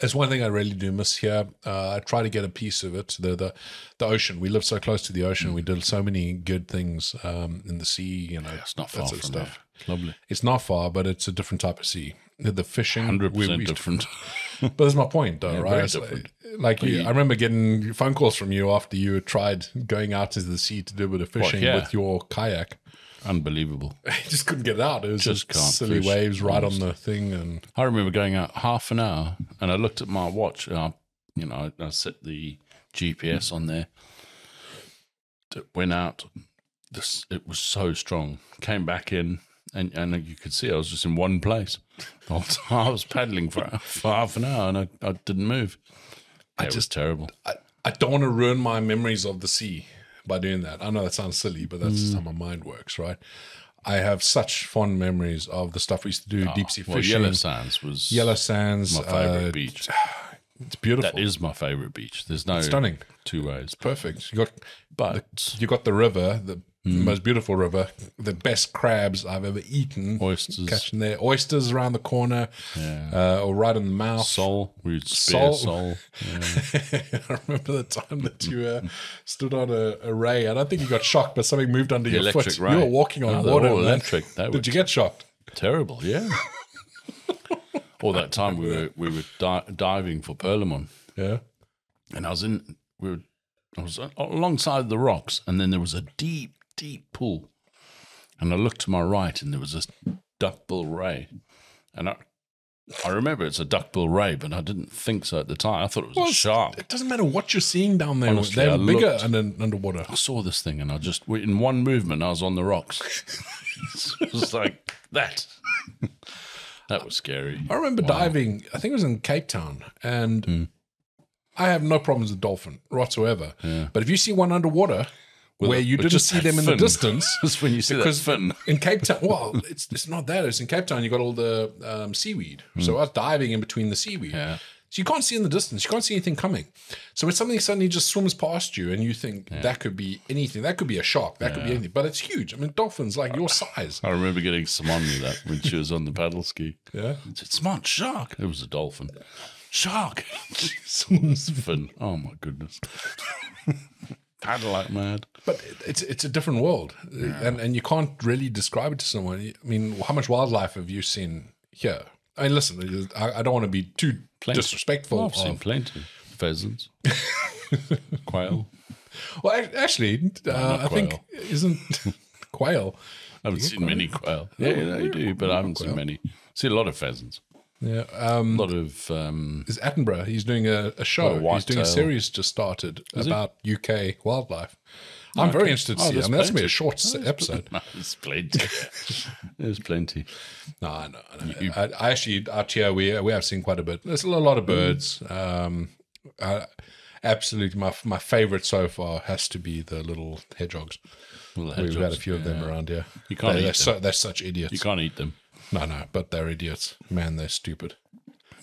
Speaker 1: it's one thing I really do miss here. Uh, I try to get a piece of it. The, the, the ocean. We live so close to the ocean. We did so many good things um, in the sea. You know,
Speaker 2: It's not
Speaker 1: that
Speaker 2: far
Speaker 1: sort of
Speaker 2: from there. It's lovely.
Speaker 1: It's not far, but it's a different type of sea. The, the fishing, we-
Speaker 2: Hundred
Speaker 1: we
Speaker 2: percent
Speaker 1: used to
Speaker 2: different.
Speaker 1: But that's my point, though, right?
Speaker 2: very
Speaker 1: It's like-
Speaker 2: different.
Speaker 1: Like, you, I remember getting phone calls from you after you had tried going out into the sea to do a bit of fishing
Speaker 2: yeah.
Speaker 1: with your kayak.
Speaker 2: Unbelievable.
Speaker 1: You just couldn't get it out. It was just,
Speaker 2: Just can't
Speaker 1: silly
Speaker 2: fish,
Speaker 1: waves right on the thing, and
Speaker 2: I remember going out half an hour, and I looked at my watch. And I, you know, I, I set the GPS on there. It went out. This it was so strong. Came back in, and and you could see I was just in one place. The whole time I was paddling for, for half an hour, and I, I didn't move. it was
Speaker 1: just-
Speaker 2: terrible.
Speaker 1: I, I don't want to ruin my memories of the sea by doing that. I know that sounds silly, but that's just how my mind works, right? I have such fond memories of the stuff we used to do: deep sea
Speaker 2: Well,
Speaker 1: fishing,
Speaker 2: Yellow
Speaker 1: Ah, yellow,
Speaker 2: Sands was
Speaker 1: sands.
Speaker 2: my favorite
Speaker 1: uh,
Speaker 2: beach.
Speaker 1: it's beautiful,
Speaker 2: That is my favorite beach. There's no
Speaker 1: stunning,
Speaker 2: two ways.
Speaker 1: perfect. You got
Speaker 2: But
Speaker 1: you got the river, the
Speaker 2: Hmm.
Speaker 1: most beautiful river, the best crabs I've ever eaten.
Speaker 2: oysters,
Speaker 1: Catching there, oysters around the corner, uh, or right in the mouth.
Speaker 2: Sol. We spear
Speaker 1: Sol.
Speaker 2: Sol.
Speaker 1: I remember the time that you uh, stood on a, a ray. I don't think you got shocked, but something moved under your
Speaker 2: electric
Speaker 1: foot.
Speaker 2: ray.
Speaker 1: You were walking
Speaker 2: No,
Speaker 1: on
Speaker 2: they're
Speaker 1: water.
Speaker 2: all
Speaker 1: man.
Speaker 2: electric. They were
Speaker 1: Did you get shocked?
Speaker 2: Terrible, yeah. All that time we were we were di- diving for perlimon,
Speaker 1: Yeah.
Speaker 2: and I was in we were I was a- alongside the rocks, and then there was a deep, deep pool, and I looked to my right, and there was this duckbill ray, and I I remember it's a duckbill ray, but I didn't think so at the time. I thought it was a shark.
Speaker 1: It doesn't matter what you're seeing down there.
Speaker 2: Honestly,
Speaker 1: They're
Speaker 2: I
Speaker 1: bigger
Speaker 2: looked.
Speaker 1: under, underwater.
Speaker 2: I saw this thing, and I just in one movement I was on the rocks. it was like that. that was scary.
Speaker 1: I remember diving, I think it was in Cape Town, and
Speaker 2: Hmm.
Speaker 1: I have no problems with dolphin whatsoever. But if you see one underwater where you
Speaker 2: But
Speaker 1: didn't
Speaker 2: just
Speaker 1: see
Speaker 2: that
Speaker 1: them in the
Speaker 2: fin.
Speaker 1: distance,
Speaker 2: That's when you see that
Speaker 1: Because-
Speaker 2: fin.
Speaker 1: in Cape Town, well, it's it's not that. It's in Cape Town. You got all the um, seaweed. So I was diving in between the seaweed.
Speaker 2: Hmm. Yeah.
Speaker 1: So you can't see in the distance. You can't see anything coming. So when something suddenly just swims past you, and you think that could be anything, that could be a shark, that could be anything, but it's huge. I mean, dolphins like your size.
Speaker 2: I remember getting Simon with that when she was on the paddle ski.
Speaker 1: Yeah.
Speaker 2: I said, Simon, shark. It was a dolphin. Shark. She saw this fin. Oh my goodness. paddle like mad.
Speaker 1: But it- it's it's a different world, and and you can't really describe it to someone. You- I mean, how much wildlife have you seen here? I mean, listen, I, I don't want to be too
Speaker 2: Plenty.
Speaker 1: disrespectful.
Speaker 2: I've seen
Speaker 1: of-
Speaker 2: plenty. Oh. Pheasants. Quail.
Speaker 1: well, ac- actually, uh, I think isn't quail.
Speaker 2: I haven't seen many quail. Yeah, yeah, you do, but I haven't seen many. See a lot of pheasants.
Speaker 1: Yeah, um,
Speaker 2: A lot of um,
Speaker 1: is Attenborough. He's doing a, a show.
Speaker 2: Got a
Speaker 1: He's doing a
Speaker 2: whitetail.
Speaker 1: series just started about UK wildlife. I'm very interested to
Speaker 2: Oh,
Speaker 1: see. I
Speaker 2: there's
Speaker 1: mean, that's gonna be
Speaker 2: plenty.
Speaker 1: a short s episode.
Speaker 2: No, there's plenty. There's plenty.
Speaker 1: No, I know. I, know.
Speaker 2: Mm.
Speaker 1: I, I actually out here we we have seen quite a bit. There's a lot of birds. Um, I, absolutely my my favorite so far has to be the little hedgehogs.
Speaker 2: Little
Speaker 1: We've had a
Speaker 2: hedgehogs,
Speaker 1: few of them around here.
Speaker 2: You can't
Speaker 1: They-
Speaker 2: eat
Speaker 1: they're,
Speaker 2: them.
Speaker 1: so, they're such idiots.
Speaker 2: You can't eat them.
Speaker 1: No, no, but they're idiots. Man, they're stupid.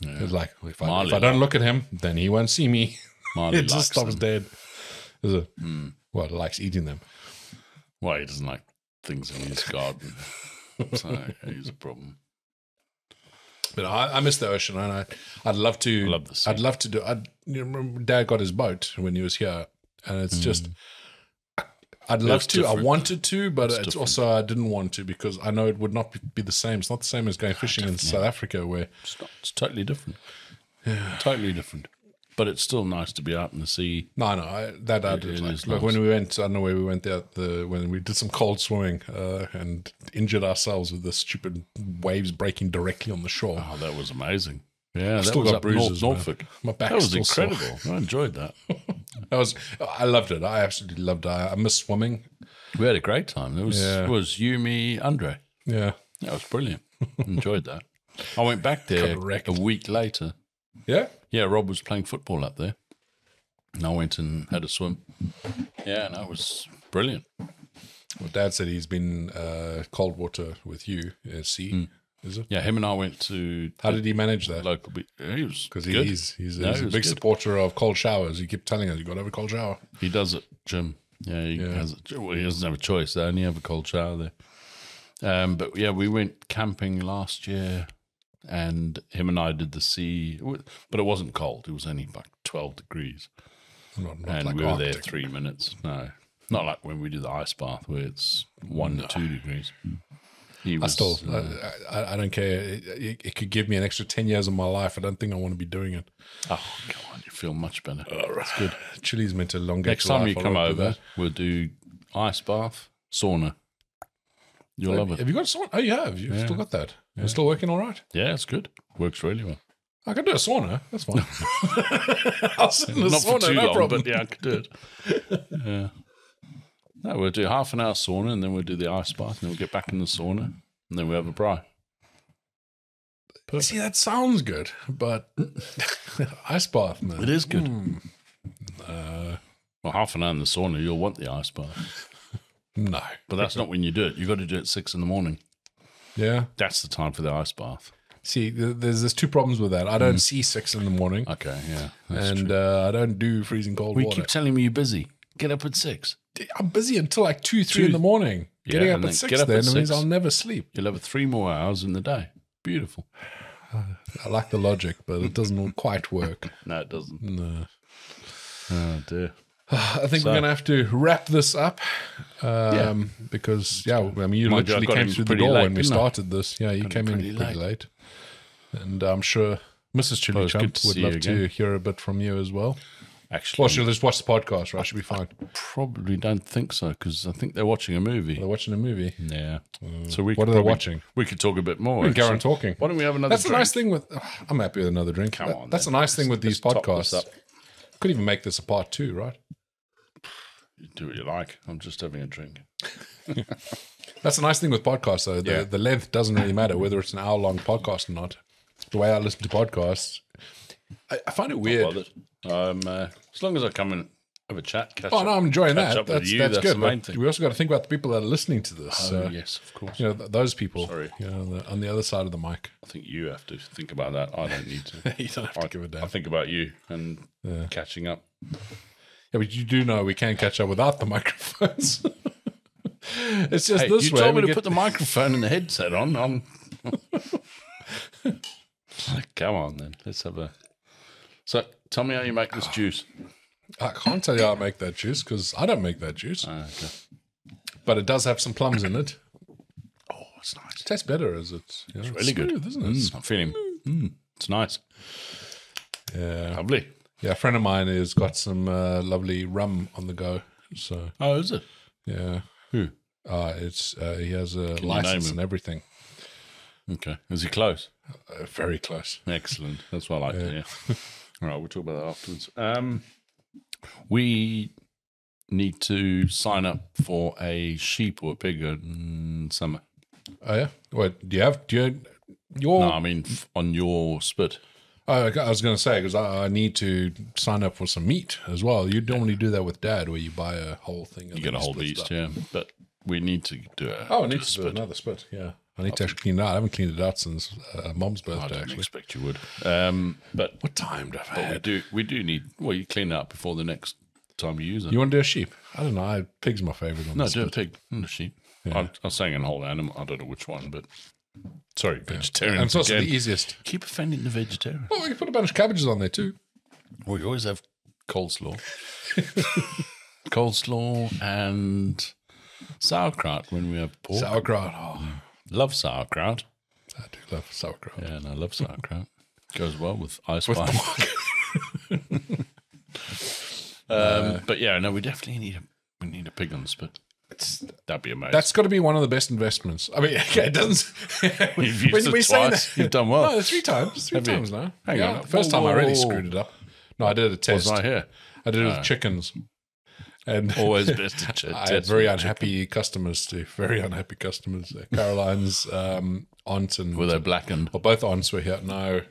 Speaker 1: It's like if I,
Speaker 2: Marley
Speaker 1: if I don't look at him, then he won't see me.
Speaker 2: Marley
Speaker 1: it just
Speaker 2: likes
Speaker 1: stops
Speaker 2: them. Hmm.
Speaker 1: dead. Is it? Well, he likes eating them.
Speaker 2: Well, he doesn't like things in his garden. so he's a problem.
Speaker 1: But I, I miss the ocean, and I, I'd love to.
Speaker 2: Love the sea.
Speaker 1: I'd love to do. I'd, you remember Dad got his boat when he was here, and it's just. I'd love
Speaker 2: it's
Speaker 1: to. I
Speaker 2: Mm. different.
Speaker 1: wanted to, but it's,
Speaker 2: different.
Speaker 1: also I didn't want to because I know it would not be, be the same. It's not the same as
Speaker 2: Ah,
Speaker 1: going fishing in South Africa, where
Speaker 2: It's, not, it's totally different. Totally different. But it's still nice to be out in the sea.
Speaker 1: No, no, I, that I
Speaker 2: It-
Speaker 1: did.
Speaker 2: it
Speaker 1: Like,
Speaker 2: is
Speaker 1: like
Speaker 2: nice.
Speaker 1: when we went, I don't know where we went there. The when we did some cold swimming uh, and injured ourselves with the stupid waves breaking directly on the shore.
Speaker 2: Oh, that was amazing. Yeah, that
Speaker 1: Still
Speaker 2: was
Speaker 1: got
Speaker 2: up North
Speaker 1: bruises, man.
Speaker 2: Norfolk.
Speaker 1: My back's
Speaker 2: That was
Speaker 1: still sore.
Speaker 2: incredible. I enjoyed that.
Speaker 1: That was, I loved it. I absolutely loved it. I, I miss swimming.
Speaker 2: We had a great time. It was
Speaker 1: Yeah.
Speaker 2: it was you, me, Andre.
Speaker 1: Yeah,
Speaker 2: That was brilliant. enjoyed that. I went back there
Speaker 1: Got wrecked.
Speaker 2: a week later.
Speaker 1: yeah.
Speaker 2: Yeah, Rob was playing football up there. And I went and had a swim. Yeah, and that was brilliant.
Speaker 1: Well, Dad said he's been uh, cold water with you. Uh, sea,
Speaker 2: Hmm.
Speaker 1: is it?
Speaker 2: Yeah, him and I went to
Speaker 1: How did he manage that?
Speaker 2: local beach. He was
Speaker 1: Because
Speaker 2: good.
Speaker 1: he's he's,
Speaker 2: No,
Speaker 1: he's
Speaker 2: it
Speaker 1: a
Speaker 2: was
Speaker 1: big
Speaker 2: good.
Speaker 1: supporter of cold showers. He kept telling us you got to have a cold shower.
Speaker 2: He does it, Jim. Yeah, he has it. Well, he doesn't have a choice. They only have a cold shower there. Um, but yeah, we went camping last year, and him and I did the sea, but it wasn't cold. It was only like twelve degrees,
Speaker 1: Not, not
Speaker 2: and
Speaker 1: like
Speaker 2: we were there
Speaker 1: Arctic.
Speaker 2: three minutes. No, not like when we do the ice bath where it's one to two degrees. He
Speaker 1: I
Speaker 2: was,
Speaker 1: still,
Speaker 2: uh,
Speaker 1: I, I, I don't care. It, it, it could give me an extra 10 years of my life. I don't think I want to be doing it.
Speaker 2: oh, come on, you feel much better.
Speaker 1: It's good. Chile's meant to elongate
Speaker 2: Next
Speaker 1: your
Speaker 2: time you
Speaker 1: Uh, life. I'll
Speaker 2: come
Speaker 1: work with
Speaker 2: over,
Speaker 1: that.
Speaker 2: we'll do ice bath, sauna. You'll love
Speaker 1: Have,
Speaker 2: it.
Speaker 1: you got a sauna? Oh, you have. You've still got that. It's still working all right.
Speaker 2: Yeah, it's good. Works really well.
Speaker 1: I can do a sauna. That's fine. I'll sit in the sauna, no problem.
Speaker 2: but yeah, I could do it. yeah. No, we'll do half an hour sauna and then we'll do the ice bath and then we'll get back in the sauna and then we'll have a bri.
Speaker 1: See, that sounds good, but ice bath, man.
Speaker 2: It is good. Hmm. Uh, well, half an hour in the sauna, you'll want the ice bath.
Speaker 1: No.
Speaker 2: But that's not when you do it. You've got to do it at six in the morning.
Speaker 1: Yeah.
Speaker 2: That's the time for the ice bath.
Speaker 1: See, th- there's, there's two problems with that. I don't see six in the morning,
Speaker 2: Okay, yeah. Mm. That's
Speaker 1: and uh, I don't do freezing cold
Speaker 2: we
Speaker 1: water.
Speaker 2: keep telling me you're busy. Get up at six.
Speaker 1: I'm busy until like two, three in the morning.
Speaker 2: Yeah,
Speaker 1: Getting
Speaker 2: and
Speaker 1: up
Speaker 2: then
Speaker 1: at six
Speaker 2: get up
Speaker 1: then
Speaker 2: at
Speaker 1: means
Speaker 2: six.
Speaker 1: I'll never sleep.
Speaker 2: You'll have three more hours in the day. Beautiful.
Speaker 1: I like the logic, but it doesn't quite work.
Speaker 2: No, it doesn't. No. Oh, dear.
Speaker 1: I think we're going to have to wrap this up um, because, yeah, I mean, you
Speaker 2: Mind you, I
Speaker 1: literally
Speaker 2: got
Speaker 1: came
Speaker 2: in
Speaker 1: through the
Speaker 2: pretty
Speaker 1: door
Speaker 2: late,
Speaker 1: when we
Speaker 2: didn't I?
Speaker 1: started this. Yeah, you came in
Speaker 2: pretty
Speaker 1: pretty late. And I'm sure Mrs.
Speaker 2: Well,
Speaker 1: Chili
Speaker 2: it's
Speaker 1: Chump
Speaker 2: good to
Speaker 1: would
Speaker 2: see you
Speaker 1: love to
Speaker 2: again.
Speaker 1: hear a bit from you as well.
Speaker 2: Actually,
Speaker 1: Well, she'll just watch the podcast, right? She'll be fine.
Speaker 2: Probably don't think so because I think they're watching a movie.
Speaker 1: They're watching a movie.
Speaker 2: Yeah. So we
Speaker 1: Mm. What
Speaker 2: could
Speaker 1: are they
Speaker 2: probably-
Speaker 1: watching?
Speaker 2: We could talk a bit more.
Speaker 1: Karen
Speaker 2: actually.
Speaker 1: talking.
Speaker 2: Why don't we have another?
Speaker 1: That's
Speaker 2: drink?
Speaker 1: a nice thing with. I'm happy with another drink.
Speaker 2: Come
Speaker 1: That-
Speaker 2: on,
Speaker 1: That's
Speaker 2: then.
Speaker 1: a nice thing with these
Speaker 2: top this
Speaker 1: podcasts.
Speaker 2: up.
Speaker 1: Could even make this a part two, right?
Speaker 2: You Do what you like. I'm just having a drink.
Speaker 1: That's a nice thing with podcasts, though. The,
Speaker 2: Yeah.
Speaker 1: the length doesn't really matter whether it's an hour long podcast or not. The way I listen to podcasts, I, I find it
Speaker 2: Oh,
Speaker 1: weird.
Speaker 2: Bothered. Um, uh, as long as I come and have a chat, catch
Speaker 1: Oh no,
Speaker 2: up.
Speaker 1: I'm enjoying
Speaker 2: catch
Speaker 1: that.
Speaker 2: up with
Speaker 1: That's,
Speaker 2: you,
Speaker 1: that's,
Speaker 2: that's
Speaker 1: good.
Speaker 2: the main
Speaker 1: but
Speaker 2: thing.
Speaker 1: We also got to think about the people that are listening to this.
Speaker 2: Oh,
Speaker 1: uh,
Speaker 2: yes, of course.
Speaker 1: You know th- those people.
Speaker 2: Sorry.
Speaker 1: You know, the, on the other side of the mic.
Speaker 2: I think you have to think about that. I don't need to.
Speaker 1: you don't have
Speaker 2: I,
Speaker 1: to give a damn.
Speaker 2: I think about you and catching up.
Speaker 1: Yeah, but you do know we can catch up without the microphones. it's just
Speaker 2: Hey,
Speaker 1: this
Speaker 2: you
Speaker 1: way.
Speaker 2: told
Speaker 1: we
Speaker 2: me to
Speaker 1: get-
Speaker 2: put the microphone and the headset on. I'm... Come on, then. Let's have a. So, tell me how you make this
Speaker 1: Ah.
Speaker 2: juice.
Speaker 1: I can't tell you how I make that juice because I don't make that juice,
Speaker 2: Ah, okay.
Speaker 1: but it does have some plums in it.
Speaker 2: Oh, it's nice.
Speaker 1: It tastes better as it's, you know,
Speaker 2: Really
Speaker 1: smooth,
Speaker 2: good,
Speaker 1: isn't it?
Speaker 2: Mm, I'm feeling. Mm, it's nice.
Speaker 1: Yeah.
Speaker 2: Lovely.
Speaker 1: Yeah, a friend of mine has got some uh, lovely rum on the go. So
Speaker 2: Oh, is it?
Speaker 1: yeah,
Speaker 2: Who?
Speaker 1: uh, it's uh, he has a
Speaker 2: you
Speaker 1: license
Speaker 2: name him?
Speaker 1: and everything.
Speaker 2: Okay. Is he close?
Speaker 1: Uh, very close.
Speaker 2: Excellent. That's what I like to hear. All right, we'll talk about that afterwards. Um, we need to sign up for a sheep or a pig in summer.
Speaker 1: Oh yeah. Wait, do you have do you? Your oh,
Speaker 2: No, I mean f- on your spit.
Speaker 1: I, I was going to say because I, I need to sign up for some meat as well. You normally do that with Dad, where you buy a whole thing. and
Speaker 2: You
Speaker 1: then
Speaker 2: get a whole
Speaker 1: split it
Speaker 2: beast,
Speaker 1: up.
Speaker 2: yeah. But we need to do it.
Speaker 1: Oh, I need to do another split. Yeah, I need to actually clean it out. I haven't cleaned it out since uh, Mom's
Speaker 2: I
Speaker 1: birthday.
Speaker 2: didn't
Speaker 1: Actually,
Speaker 2: expect you would. Um, but
Speaker 1: what time do I have?
Speaker 2: we do we do need well, you clean it up before the next time you use it.
Speaker 1: You want to do a sheep? I don't know. I, pig's my favorite. On
Speaker 2: no,
Speaker 1: this
Speaker 2: do a
Speaker 1: split.
Speaker 2: pig and a sheep. I'm, I'm saying an whole animal. I don't know which one, but sorry, vegetarian.
Speaker 1: And it's also the easiest.
Speaker 2: Keep offending the vegetarian.
Speaker 1: Oh, you put a bunch of cabbages on there too.
Speaker 2: Well, you always have coleslaw, coleslaw, and sauerkraut when we have pork.
Speaker 1: Sauerkraut. Oh,
Speaker 2: love sauerkraut.
Speaker 1: I do love sauerkraut.
Speaker 2: Yeah, and I love sauerkraut. Goes well with ice
Speaker 1: With
Speaker 2: wine.
Speaker 1: pork. Uh,
Speaker 2: Um, but yeah, no, we definitely need a, we need a pig on the spit. That'd be amazing.
Speaker 1: That's got to be one of the best investments. I mean, okay, it doesn't.
Speaker 2: You've used it twice. You've done well.
Speaker 1: No, three times. Three
Speaker 2: Have you?
Speaker 1: times now.
Speaker 2: Hang
Speaker 1: yeah,
Speaker 2: on.
Speaker 1: First
Speaker 2: Whoa,
Speaker 1: time I
Speaker 2: whoa,
Speaker 1: really
Speaker 2: whoa.
Speaker 1: screwed it up. No, I did a test.
Speaker 2: was I here? Ah.
Speaker 1: I did it with chickens. And
Speaker 2: Always best to ch-
Speaker 1: I had
Speaker 2: test
Speaker 1: very
Speaker 2: with chicken.
Speaker 1: unhappy customers too. Very unhappy customers. Uh, Caroline's um, aunt and
Speaker 2: Were they blackened?
Speaker 1: well, both aunts were here. No,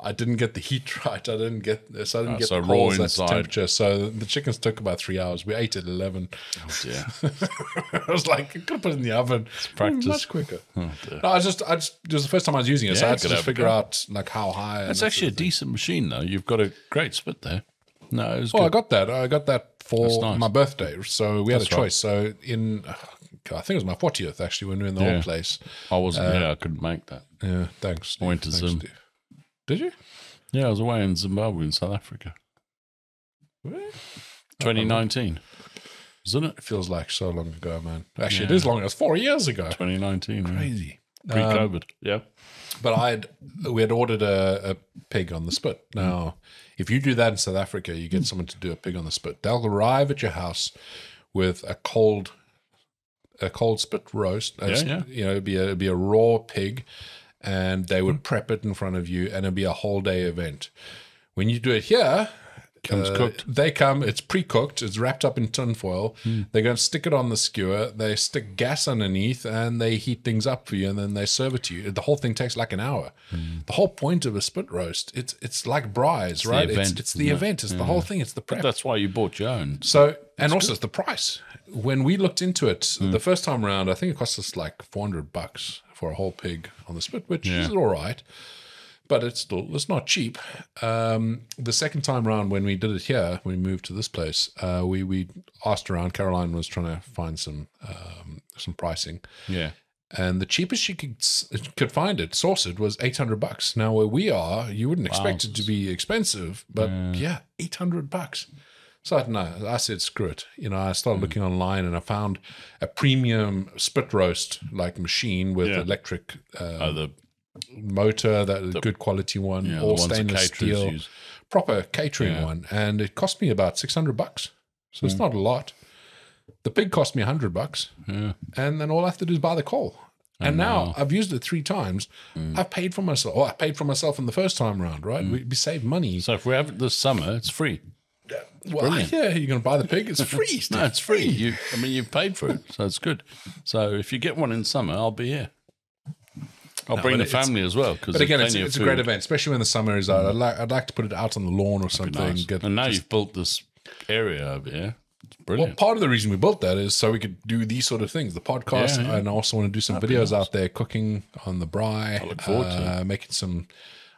Speaker 1: I didn't get the heat right. I didn't get this. I didn't
Speaker 2: Ah,
Speaker 1: get
Speaker 2: so
Speaker 1: the
Speaker 2: raw
Speaker 1: holes, that's the
Speaker 2: inside.
Speaker 1: temperature. So the chickens took about three hours. We ate at eleven.
Speaker 2: Oh dear.
Speaker 1: I was like, I could have put it in the oven.
Speaker 2: practice.
Speaker 1: much quicker.
Speaker 2: Oh,
Speaker 1: no, I just, I just, it was the first time I was using it, so
Speaker 2: Yeah,
Speaker 1: I had to
Speaker 2: good
Speaker 1: just
Speaker 2: have a
Speaker 1: figure
Speaker 2: go.
Speaker 1: out like how high. and
Speaker 2: It's actually a decent machine, though. You've got a great spit there. No, it was
Speaker 1: Oh, I
Speaker 2: good.
Speaker 1: got that. I got that for
Speaker 2: nice.
Speaker 1: my birthday. So we had a
Speaker 2: right.
Speaker 1: choice. So in, uh, I think it was my fortieth actually when we were in the
Speaker 2: Yeah.
Speaker 1: old place.
Speaker 2: I
Speaker 1: Uh,
Speaker 2: wasn't there. I couldn't make that.
Speaker 1: Yeah, thanks. Steve.
Speaker 2: went to
Speaker 1: Thanks,
Speaker 2: Zim.
Speaker 1: Steve. Did you?
Speaker 2: Yeah, I was away in Zimbabwe in South Africa. 2019. Isn't it?
Speaker 1: Feels like so long ago, man. Actually, it is long. It was four years ago.
Speaker 2: 2019. yeah.
Speaker 1: Crazy. Um,
Speaker 2: Pre-COVID. yeah.
Speaker 1: But I had we had ordered a, a pig on the spit. Now, if you do that in South Africa, you get someone to do a pig on the spit. They'll arrive at your house with a cold, a cold spit roast.
Speaker 2: Yeah,
Speaker 1: It's-
Speaker 2: yeah.
Speaker 1: You know, it'd be a, it'd be a raw pig, and they
Speaker 2: Hmm.
Speaker 1: would prep it in front of you, and it'd be a whole day event. When you do it here.
Speaker 2: Comes
Speaker 1: Uh,
Speaker 2: cooked.
Speaker 1: They come. It's pre-cooked. It's wrapped up in tinfoil.
Speaker 2: Hmm.
Speaker 1: They're going to stick it on the skewer. They stick gas underneath, and they heat things up for you, and then they serve it to you. The whole thing takes like an hour.
Speaker 2: Hmm.
Speaker 1: The whole point of a spit roast, it's it's like braais, right?
Speaker 2: event,
Speaker 1: it's, it's the
Speaker 2: isn't it? Hmm.
Speaker 1: event. It's the whole thing. It's the prep.
Speaker 2: That's why you bought your own.
Speaker 1: So, and also it's the price. When we looked into it the first time around, I think it cost us like 400 bucks for a whole pig on the spit, which is all right, but it's still, it's not cheap. Um, the second time round, when we did it here, we moved to this place, uh, we, we asked around, Caroline was trying to find some, um, some pricing
Speaker 2: Yeah.
Speaker 1: and the cheapest she could could find it sourced was 800 bucks now where we are you wouldn't expect it to be expensive but yeah, 800 bucks so I, don't know. I said screw it you know i
Speaker 2: Hmm.
Speaker 1: started looking online and i found a premium spit roast like machine with
Speaker 2: Yeah.
Speaker 1: electric uh,
Speaker 2: Oh, the,
Speaker 1: motor that a good quality one
Speaker 2: yeah, the
Speaker 1: all
Speaker 2: ones that
Speaker 1: stainless
Speaker 2: caterers
Speaker 1: steel
Speaker 2: use.
Speaker 1: proper catering one and it cost me about 600 bucks so
Speaker 2: Hmm.
Speaker 1: it's not a lot the pig cost me 100 bucks
Speaker 2: Yeah.
Speaker 1: and then all I have to do is buy the coal. And now I've used it three times.
Speaker 2: Hmm.
Speaker 1: I've paid for myself. Oh, I paid for myself in the first time round, right? We, we saved money.
Speaker 2: So if we have it this summer, it's free.
Speaker 1: well, yeah, you're going to buy the pig. It's free.
Speaker 2: No, it's free. You, I mean, you've paid for it, so it's good. So if you get one in summer, I'll be here. I'll bring
Speaker 1: but
Speaker 2: the
Speaker 1: it's-
Speaker 2: family as well. Cause
Speaker 1: but again, it's,
Speaker 2: plenty of
Speaker 1: it's a great
Speaker 2: food. Hmm.
Speaker 1: event, especially when the summer is out. I'd like, I'd like to put it out on the lawn or something.
Speaker 2: Nice.
Speaker 1: get-
Speaker 2: and now you've built this area over here. It's
Speaker 1: well,
Speaker 2: brilliant.
Speaker 1: part of the reason we built that is so we could do these sort of things, the podcast,
Speaker 2: Yeah, yeah.
Speaker 1: and I also want to do some videos out there, cooking on the braai. I
Speaker 2: look forward to
Speaker 1: uh, making some.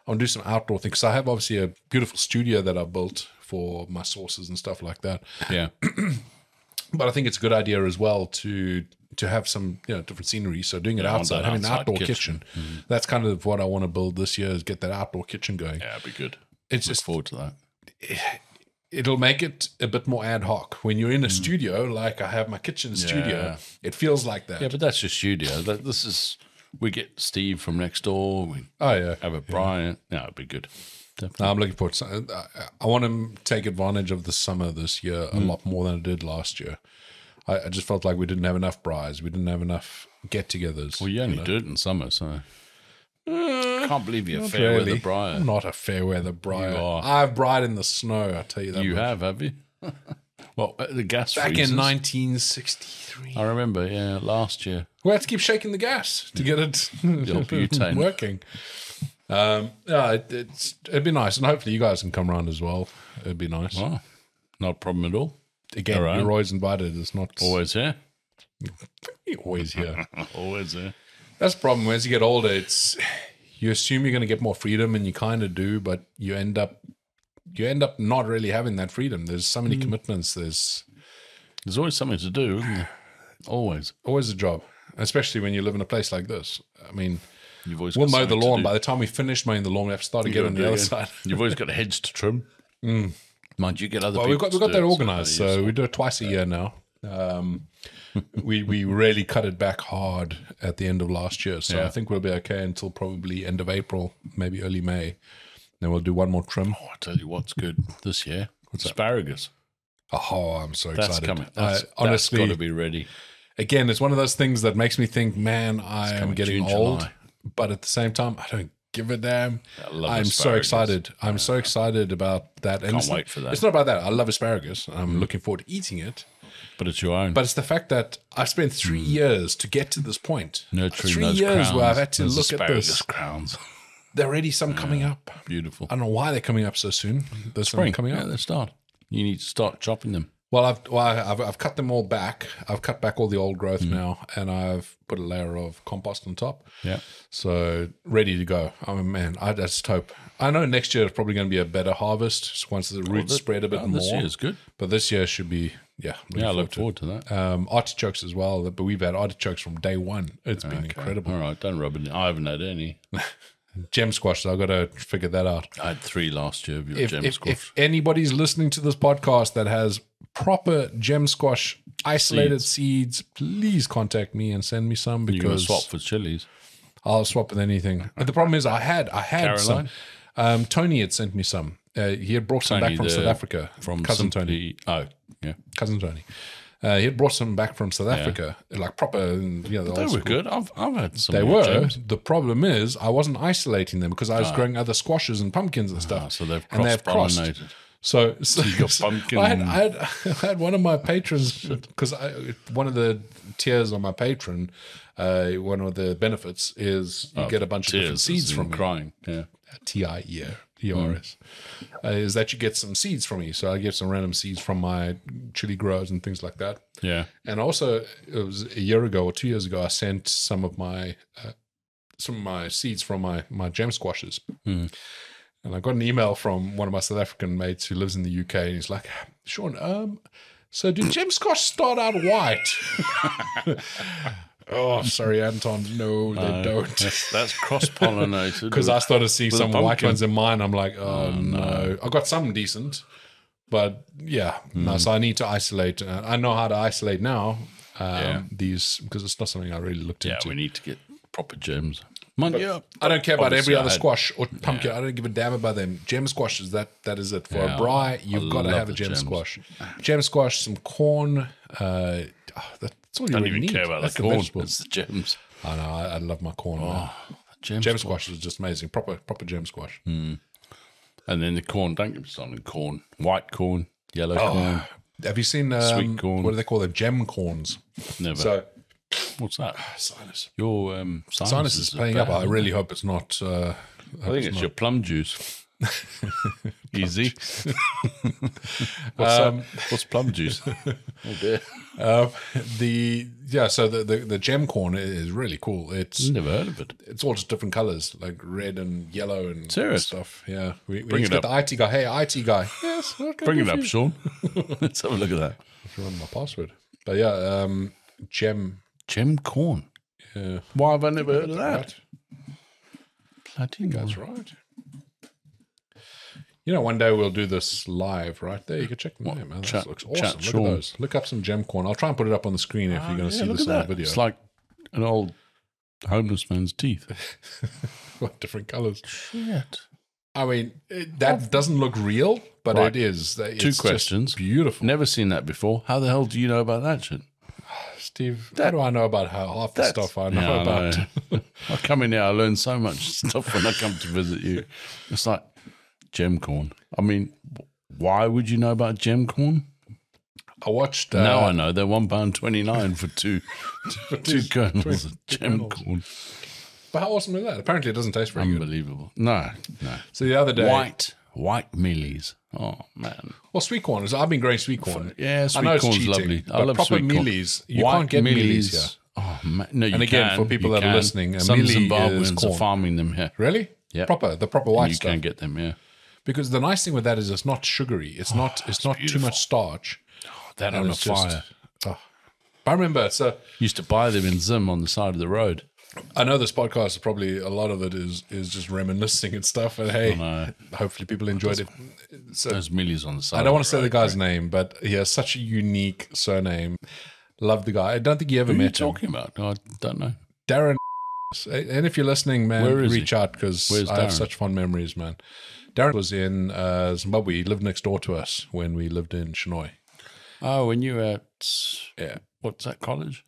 Speaker 1: I want to do some outdoor things. So I have obviously a beautiful studio that I built for my sources and stuff like that.
Speaker 2: yeah.
Speaker 1: but I think it's a good idea as well to to have some you know different scenery. So doing it
Speaker 2: Yeah,
Speaker 1: outside,
Speaker 2: outside-
Speaker 1: having an
Speaker 2: outside
Speaker 1: outdoor kitchen.
Speaker 2: kitchen. Mm-hmm.
Speaker 1: That's kind of what I want to build this year is get that outdoor kitchen going.
Speaker 2: Yeah, it'd be good.
Speaker 1: It's
Speaker 2: Look
Speaker 1: just
Speaker 2: forward to that.
Speaker 1: it'll make it a bit more ad hoc when you're in
Speaker 2: Mm.
Speaker 1: a studio. Like I have my kitchen studio, it feels like that.
Speaker 2: Yeah, but that's just studio. That, this is, we get Steve from next door. We
Speaker 1: Oh yeah.
Speaker 2: have a Brian. No, it'd be good. Definitely.
Speaker 1: No, I'm looking forward to some- uh, I, I want to take advantage of the summer this year a
Speaker 2: Hmm.
Speaker 1: lot more than I did last year. I, I just felt like we didn't have enough brides. We didn't have enough get togethers.
Speaker 2: Well, you only do it in summer, so. Can't believe you're fair
Speaker 1: Really?
Speaker 2: with the Brian.
Speaker 1: I'm not a fair weather briar.
Speaker 2: You are.
Speaker 1: I've bried in the snow, I tell you that.
Speaker 2: You
Speaker 1: much.
Speaker 2: have, have you? well, uh, the gas
Speaker 1: Back
Speaker 2: freezes.
Speaker 1: in 1963.
Speaker 2: I remember, yeah, last year.
Speaker 1: We had to keep shaking the gas to get it
Speaker 2: old butane.
Speaker 1: working. Um, yeah, it, it's, it'd be nice, and hopefully you guys can come round as well. It'd be nice.
Speaker 2: Well, not a problem at all.
Speaker 1: Again,
Speaker 2: all right.
Speaker 1: you're always invited. It's not
Speaker 2: Always here.
Speaker 1: you're always here.
Speaker 2: Always here.
Speaker 1: That's the problem. As you get older, it's you assume you're going to get more freedom, and you kind of do, but you end up you end up not really having that freedom. There's so
Speaker 2: Hmm.
Speaker 1: many commitments. There's
Speaker 2: There's always something to do, isn't there? Always.
Speaker 1: always a job, especially when you live in a place like this. I mean,
Speaker 2: You've always
Speaker 1: we'll
Speaker 2: got
Speaker 1: mow the
Speaker 2: something to
Speaker 1: lawn.
Speaker 2: do.
Speaker 1: By the time we finish mowing the lawn, we have to start again on the other side. Mm.
Speaker 2: You've always got heads to trim. Mind you, get other
Speaker 1: Well,
Speaker 2: people.
Speaker 1: we've got
Speaker 2: to
Speaker 1: we've got
Speaker 2: do
Speaker 1: that
Speaker 2: it, so
Speaker 1: organized,
Speaker 2: you-
Speaker 1: so we do it twice a year now. Um, we we really cut it back hard at the end of last year, so I
Speaker 2: Yeah.
Speaker 1: think we'll be okay until probably end of April, maybe early May. Then we'll do one more trim.
Speaker 2: Oh, I tell you what's good this year. Asparagus.
Speaker 1: Oh, I'm so
Speaker 2: That's
Speaker 1: excited!
Speaker 2: coming.
Speaker 1: I-
Speaker 2: That's,
Speaker 1: honestly,
Speaker 2: got to be ready.
Speaker 1: again, it's one of those things that makes me think, man, I am
Speaker 2: coming
Speaker 1: getting
Speaker 2: June,
Speaker 1: old.
Speaker 2: July.
Speaker 1: But at the same time, I don't give a damn.
Speaker 2: I love
Speaker 1: I'm so
Speaker 2: asparagus.
Speaker 1: excited. I'm so excited about that. And
Speaker 2: Can't
Speaker 1: it's-
Speaker 2: wait for that. Mm.
Speaker 1: It's not about that. I love asparagus. I'm looking forward to eating it.
Speaker 2: But it's your own.
Speaker 1: But it's the fact that I spent three years to get to this point.
Speaker 2: Mm. Nurturing
Speaker 1: three
Speaker 2: those
Speaker 1: years
Speaker 2: crowns.
Speaker 1: where I've had to
Speaker 2: Those
Speaker 1: look at
Speaker 2: asparagus
Speaker 1: this.
Speaker 2: crowns.
Speaker 1: There are already some coming up.
Speaker 2: Beautiful.
Speaker 1: I don't know why they're coming up so soon. There's some
Speaker 2: Spring.
Speaker 1: coming
Speaker 2: Yeah,
Speaker 1: up.
Speaker 2: they start. You need to start chopping them.
Speaker 1: Well, I've well, I've, I've cut them all back. I've cut back all the old growth
Speaker 2: Mm.
Speaker 1: now, and I've put a layer of compost on top.
Speaker 2: Yeah.
Speaker 1: So ready to go. I mean, man, I just hope. I know next year is probably going to be a better harvest so once the roots spread a bit
Speaker 2: Oh,
Speaker 1: more.
Speaker 2: This year is good.
Speaker 1: But this year should be yeah. looking
Speaker 2: Yeah, I
Speaker 1: forward
Speaker 2: look
Speaker 1: to it.
Speaker 2: forward to that.
Speaker 1: um, artichokes as well. But we've had artichokes from day one. It's been incredible.
Speaker 2: All right, don't rub it. In. I haven't had any. Mm.
Speaker 1: Gem squash. I've got to figure that out.
Speaker 2: I had three last year of your
Speaker 1: If,
Speaker 2: gem
Speaker 1: if,
Speaker 2: squash.
Speaker 1: if anybody's listening to this podcast that has proper gem squash isolated seeds, please contact me and send me some
Speaker 2: you can
Speaker 1: because
Speaker 2: swap for chilies.
Speaker 1: I'll swap with anything. But the problem is, I had I had some.
Speaker 2: Caroline?
Speaker 1: Um, Tony had sent me some. Uh, he had brought some
Speaker 2: Tony,
Speaker 1: back from
Speaker 2: the-
Speaker 1: South Africa.
Speaker 2: From
Speaker 1: cousin Tony.
Speaker 2: simply, Oh, yeah.
Speaker 1: Cousin Tony. Uh, he had brought some back from South Africa, like proper. You know, the old
Speaker 2: They were
Speaker 1: school.
Speaker 2: good. I've, I've had some.
Speaker 1: They
Speaker 2: more
Speaker 1: were.
Speaker 2: gems.
Speaker 1: The problem is, I wasn't isolating them because I was growing other squashes and pumpkins and stuff.
Speaker 2: Ah, so they've
Speaker 1: And
Speaker 2: cross pollinated.
Speaker 1: So, so,
Speaker 2: got
Speaker 1: so
Speaker 2: pumpkin-
Speaker 1: I, had, I, had, I had one of my patrons because one of the tiers on my patron, uh, one of the benefits is
Speaker 2: Oh,
Speaker 1: you get a bunch of different
Speaker 2: Tears
Speaker 1: seeds from me.
Speaker 2: crying. Yeah.
Speaker 1: T I E
Speaker 2: Hmm.
Speaker 1: R E R S. Uh, is that you get some seeds from me? So I get some random seeds from my chili growers and things like that.
Speaker 2: Yeah.
Speaker 1: And also, it was a year ago or two years ago, I sent some of my uh, some of my seeds from my my jam squashes. And I got an email from one of my South African mates who lives in the UK, and he's like, "Sean, um, so do jam squash start out white?" oh, sorry, Anton, no, they don't.
Speaker 2: That's, that's cross pollinated.
Speaker 1: Because I started seeing
Speaker 2: a
Speaker 1: some white
Speaker 2: pumpkin.
Speaker 1: ones in mine, I'm like, "Oh, no. I got some decent, but yeah, no.
Speaker 2: Hmm.
Speaker 1: So I need to isolate. Uh, I know how to isolate now. Um,
Speaker 2: Yeah.
Speaker 1: These because it's not something I really looked
Speaker 2: yeah,
Speaker 1: into.
Speaker 2: we need to get proper gems. Mind you,
Speaker 1: I don't care about
Speaker 2: Obviously,
Speaker 1: every other
Speaker 2: I-
Speaker 1: squash or pumpkin. I don't give a damn about them. Gem squashes. That that is it for
Speaker 2: Yeah,
Speaker 1: a bri.
Speaker 2: I
Speaker 1: You've got to
Speaker 2: love
Speaker 1: have a
Speaker 2: the
Speaker 1: gem
Speaker 2: gems.
Speaker 1: squash. Gem squash, some corn. Uh, oh, that's all you
Speaker 2: I don't
Speaker 1: really
Speaker 2: even
Speaker 1: need.
Speaker 2: care about
Speaker 1: That's
Speaker 2: the
Speaker 1: a
Speaker 2: corn. Oh,
Speaker 1: vegetable.
Speaker 2: It's the gems.
Speaker 1: I know. I, I love my corn. man.
Speaker 2: Gems.
Speaker 1: Gem squash is just amazing. Proper proper gem squash.
Speaker 2: And then the corn. Don't get me started on corn. White corn, yellow corn.
Speaker 1: Have you seen um,
Speaker 2: Sweet corn.
Speaker 1: What do they call them? Gem corns.
Speaker 2: Never.
Speaker 1: So
Speaker 2: What's that?
Speaker 1: sinus.
Speaker 2: Your um, sinuses,
Speaker 1: Sinus is
Speaker 2: are
Speaker 1: playing up.
Speaker 2: bad.
Speaker 1: I really hope it's not. Uh,
Speaker 2: I think it's your plum juice. Easy. what's, um, what's plum juice? oh dear.
Speaker 1: uh, the yeah. So the, the the gem corn is really cool. It's
Speaker 2: Never heard of it.
Speaker 1: it's all just different colors, like red and yellow and
Speaker 2: Serious?
Speaker 1: stuff. Yeah, we, we
Speaker 2: Bring
Speaker 1: need to
Speaker 2: it
Speaker 1: get the IT guy. Hey, IT guy. yes, okay,
Speaker 2: Bring it up, Sean. Let's have a look at that.
Speaker 1: Remember my password. But yeah, um, gem.
Speaker 2: Gem corn.
Speaker 1: Yeah,
Speaker 2: Why have I never heard of that?
Speaker 1: right.
Speaker 2: Bloody
Speaker 1: That's right. You know, one day we'll do this live, right? There, you can check them out, man. This
Speaker 2: chat-
Speaker 1: looks
Speaker 2: chat
Speaker 1: awesome. Look
Speaker 2: Sean. Oh,
Speaker 1: at those. Look up some gem corn. I'll try and put it up on the screen if you're going to see this on the video.
Speaker 2: It's like an old homeless man's teeth.
Speaker 1: What different colors.
Speaker 2: Shit.
Speaker 1: I mean, it, that doesn't look real, but
Speaker 2: Right.
Speaker 1: it is. That- It's
Speaker 2: Two
Speaker 1: just
Speaker 2: questions.
Speaker 1: beautiful.
Speaker 2: Never seen that before. How the hell do you know about that shit?
Speaker 1: Steve, how do I know about how half the stuff I know
Speaker 2: Yeah,
Speaker 1: about?
Speaker 2: know. I come in here, I learn so much stuff when I come to visit you. It's like gem corn. I mean, why would you know about gem corn?
Speaker 1: I watched. Uh,
Speaker 2: now I know they're one pound twenty nine for two two kernels of gem corn.
Speaker 1: But how awesome is that? Apparently, it doesn't taste very good.
Speaker 2: Unbelievable. No, no.
Speaker 1: So the other day,
Speaker 2: Um, White, white mealies. Oh man.
Speaker 1: well, sweet corn is. I've been growing sweet corn.
Speaker 2: Yeah, sweet
Speaker 1: I know it's
Speaker 2: corn's
Speaker 1: cheating,
Speaker 2: lovely. I
Speaker 1: but
Speaker 2: love
Speaker 1: proper
Speaker 2: sweet corn.
Speaker 1: mealies. You can't get mealies here.
Speaker 2: Oh man, no, you
Speaker 1: And again,
Speaker 2: can,
Speaker 1: for people
Speaker 2: you
Speaker 1: that are
Speaker 2: can.
Speaker 1: listening, a
Speaker 2: some
Speaker 1: mealie is
Speaker 2: Zimbabweans are
Speaker 1: corn.
Speaker 2: farming them here.
Speaker 1: Really?
Speaker 2: Yeah.
Speaker 1: Proper the proper white
Speaker 2: you
Speaker 1: stuff.
Speaker 2: can get them here.
Speaker 1: Because the nice thing with that is it's not sugary. It's not.
Speaker 2: Ah,
Speaker 1: It's not too much starch.
Speaker 2: That
Speaker 1: And
Speaker 2: on a
Speaker 1: it's just-
Speaker 2: fire.
Speaker 1: Oh. I remember. So
Speaker 2: Used to buy them in Zim on the side of the road.
Speaker 1: I know this podcast is probably a lot of it is is just reminiscing and stuff. And hey, hopefully people enjoyed it. So
Speaker 2: Those mealies on the side.
Speaker 1: I don't want to say the guy's name, but he has such a unique surname. Love the guy. I don't think you ever
Speaker 2: Who are you
Speaker 1: met him.
Speaker 2: talking about? I don't know.
Speaker 1: Darren. And if you're listening, man,
Speaker 2: Where is
Speaker 1: reach out 'cause out
Speaker 2: Where's
Speaker 1: because I have
Speaker 2: Darren?
Speaker 1: such fond memories, man. Darren was in uh, Zimbabwe. He lived next door to us when we lived in Chennai,
Speaker 2: Oh, when you were at
Speaker 1: Yeah.
Speaker 2: what's that college?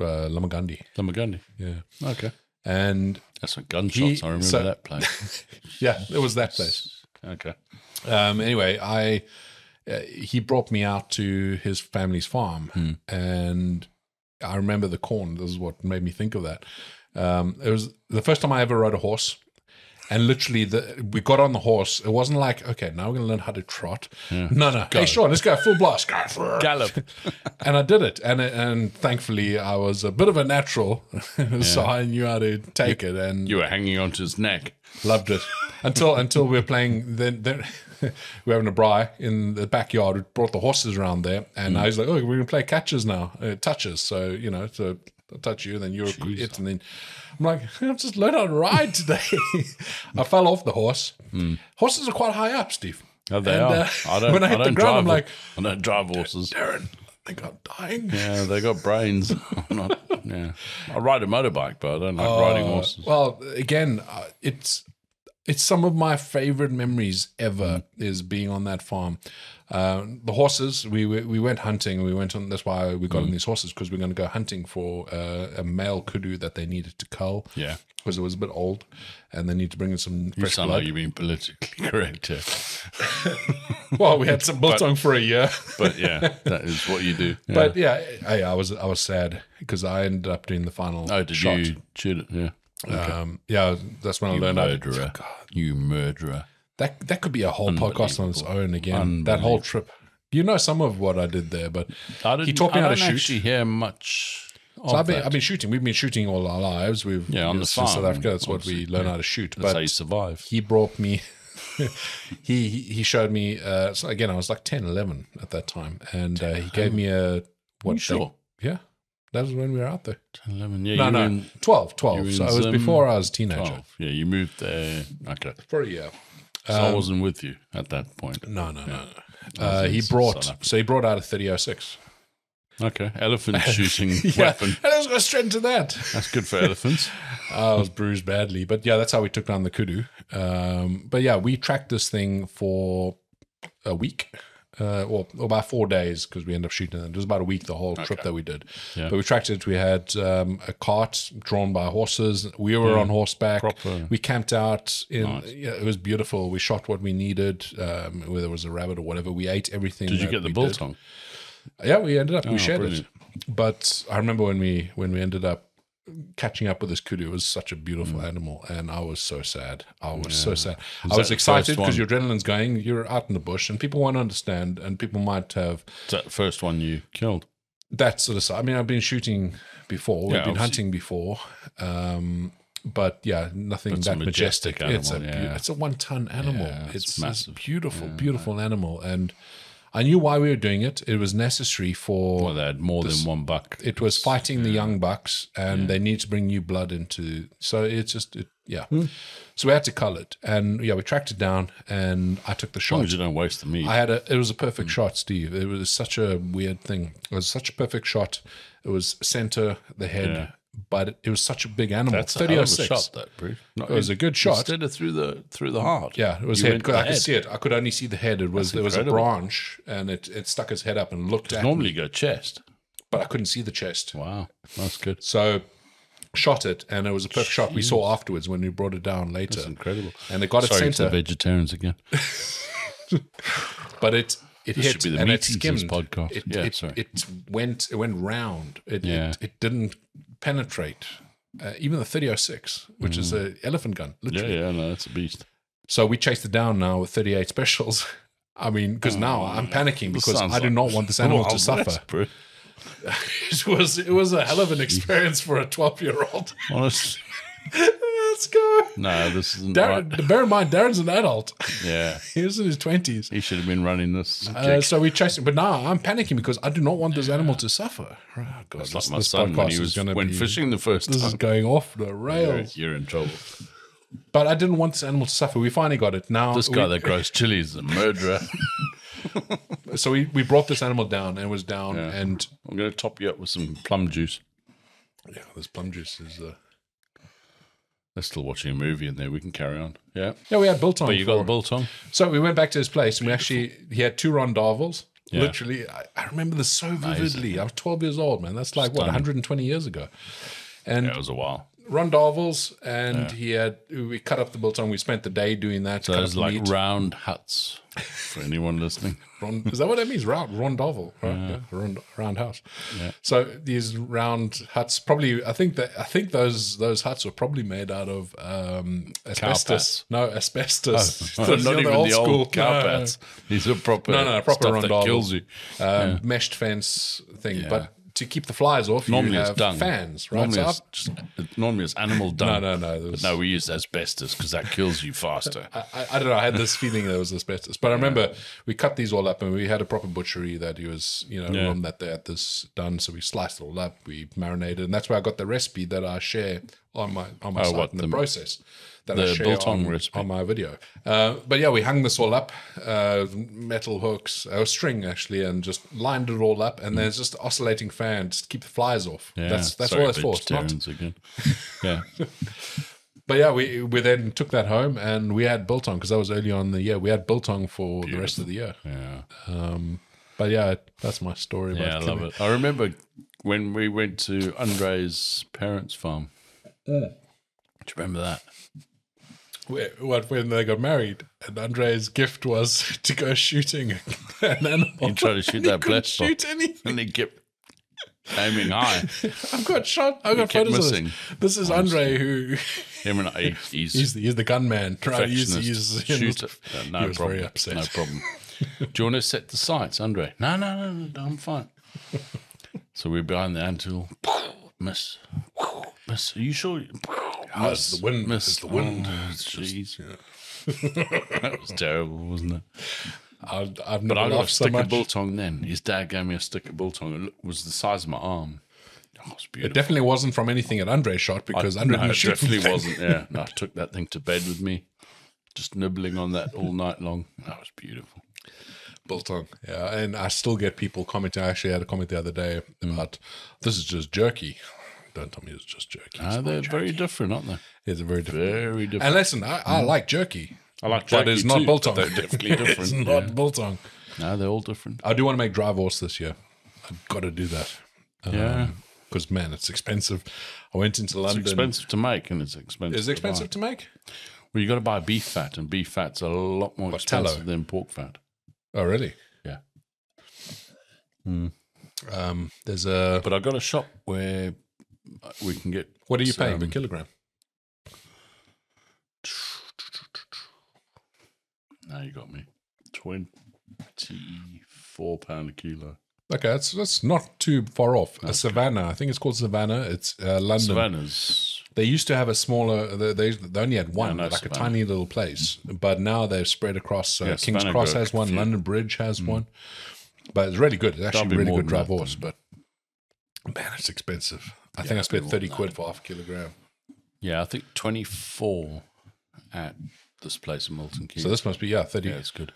Speaker 1: uh, Lamagandi.
Speaker 2: Lamagandi.
Speaker 1: Yeah.
Speaker 2: Okay,
Speaker 1: And
Speaker 2: that's what gunshots.
Speaker 1: He-
Speaker 2: I remember
Speaker 1: so-
Speaker 2: that place.
Speaker 1: yeah, it was that place.
Speaker 2: okay,
Speaker 1: Um, anyway, I uh, he brought me out to his family's farm, and I remember the corn. This is what made me think of that. Um, it was the first time I ever rode a horse, and literally, the, we got on the horse. It wasn't like, okay, now we're going to learn how to trot. No, no, hey Sean, let's go full blast. Go for it.
Speaker 2: gallop.
Speaker 1: and I did it, and and thankfully, I was a bit of a natural, so I knew how to take it. And
Speaker 2: you were hanging onto his neck.
Speaker 1: Loved it until until we were playing. Then, then we were having a braai in the backyard. We brought the horses around there, and I was like, "Oh, we're gonna play catches now, uh, touches." So you know, so I'll touch you, and then you're it, and then I'm like, "I've just learned how to ride today." I fell off the horse. Horses are quite high up, Steve.
Speaker 2: Hmm. Oh, they
Speaker 1: And,
Speaker 2: are.
Speaker 1: uh,
Speaker 2: I don't.
Speaker 1: when I
Speaker 2: I
Speaker 1: hit the
Speaker 2: don't
Speaker 1: ground, I'm
Speaker 2: drive.
Speaker 1: like,
Speaker 2: I don't drive horses.
Speaker 1: "Darren, I think I'm dying."
Speaker 2: Yeah, they got brains. I'm not, yeah, I ride a motorbike, but I don't like riding horses.
Speaker 1: Well, again, uh, it's it's some of my favorite memories ever
Speaker 2: Mm.
Speaker 1: is being on that farm. Um, the horses, we, we we went hunting. We went on. That's why we got
Speaker 2: Mm.
Speaker 1: on these horses because we're going to go hunting for uh, a male kudu that they needed to cull.
Speaker 2: Yeah.
Speaker 1: because it was a bit old, and they need to bring in some
Speaker 2: You
Speaker 1: fresh
Speaker 2: sound
Speaker 1: blood.
Speaker 2: like you're being politically correct here,
Speaker 1: well, we had some biltong for a year.
Speaker 2: but yeah, that is what you do. Yeah.
Speaker 1: But yeah, I, I was I was sad because I ended up doing the final.
Speaker 2: oh, did
Speaker 1: shot.
Speaker 2: you shoot it? Yeah,
Speaker 1: Um, yeah, that's when I learned how to
Speaker 2: murderer, you murderer.
Speaker 1: That that could be a whole podcast on its own again. That whole trip. You know some of what I did there, but
Speaker 2: I didn't,
Speaker 1: he taught me
Speaker 2: I
Speaker 1: how to
Speaker 2: don't
Speaker 1: shoot.
Speaker 2: actually hear much. Of
Speaker 1: so I've been,
Speaker 2: that.
Speaker 1: I've been shooting. We've been shooting all our lives. We've
Speaker 2: Yeah, on the
Speaker 1: it's
Speaker 2: farm,
Speaker 1: South Africa. That's what we
Speaker 2: obviously,
Speaker 1: learn how to shoot.
Speaker 2: That's how you
Speaker 1: But
Speaker 2: survive.
Speaker 1: he brought me. he he showed me. Uh, so again, I was like 10, 11 at that time, and uh, he gave me a what?
Speaker 2: sure?
Speaker 1: Yeah, that was when we were out there.
Speaker 2: 11, yeah,
Speaker 1: No,
Speaker 2: you
Speaker 1: no,
Speaker 2: were in
Speaker 1: 12,
Speaker 2: were
Speaker 1: 12. So
Speaker 2: in
Speaker 1: it was
Speaker 2: Zim-
Speaker 1: before I was a teenager.
Speaker 2: 12. Yeah, you moved there. Okay.
Speaker 1: For a year.
Speaker 2: So I wasn't with you at that point.
Speaker 1: No, no, no. no.
Speaker 2: I
Speaker 1: Uh,
Speaker 2: was in
Speaker 1: he
Speaker 2: South
Speaker 1: brought
Speaker 2: Africa.
Speaker 1: so he brought out a thirty oh six.
Speaker 2: Okay. Elephant shooting
Speaker 1: Yeah,
Speaker 2: weapon.
Speaker 1: and I was going straight into that.
Speaker 2: That's good for elephants.
Speaker 1: I was bruised badly, but yeah, that's how we took down the kudu. Um, but yeah, we tracked this thing for a week, uh, or, or about four days because we ended up shooting it. It was about a week the whole trip that we did.
Speaker 2: Yeah.
Speaker 1: But we tracked it. We had um, a cart drawn by horses. We were on horseback.
Speaker 2: Mm. proper.
Speaker 1: We camped out. In yeah, it was beautiful. We shot what we needed, um, whether it was a rabbit or whatever. We ate everything.
Speaker 2: Did you
Speaker 1: that
Speaker 2: get the
Speaker 1: we
Speaker 2: bull
Speaker 1: did.
Speaker 2: tongue?
Speaker 1: Yeah, we ended up we shared
Speaker 2: Oh, brilliant.
Speaker 1: it. But I remember when we when we ended up catching up with this kudu, it was such a beautiful
Speaker 2: Mm.
Speaker 1: animal, and I was so sad. I was so sad. I was
Speaker 2: the
Speaker 1: excited
Speaker 2: first one?
Speaker 1: because your adrenaline's going. You're out in the bush, and people won't understand, and people might have
Speaker 2: Is that the first one you killed?
Speaker 1: that sort of stuff. I mean, I've been shooting before.
Speaker 2: Yeah,
Speaker 1: We've been
Speaker 2: obviously.
Speaker 1: hunting before. Um, but yeah, nothing
Speaker 2: That's a
Speaker 1: that majestic.
Speaker 2: majestic
Speaker 1: it's a
Speaker 2: animal,
Speaker 1: beau-
Speaker 2: yeah.
Speaker 1: it's a one ton animal.
Speaker 2: Yeah, it's
Speaker 1: it's, it's
Speaker 2: massive.
Speaker 1: beautiful, beautiful animal. And I knew why we were doing it. It was necessary for
Speaker 2: Well, they had more than one buck.
Speaker 1: it was fighting the young bucks and they need to bring new blood into so it's just it, yeah
Speaker 2: Hmm.
Speaker 1: so we had to cull it and yeah we tracked it down and i took the
Speaker 2: as long
Speaker 1: shot
Speaker 2: as you Hmm. don't waste the meat.
Speaker 1: i had a it was a perfect shot steve it was such a weird thing it was such a perfect shot it was center the head
Speaker 2: Yeah.
Speaker 1: but it, was such a big animal
Speaker 2: That's a
Speaker 1: 30
Speaker 2: hell
Speaker 1: or
Speaker 2: of a
Speaker 1: 6.
Speaker 2: shot, that, Bruce. Not-
Speaker 1: it was a good shot
Speaker 2: Instead of through the through the heart.
Speaker 1: yeah, it was
Speaker 2: You
Speaker 1: head.
Speaker 2: went
Speaker 1: 'cause
Speaker 2: for
Speaker 1: I
Speaker 2: the
Speaker 1: could
Speaker 2: head.
Speaker 1: see it. I could only see the head. It was there was a
Speaker 2: incredible.
Speaker 1: branch, and it, it stuck his head up and looked at, me,
Speaker 2: Normally you go chest.
Speaker 1: but I couldn't see the chest.
Speaker 2: Wow, that's good.
Speaker 1: So shot it, and it was a perfect shot. We saw afterwards when we brought it down later.
Speaker 2: That's incredible.
Speaker 1: And it got it
Speaker 2: Sorry to the
Speaker 1: center,
Speaker 2: vegetarians again.
Speaker 1: but it it
Speaker 2: This
Speaker 1: hit
Speaker 2: should be the
Speaker 1: and
Speaker 2: meat
Speaker 1: it
Speaker 2: eaters
Speaker 1: skimmed.
Speaker 2: podcast.
Speaker 1: It,
Speaker 2: Yeah,
Speaker 1: it,
Speaker 2: sorry.
Speaker 1: it went it went round. It,
Speaker 2: Yeah.
Speaker 1: it it didn't penetrate. uh, even the 3006, which is
Speaker 2: Mm.
Speaker 1: an elephant gun,
Speaker 2: Yeah,
Speaker 1: literally.
Speaker 2: yeah, no, that's a beast.
Speaker 1: So we chased it down now with 38 specials. I mean, because now I'm panicking
Speaker 2: This
Speaker 1: because I
Speaker 2: Oh, sounds
Speaker 1: do
Speaker 2: like-
Speaker 1: not want this animal
Speaker 2: Wow,
Speaker 1: to suffer.
Speaker 2: that's bru-
Speaker 1: It was it was a hell of an experience for a 12 year old.
Speaker 2: Honestly,
Speaker 1: Let's go.
Speaker 2: no, this isn't
Speaker 1: Darren,
Speaker 2: right.
Speaker 1: Bear in mind, Darren's an adult.
Speaker 2: Yeah,
Speaker 1: he was in his 20s.
Speaker 2: he should have been running this.
Speaker 1: Uh,
Speaker 2: gig.
Speaker 1: so we chased it. But now I'm panicking because I do not want this animal to suffer. Oh, God,
Speaker 2: It's
Speaker 1: this,
Speaker 2: like my
Speaker 1: this
Speaker 2: son when
Speaker 1: podcast
Speaker 2: he
Speaker 1: is
Speaker 2: was
Speaker 1: gonna
Speaker 2: went
Speaker 1: be-
Speaker 2: fishing the first
Speaker 1: This is
Speaker 2: time.
Speaker 1: going off the
Speaker 2: You're,
Speaker 1: rails.
Speaker 2: you're in trouble.
Speaker 1: But I didn't want this animal to suffer. We finally got it. Now
Speaker 2: This
Speaker 1: we-
Speaker 2: guy that grows chilies is a murderer.
Speaker 1: so we, we brought this animal down and it was down
Speaker 2: Yeah.
Speaker 1: and
Speaker 2: I'm going to top you up with some plum juice.
Speaker 1: yeah, this plum juice is uh,
Speaker 2: They're still watching a movie in there. We can carry on. Yeah.
Speaker 1: yeah, we had built on.
Speaker 2: But you got the bull tongue?
Speaker 1: So we went back to his place and we actually he had two rondavels.
Speaker 2: Yeah.
Speaker 1: Literally, I, I remember this so vividly. I was 12 years old, man. That's like what
Speaker 2: Stunning.
Speaker 1: 120 years ago. And
Speaker 2: Yeah, it was a while.
Speaker 1: rondavels, and he had we cut up the biltong. We spent the day doing that.
Speaker 2: So
Speaker 1: cut
Speaker 2: those
Speaker 1: up the
Speaker 2: like
Speaker 1: meat.
Speaker 2: round huts for anyone listening.
Speaker 1: Ron- is that what that means? Round rondavel, right? Yeah. Rond, round house. So these round huts, probably I think that I think those those huts were probably made out of um, asbestos.
Speaker 2: pads.
Speaker 1: No asbestos.
Speaker 2: They're
Speaker 1: Those
Speaker 2: not
Speaker 1: other
Speaker 2: even the old
Speaker 1: school-
Speaker 2: cow
Speaker 1: No.
Speaker 2: pads. These are proper,
Speaker 1: No, no, proper
Speaker 2: stuff that
Speaker 1: rondavels.
Speaker 2: kills you.
Speaker 1: um, meshed fence thing, but to keep the flies off,
Speaker 2: Normally
Speaker 1: you
Speaker 2: it's
Speaker 1: have
Speaker 2: dung.
Speaker 1: fans, right?
Speaker 2: Normally,
Speaker 1: so
Speaker 2: it's, just, normally it's animal
Speaker 1: I,
Speaker 2: dung.
Speaker 1: no, no, no. There
Speaker 2: But
Speaker 1: was,
Speaker 2: no, we use asbestos because that kills you faster.
Speaker 1: I, I- I don't know. I had this feeling there was asbestos, but I remember we cut these all up and we had a proper butchery that he was, you know,
Speaker 2: Yeah.
Speaker 1: room that they had this done. So we sliced it all up, we marinated, and that's where I got the recipe that I share on my on my site
Speaker 2: Oh, what,
Speaker 1: in the,
Speaker 2: the-
Speaker 1: process. That
Speaker 2: the biltong
Speaker 1: on,
Speaker 2: recipe.
Speaker 1: on my video. Uh, but yeah, we hung this all up, uh, metal hooks, uh, string actually, and just lined it all up. And there's just oscillating fans to keep the flies off.
Speaker 2: Hmm. Yeah,
Speaker 1: that's that's
Speaker 2: sorry,
Speaker 1: all it's for. It's not-
Speaker 2: vegetarians again. Yeah,
Speaker 1: but yeah, we we then took that home and we had biltong because that was early on in the year. We had biltong for the rest of the year.
Speaker 2: yeah,
Speaker 1: But yeah, that's my story. About
Speaker 2: yeah. I love
Speaker 1: Kimmy.
Speaker 2: it. I remember when we went to Andre's parents' farm. Do you remember that?
Speaker 1: Wh- What when they got married and Andre's gift was to go shooting an animal.
Speaker 2: He tried to shoot
Speaker 1: He
Speaker 2: that
Speaker 1: couldn't
Speaker 2: black dog,
Speaker 1: shoot anything.
Speaker 2: and he kept aiming high.
Speaker 1: I've got shot. I've got
Speaker 2: kept
Speaker 1: photos of
Speaker 2: missing,
Speaker 1: this. This is Andre who
Speaker 2: Him and I, he's,
Speaker 1: he's the, he's the gunman. Right? He's, he's,
Speaker 2: perfectionist, shooter. Uh, no
Speaker 1: he was
Speaker 2: problem.
Speaker 1: very upset.
Speaker 2: No problem. Do you want to set the sights, Andre? No, no, no, no, no I'm fine. so we're behind the until miss, miss. Are you sure?
Speaker 1: Ah, it's the wind.
Speaker 2: Miss.
Speaker 1: It's the wind.
Speaker 2: Oh, Jeez, that was terrible, wasn't it?
Speaker 1: I've, I've
Speaker 2: But
Speaker 1: never
Speaker 2: I got a
Speaker 1: laughed so
Speaker 2: stick of
Speaker 1: much.
Speaker 2: biltong then. His dad gave me a stick of biltong. It was the size of my arm. Oh, it's beautiful.
Speaker 1: It definitely wasn't from anything that Andre shot because Andre
Speaker 2: no,
Speaker 1: didn't
Speaker 2: it
Speaker 1: shoot from
Speaker 2: definitely
Speaker 1: that.
Speaker 2: wasn't. Yeah, no, I took that thing to bed with me, just nibbling on that all night long. That was beautiful.
Speaker 1: biltong. Yeah, and I still get people commenting. I actually had a comment the other day about this is just jerky. Don't tell me it's just jerky.
Speaker 2: Ah, they're very different, aren't they?
Speaker 1: It's a very different.
Speaker 2: Very different.
Speaker 1: And listen, I, I like jerky.
Speaker 2: Mm. I like
Speaker 1: But
Speaker 2: jerky
Speaker 1: it's not
Speaker 2: too, but
Speaker 1: biltong.
Speaker 2: They're definitely
Speaker 1: It's
Speaker 2: different.
Speaker 1: not
Speaker 2: yeah.
Speaker 1: biltong.
Speaker 2: No, they're all different.
Speaker 1: I do want to make dry horse this year. I've got to do that
Speaker 2: yeah,
Speaker 1: because man, it's expensive. I went into London.
Speaker 2: it's expensive to make and it's expensive.
Speaker 1: Is it expensive to make?
Speaker 2: To buy. Well, you got to buy beef fat, and beef fat's a lot more
Speaker 1: What, tallow?
Speaker 2: expensive than pork fat.
Speaker 1: Oh, really?
Speaker 2: Yeah,
Speaker 1: Um, there's a.
Speaker 2: but I got a shop where we can get.
Speaker 1: What are you
Speaker 2: some-
Speaker 1: paying per kilogram?
Speaker 2: Now you got me. Twenty-four pound a kilo.
Speaker 1: Okay, that's that's not too far off. A Savannah, I think it's called Savannah. It's uh, London.
Speaker 2: Savannah's
Speaker 1: They used to have a smaller. They they, they only had one,
Speaker 2: no,
Speaker 1: like a
Speaker 2: Savannah.
Speaker 1: tiny little place. But now they're spread across. Uh,
Speaker 2: Yeah,
Speaker 1: Kings
Speaker 2: Savannah
Speaker 1: Cross
Speaker 2: got a
Speaker 1: has one.
Speaker 2: few.
Speaker 1: London Bridge has one. But it's really good. It's actually
Speaker 2: be
Speaker 1: really
Speaker 2: more
Speaker 1: good
Speaker 2: than
Speaker 1: drive
Speaker 2: that,
Speaker 1: horse. But man, it's expensive. I think I spent thirty quid for half a kilogram.
Speaker 2: Yeah, I think 24 at this place in Milton Keynes.
Speaker 1: So this must be yeah thirty.
Speaker 2: yeah,
Speaker 1: Yeah,
Speaker 2: it's good.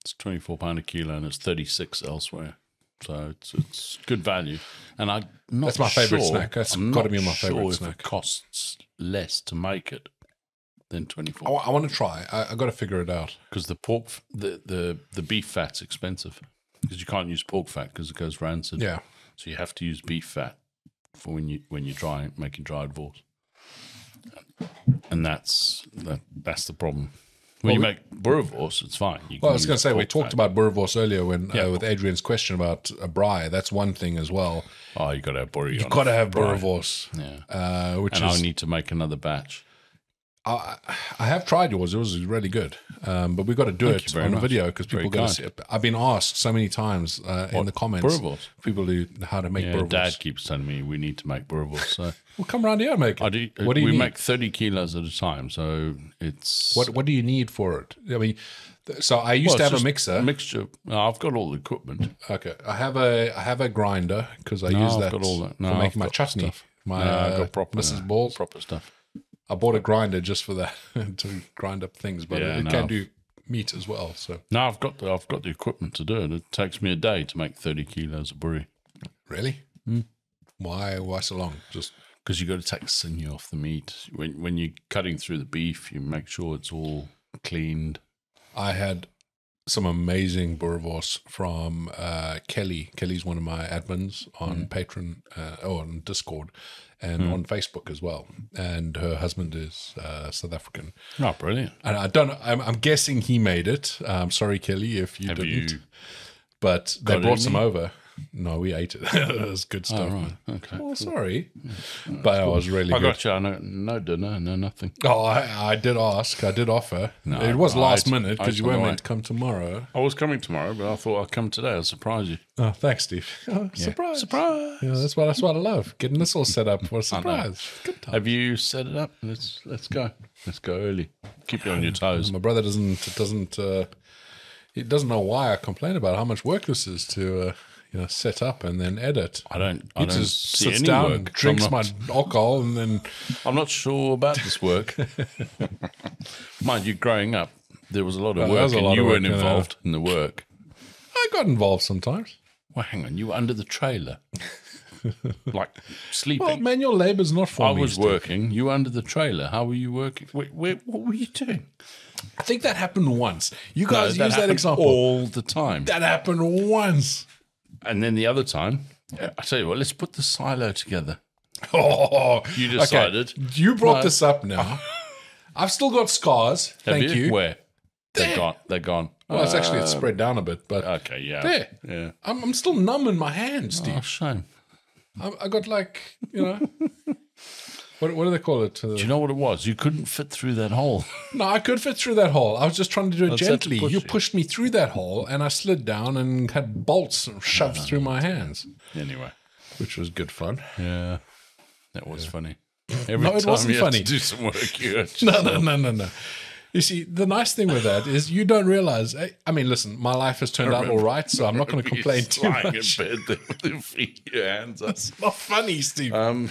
Speaker 2: It's 24 pound a kilo and it's 36 elsewhere. So it's it's good value. And I not
Speaker 1: That's my favourite
Speaker 2: sure-
Speaker 1: snack. That's
Speaker 2: I'm
Speaker 1: gotta
Speaker 2: not
Speaker 1: be my
Speaker 2: sure
Speaker 1: favourite
Speaker 2: if
Speaker 1: snack.
Speaker 2: It costs less to make it than
Speaker 1: I,
Speaker 2: 24
Speaker 1: wa- I want to try. I, I got to figure it out.
Speaker 2: because the pork f- the, the the beef fat's expensive because you can't use pork fat because it goes rancid.
Speaker 1: Yeah,
Speaker 2: So you have to use beef fat for when you when you're drying making dried vorts. And that's that, that's the problem. When you make bourvors, it's fine. You
Speaker 1: Well, I
Speaker 2: can
Speaker 1: was
Speaker 2: use
Speaker 1: going to say we
Speaker 2: pork
Speaker 1: talked
Speaker 2: fat.
Speaker 1: about bourvors earlier when
Speaker 2: Yeah.
Speaker 1: uh, with Adrian's question about a braai. That's one thing as well.
Speaker 2: Oh, you got to have bourvors.
Speaker 1: You've got to have bourvors,
Speaker 2: Yeah,
Speaker 1: uh, which
Speaker 2: and
Speaker 1: is
Speaker 2: I'll need to make another batch.
Speaker 1: I, I have tried yours. It was really good, um, but we've got to do
Speaker 2: Thank you
Speaker 1: it
Speaker 2: very
Speaker 1: on
Speaker 2: much.
Speaker 1: video because people
Speaker 2: Very
Speaker 1: got to
Speaker 2: kind.
Speaker 1: see it. I've been asked so many times uh, in
Speaker 2: What?
Speaker 1: the comments,
Speaker 2: Bourvors?
Speaker 1: people do how to make
Speaker 2: Yeah,
Speaker 1: bourvors.
Speaker 2: Dad keeps telling me we need to make bourvors. So
Speaker 1: Well, come round here, and make it.
Speaker 2: I Oh, do.
Speaker 1: what do you
Speaker 2: we
Speaker 1: need?
Speaker 2: make thirty kilos at a time, so it's
Speaker 1: What What do you need for it? I mean, th- so I used
Speaker 2: Well,
Speaker 1: to
Speaker 2: it's
Speaker 1: have a
Speaker 2: just
Speaker 1: mixer.
Speaker 2: Mixture. No, I've got all the equipment.
Speaker 1: okay, I have a I have a grinder because I
Speaker 2: No,
Speaker 1: use
Speaker 2: I've
Speaker 1: that,
Speaker 2: got all that. No,
Speaker 1: for
Speaker 2: I've
Speaker 1: making my
Speaker 2: got
Speaker 1: chutney.
Speaker 2: stuff.
Speaker 1: My
Speaker 2: No,
Speaker 1: uh,
Speaker 2: I've got proper
Speaker 1: Mrs. Balls.
Speaker 2: proper stuff.
Speaker 1: I bought a grinder just for that to grind up things, but
Speaker 2: Yeah,
Speaker 1: it, it
Speaker 2: no.
Speaker 1: can do meat as well. So
Speaker 2: No, I've got the I've got the equipment to do it. It takes me a day to make thirty kilos of brie
Speaker 1: really,
Speaker 2: Hmm.
Speaker 1: why why so long? Just
Speaker 2: because you got to take sinew off the meat when when you're cutting through the beef. You make sure it's all cleaned.
Speaker 1: I had some amazing bourvors from uh, Kelly. Kelly's one of my admins on
Speaker 2: Mm-hmm.
Speaker 1: Patreon uh, or on Discord and on Facebook as well. And her husband is uh, South African.
Speaker 2: Oh, brilliant!
Speaker 1: And I don't. I'm, I'm guessing he made it. I'm sorry, Kelly, if you
Speaker 2: Have
Speaker 1: didn't.
Speaker 2: you-
Speaker 1: but they
Speaker 2: got
Speaker 1: brought
Speaker 2: any?
Speaker 1: some over. No, we ate it. it was good
Speaker 2: All
Speaker 1: stuff.
Speaker 2: right, okay.
Speaker 1: Oh, sorry, but I was really
Speaker 2: I
Speaker 1: good.
Speaker 2: got you. I know, no dinner, no nothing.
Speaker 1: Oh, I, I did ask. I did offer.
Speaker 2: No,
Speaker 1: it was
Speaker 2: I-
Speaker 1: last
Speaker 2: I-
Speaker 1: minute
Speaker 2: I
Speaker 1: because you
Speaker 2: thought
Speaker 1: weren't
Speaker 2: I-
Speaker 1: meant to come tomorrow.
Speaker 2: I was coming tomorrow, but I thought I'd come today. I'll surprise you.
Speaker 1: Oh, thanks, Steve. Oh, Surprise!
Speaker 2: Surprise!
Speaker 1: Yeah, that's what that's what I love. Getting this all set up. What a surprise! Good time.
Speaker 2: Have you set it up? Let's let's go. Let's go early. Keep you on your toes.
Speaker 1: My brother doesn't doesn't uh, he doesn't know why I complain about how much work this is to uh, you know set up and then edit.
Speaker 2: I don't. I
Speaker 1: He
Speaker 2: don't
Speaker 1: just
Speaker 2: see
Speaker 1: sits
Speaker 2: any
Speaker 1: down,
Speaker 2: work.
Speaker 1: and drinks
Speaker 2: I'm
Speaker 1: my
Speaker 2: not,
Speaker 1: alcohol, and then
Speaker 2: I'm not sure about this work. Mind you, growing up, there was a lot
Speaker 1: Well,
Speaker 2: of
Speaker 1: there
Speaker 2: work,
Speaker 1: was a
Speaker 2: and
Speaker 1: lot
Speaker 2: you
Speaker 1: of work,
Speaker 2: weren't
Speaker 1: and, uh,
Speaker 2: involved in the work.
Speaker 1: I got involved sometimes.
Speaker 2: Well, hang on. You were under the trailer, like sleeping.
Speaker 1: Well, manual labor's not for
Speaker 2: I
Speaker 1: me.
Speaker 2: was
Speaker 1: Steve.
Speaker 2: working. You were under the trailer. How were you working? Where, where, what were you doing?
Speaker 1: I think that happened once. You
Speaker 2: No,
Speaker 1: guys use that
Speaker 2: happened
Speaker 1: example.
Speaker 2: all the time.
Speaker 1: That happened once.
Speaker 2: And then the other time, I tell you what. Let's put the silo together.
Speaker 1: Oh,
Speaker 2: You
Speaker 1: okay.
Speaker 2: decided.
Speaker 1: You brought
Speaker 2: No.
Speaker 1: this up now. I've still got scars.
Speaker 2: Have
Speaker 1: Thank you.
Speaker 2: Where? They're gone. They're gone. Oh,
Speaker 1: Well, it's actually it's spread down a bit, but
Speaker 2: Okay, yeah.
Speaker 1: There.
Speaker 2: Yeah.
Speaker 1: I'm, I'm still numb in my hand, Steve.
Speaker 2: Oh, shame.
Speaker 1: I, I got like, you know, what, what do they call it? Uh,
Speaker 2: Do you know what it was? You couldn't fit through that hole.
Speaker 1: no, I could fit through that hole. I was just trying to do it
Speaker 2: Oh, had to
Speaker 1: gently.
Speaker 2: push
Speaker 1: you
Speaker 2: you.
Speaker 1: pushed me through that hole, and I slid down and had bolts shoved
Speaker 2: Ah.
Speaker 1: through my hands,
Speaker 2: anyway.
Speaker 1: which was good fun.
Speaker 2: Yeah. That was funny. Every
Speaker 1: it wasn't
Speaker 2: you had
Speaker 1: funny.
Speaker 2: to do some work, you had to-
Speaker 1: No, no, no, no, no. You see, the nice thing with that is you don't realize. eh, I, I mean, listen, my life has turned out all right, so I'm not going to
Speaker 2: You're
Speaker 1: complain too
Speaker 2: lying
Speaker 1: much.
Speaker 2: in bed there with your feet, your hands up.
Speaker 1: Not funny, Steve.
Speaker 2: Um,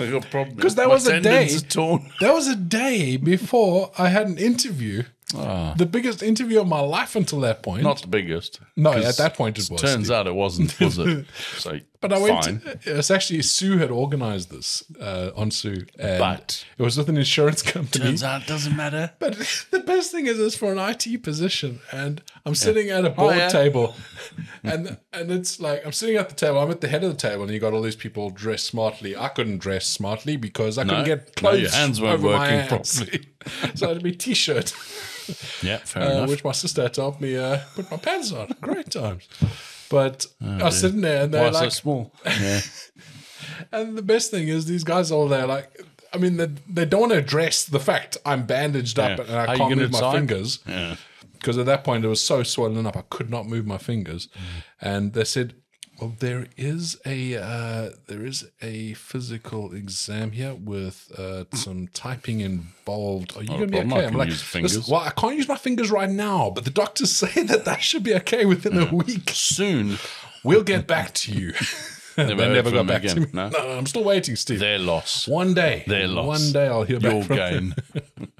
Speaker 2: I got problems.
Speaker 1: 'Cause that
Speaker 2: My
Speaker 1: was a day-
Speaker 2: tendons are torn.
Speaker 1: That was a day before I had an interview. The biggest interview of my life until that point.
Speaker 2: Ah. Not the biggest.
Speaker 1: no,
Speaker 2: 'cause
Speaker 1: at that point it was.
Speaker 2: Turns out it wasn't, was it? So,
Speaker 1: but I went.
Speaker 2: fine.
Speaker 1: To, uh, it's actually Sue had organised this uh, on Sue, and
Speaker 2: But-
Speaker 1: it was with an insurance company.
Speaker 2: Turns out it doesn't matter.
Speaker 1: But the best thing is, it's for an IT position, and I'm sitting at a board
Speaker 2: yeah.
Speaker 1: table, and and it's like I'm sitting at the table. I'm at the head of the table, and you got all these people dressed smartly. I couldn't dress smartly because I couldn't get
Speaker 2: No,
Speaker 1: clothes.
Speaker 2: your hands weren't
Speaker 1: over my
Speaker 2: working
Speaker 1: hands. so it'd be t-shirt,
Speaker 2: Yeah, fair
Speaker 1: uh,
Speaker 2: enough.
Speaker 1: which my sister had to help me uh, put my pants on. Great times. But I was sitting there, and
Speaker 2: Oh, Why
Speaker 1: they're
Speaker 2: so
Speaker 1: like,
Speaker 2: small? Yeah.
Speaker 1: and the best thing is, these guys all there like. I mean, they, they don't want to address the fact I'm bandaged up
Speaker 2: Yeah.
Speaker 1: and I
Speaker 2: How
Speaker 1: can't
Speaker 2: you gonna
Speaker 1: move my
Speaker 2: decide?
Speaker 1: fingers.
Speaker 2: yeah.
Speaker 1: because at that point it was so swollen up I could not move my fingers, and they said, "Well, there is a uh, there is a physical exam here with uh, some typing involved. Are you going to be
Speaker 2: problem. Oh, I
Speaker 1: okay?" I'm
Speaker 2: can
Speaker 1: like,
Speaker 2: use fingers.
Speaker 1: "Listen, "Well, I can't use my fingers right now, but the doctors say that I should be okay within a week.
Speaker 2: Soon
Speaker 1: We'll get back to you."
Speaker 2: Never
Speaker 1: they
Speaker 2: heard
Speaker 1: never
Speaker 2: from
Speaker 1: got back
Speaker 2: them
Speaker 1: to
Speaker 2: again,
Speaker 1: me. No?
Speaker 2: no?
Speaker 1: no, I'm still waiting, Steve.
Speaker 2: their loss,
Speaker 1: one day,
Speaker 2: Their loss.
Speaker 1: One day I'll hear
Speaker 2: your
Speaker 1: back from them.
Speaker 2: gain.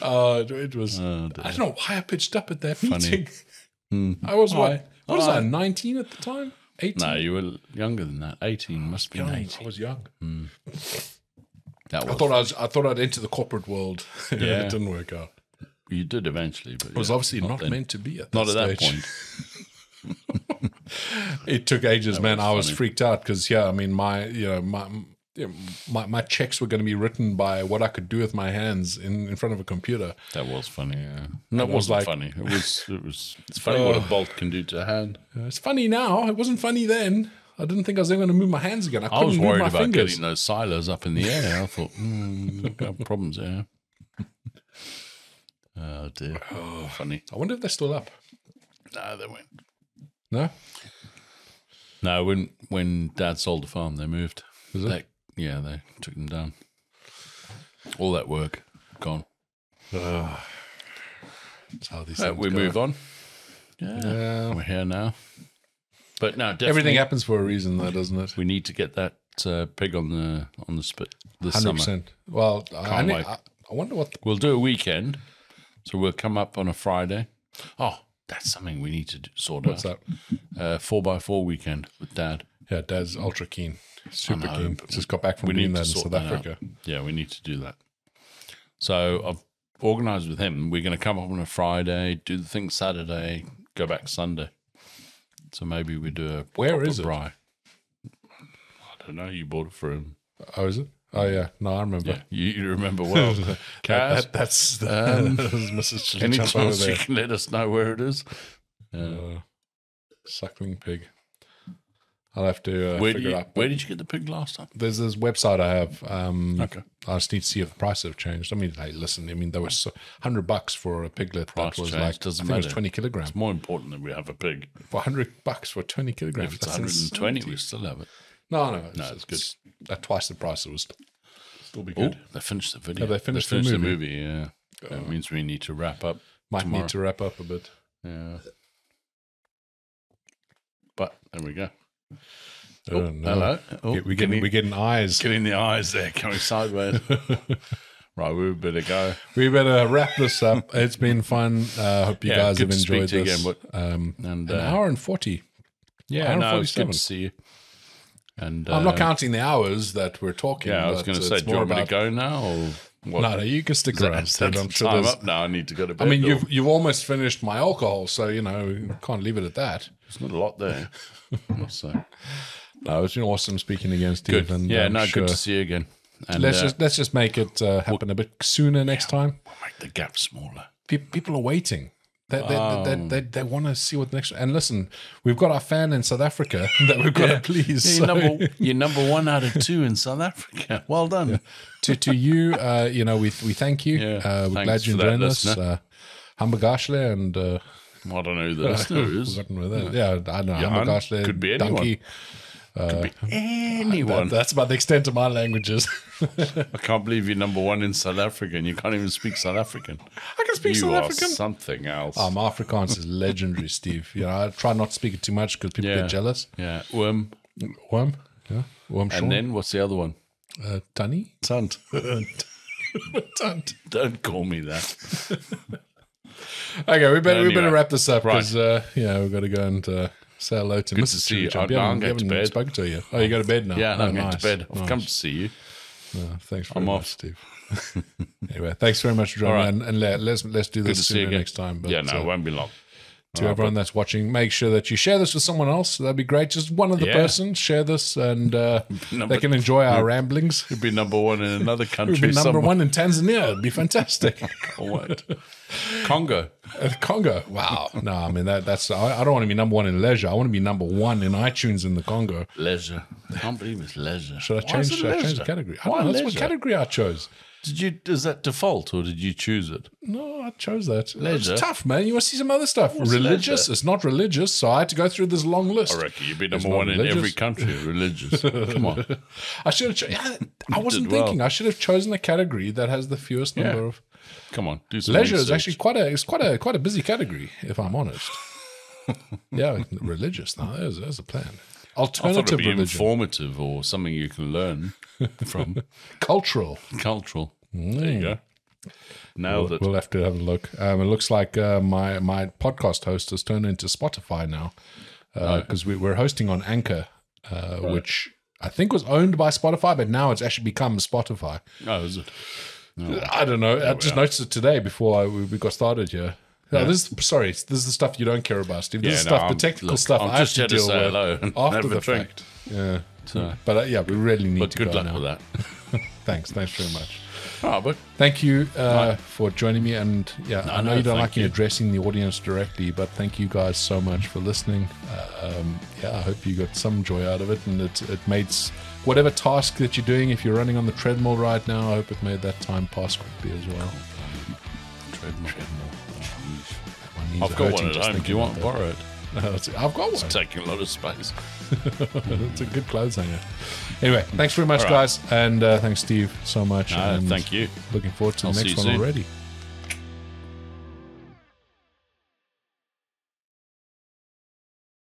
Speaker 1: Uh, it was.
Speaker 2: Oh,
Speaker 1: I don't know why I pitched up at that meeting.
Speaker 2: Hmm.
Speaker 1: I was what? What was I? Nineteen at the time? Eighteen?
Speaker 2: No, you were younger than that. Eighteen must be
Speaker 1: Young.
Speaker 2: eighteen.
Speaker 1: I was young. I
Speaker 2: That was
Speaker 1: thought I was. I thought I'd enter the corporate world.
Speaker 2: Hmm. Yeah.
Speaker 1: it didn't work out.
Speaker 2: you did eventually, but
Speaker 1: It was obviously not,
Speaker 2: then.
Speaker 1: meant to be at that
Speaker 2: not at that
Speaker 1: stage.
Speaker 2: point.
Speaker 1: It took ages, man. I was freaked out because yeah, I mean, my you know my you know, my, my checks were going to be written by what I could do with my hands in, in front of a computer.
Speaker 2: That was funny. Yeah. No, it wasn't
Speaker 1: like-
Speaker 2: funny. It was. It was. Oh. It's funny what a bolt can do to a hand.
Speaker 1: Uh, it's funny now. It wasn't funny then. I didn't think I was ever going to move my hands again. I couldn't
Speaker 2: I was
Speaker 1: move
Speaker 2: worried
Speaker 1: my
Speaker 2: about
Speaker 1: fingers.
Speaker 2: getting those silos up in the air. I thought, hmm, we've got problems here. Oh dear. Funny.
Speaker 1: I wonder if they're still up.
Speaker 2: No, they went.
Speaker 1: No?
Speaker 2: No, when when Dad sold the farm, they moved.
Speaker 1: Is it?
Speaker 2: They- yeah, they took them down. All that work gone.
Speaker 1: That's how these
Speaker 2: Uh,
Speaker 1: things
Speaker 2: we
Speaker 1: go.
Speaker 2: move on. Yeah.
Speaker 1: Yeah.
Speaker 2: We're here now. But no, definitely
Speaker 1: Everything happens for a reason, though, doesn't it?
Speaker 2: we need to get that uh, pig on the on the spit this
Speaker 1: Hundred
Speaker 2: summer.
Speaker 1: percent. Well, I, I,
Speaker 2: Can't
Speaker 1: ne-
Speaker 2: wait.
Speaker 1: I, I wonder what. The,
Speaker 2: We'll do a weekend. So we'll come up on a Friday. Oh, that's something we need to do, sort
Speaker 1: what's
Speaker 2: out.
Speaker 1: that?
Speaker 2: Uh, four by four weekend with Dad.
Speaker 1: Yeah, Dad's ultra keen, super
Speaker 2: know,
Speaker 1: keen.
Speaker 2: but
Speaker 1: Just got back from
Speaker 2: we
Speaker 1: doing
Speaker 2: need
Speaker 1: that
Speaker 2: to
Speaker 1: in
Speaker 2: sort
Speaker 1: South
Speaker 2: that
Speaker 1: Africa.
Speaker 2: out. Yeah, we need to do that. So I've organised with him. We're going to come up on a Friday, do the thing Saturday, go back Sunday. So maybe we do a
Speaker 1: Where
Speaker 2: proper
Speaker 1: is it?
Speaker 2: Braai. I don't know. You bought it for him.
Speaker 1: Oh, is it? Oh yeah, no, I remember.
Speaker 2: Yeah, you, you remember well.
Speaker 1: That-
Speaker 2: Kaz,
Speaker 1: that- that's the,
Speaker 2: um,
Speaker 1: that was Mrs.
Speaker 2: any
Speaker 1: Chilichapa over
Speaker 2: chance you
Speaker 1: there.
Speaker 2: can let us know where it is? Uh,
Speaker 1: Uh, suckling pig. I'll have to uh,
Speaker 2: where, do
Speaker 1: figure
Speaker 2: you,
Speaker 1: it out.
Speaker 2: where did you get the pig last time?
Speaker 1: There's this website I have. Um,
Speaker 2: Okay.
Speaker 1: I just need to see if the prices have changed. I mean, hey, listen. I mean, there was hundred bucks for a piglet.
Speaker 2: Price
Speaker 1: that was
Speaker 2: change
Speaker 1: like
Speaker 2: doesn't
Speaker 1: I think it was
Speaker 2: matter.
Speaker 1: twenty kilograms.
Speaker 2: It's more important that we have a pig.
Speaker 1: For hundred bucks for twenty kilograms.
Speaker 2: If it's
Speaker 1: That's
Speaker 2: 120,
Speaker 1: insanity.
Speaker 2: we still have it.
Speaker 1: No, no, it's,
Speaker 2: it's good.
Speaker 1: good. At twice the price, it was still be
Speaker 2: Oh,
Speaker 1: good.
Speaker 2: they finished the video.
Speaker 1: Have they finished the movie? Oh.
Speaker 2: yeah. That means we need to wrap up.
Speaker 1: Might
Speaker 2: tomorrow.
Speaker 1: need to wrap up a bit.
Speaker 2: Yeah. But there we go.
Speaker 1: I don't know.
Speaker 2: Hello. Oh,
Speaker 1: Get- we're getting we're getting eyes.
Speaker 2: getting the eyes there coming sideways. right, we better go.
Speaker 1: We better wrap this up. It's been fun. uh, hope you
Speaker 2: Yeah,
Speaker 1: guys
Speaker 2: good
Speaker 1: have
Speaker 2: to speak
Speaker 1: enjoyed
Speaker 2: to you
Speaker 1: this.
Speaker 2: again,
Speaker 1: um,
Speaker 2: And
Speaker 1: an
Speaker 2: uh,
Speaker 1: hour and forty.
Speaker 2: yeah, no, it's good
Speaker 1: 147.
Speaker 2: to see you. And
Speaker 1: I'm
Speaker 2: uh,
Speaker 1: not counting the hours that we're talking.
Speaker 2: Yeah, I was
Speaker 1: but
Speaker 2: going to
Speaker 1: it's
Speaker 2: say, do you
Speaker 1: more
Speaker 2: want me to
Speaker 1: about-
Speaker 2: go now or what?
Speaker 1: No, no, you can stick around.
Speaker 2: Is that
Speaker 1: I'm
Speaker 2: the
Speaker 1: sure
Speaker 2: time
Speaker 1: there's-
Speaker 2: up now. I need to go to
Speaker 1: I
Speaker 2: bed.
Speaker 1: mean,
Speaker 2: or-
Speaker 1: you've you've almost finished my alcohol, so you know can't leave it at that.
Speaker 2: there's not a lot there. so
Speaker 1: No, it's been awesome speaking again, Steve.
Speaker 2: good.
Speaker 1: And
Speaker 2: yeah,
Speaker 1: I'm
Speaker 2: no,
Speaker 1: sure-
Speaker 2: good to see you again. And
Speaker 1: Let's
Speaker 2: uh,
Speaker 1: just let's just make it uh, happen a bit sooner next time.
Speaker 2: we'll make the gap smaller.
Speaker 1: Pe- people are waiting. They they, they,
Speaker 2: Oh.
Speaker 1: they, they, want to see what the next. And listen, we've got our fan in South Africa that we've got to please.
Speaker 2: You're,
Speaker 1: so-
Speaker 2: number, you're number one out of two in South Africa. Well done.
Speaker 1: to to you, uh, you know, we we thank you.
Speaker 2: Yeah,
Speaker 1: uh, we're
Speaker 2: thanks
Speaker 1: glad you
Speaker 2: for that,
Speaker 1: joined us.
Speaker 2: listener.
Speaker 1: Uh, Hamburgashle and uh,
Speaker 2: I don't know who the listener is.
Speaker 1: forgotten with that. Yeah, I don't know.
Speaker 2: Johan?
Speaker 1: Hamburgashle
Speaker 2: Could be anyone.
Speaker 1: donkey.
Speaker 2: Anyone.
Speaker 1: That's about the extent of my languages.
Speaker 2: I can't believe you're number one in South Africa and you can't even speak South African.
Speaker 1: I can speak
Speaker 2: you
Speaker 1: South
Speaker 2: are
Speaker 1: African.
Speaker 2: something else.
Speaker 1: Um, Afrikaans is legendary, Steve. You know, I try not to speak it too much because people
Speaker 2: Yeah.
Speaker 1: get jealous.
Speaker 2: yeah. Worm.
Speaker 1: Worm, yeah, worm.
Speaker 2: And then what's the other one?
Speaker 1: uh, Tunny.
Speaker 2: Tunt.
Speaker 1: Tunt.
Speaker 2: Don't call me that.
Speaker 1: Okay, we better we
Speaker 2: Anyway.
Speaker 1: better wrap this up because uh, yeah, we've got to go and uh, say hello to Mrs.
Speaker 2: see you.
Speaker 1: Chirichop.
Speaker 2: Oh, no,
Speaker 1: You haven't, you
Speaker 2: I'm going to
Speaker 1: haven't
Speaker 2: bed.
Speaker 1: spoken to you. Oh, you go to bed now.
Speaker 2: Yeah, and
Speaker 1: oh,
Speaker 2: I'm going
Speaker 1: nice.
Speaker 2: to bed. I've come to see you.
Speaker 1: Oh, thanks very
Speaker 2: I'm
Speaker 1: much,
Speaker 2: off.
Speaker 1: Steve. anyway, thanks very much for joining.
Speaker 2: right.
Speaker 1: And, and let, let's let's do
Speaker 2: to
Speaker 1: this
Speaker 2: see you
Speaker 1: sooner
Speaker 2: again.
Speaker 1: next time. But
Speaker 2: yeah, no,
Speaker 1: uh,
Speaker 2: it won't be long.
Speaker 1: to everyone that's watching, make sure that you share this with someone else. That'd be great. Just one other
Speaker 2: Yeah.
Speaker 1: person share this, and uh,
Speaker 2: Number-
Speaker 1: they can enjoy our ramblings.
Speaker 2: It'd be number one in another
Speaker 1: We'd be
Speaker 2: country.
Speaker 1: number
Speaker 2: somewhere.
Speaker 1: one in Tanzania. It'd be fantastic.
Speaker 2: Congo.
Speaker 1: Uh, Congo. Wow. no, I mean that. That's. I, I don't want to be number one in leisure. I want to be number one in iTunes in the Congo.
Speaker 2: Leisure. I can't believe it's leisure.
Speaker 1: Should I change? Should I change the category? I don't
Speaker 2: Why
Speaker 1: know. That's
Speaker 2: leisure?
Speaker 1: what category I chose.
Speaker 2: Did you? Is that default or did you choose it?
Speaker 1: No, I chose that.
Speaker 2: Leisure.
Speaker 1: It's tough, man. You want to see some other stuff. religious.
Speaker 2: leisure?
Speaker 1: It's not religious, so I had to go through this long list.
Speaker 2: I reckon you'd be number
Speaker 1: not
Speaker 2: one in every
Speaker 1: religious.
Speaker 2: country. Religious. Come on.
Speaker 1: I should have. Cho- yeah, I wasn't
Speaker 2: well.
Speaker 1: thinking. I should have chosen a category that has the fewest number
Speaker 2: Yeah.
Speaker 1: of.
Speaker 2: Come on. Do some
Speaker 1: Leisure is
Speaker 2: research.
Speaker 1: actually quite a. It's quite a quite a busy category, if I'm honest. yeah, religious. Now there's there's a plan.
Speaker 2: I thought
Speaker 1: Alternative
Speaker 2: it'd be
Speaker 1: religion,
Speaker 2: informative or something you can learn from
Speaker 1: cultural.
Speaker 2: cultural. There you go. Nailed it.
Speaker 1: Mm. We'll have to have a look. Um, it looks like uh, my my podcast host has turned into Spotify now because we, we're hosting on Anchor, uh, which I think was owned by Spotify, but now it's actually become Spotify.
Speaker 2: oh, is it?
Speaker 1: I don't know. I just noticed it today before I, we, we got started here. No, this is, sorry, this is the stuff you don't care about, Steve. This
Speaker 2: Yeah,
Speaker 1: is
Speaker 2: no,
Speaker 1: stuff, the
Speaker 2: I'm-
Speaker 1: technical
Speaker 2: look,
Speaker 1: stuff
Speaker 2: I'm
Speaker 1: I have
Speaker 2: just
Speaker 1: to
Speaker 2: here to
Speaker 1: deal
Speaker 2: say
Speaker 1: with
Speaker 2: hello and
Speaker 1: after
Speaker 2: have a
Speaker 1: the
Speaker 2: drink.
Speaker 1: fact. Yeah.
Speaker 2: So,
Speaker 1: But uh, yeah, we really need
Speaker 2: but
Speaker 1: to
Speaker 2: good
Speaker 1: go
Speaker 2: luck
Speaker 1: now.
Speaker 2: with that.
Speaker 1: Thanks, thanks very much.
Speaker 2: Ah, but
Speaker 1: Thank you uh, for joining me, and yeah, I know
Speaker 2: no,
Speaker 1: you don't
Speaker 2: thank
Speaker 1: like me
Speaker 2: you.
Speaker 1: addressing the audience directly, but thank you guys so much for listening. Um, yeah, I hope you got some joy out of it, and it it made s- whatever task that you're doing. If you're running on the treadmill right now, I hope it made that time pass quickly as well.
Speaker 2: treadmill.
Speaker 1: My knees
Speaker 2: I've
Speaker 1: are
Speaker 2: got
Speaker 1: hurting
Speaker 2: one at
Speaker 1: just
Speaker 2: home. Do
Speaker 1: thinking
Speaker 2: you want to
Speaker 1: about
Speaker 2: borrow it?
Speaker 1: that. No, it's- I've got one.
Speaker 2: It's taking a lot of space.
Speaker 1: It's a good clothes hanger. Anyway, thanks very much,
Speaker 2: Hmm. All right.
Speaker 1: guys, and uh, thanks Steve so much.
Speaker 2: Ah,
Speaker 1: and
Speaker 2: thank you.
Speaker 1: Looking forward to the
Speaker 2: I'll see
Speaker 1: next
Speaker 2: you
Speaker 1: one
Speaker 2: soon.
Speaker 1: already.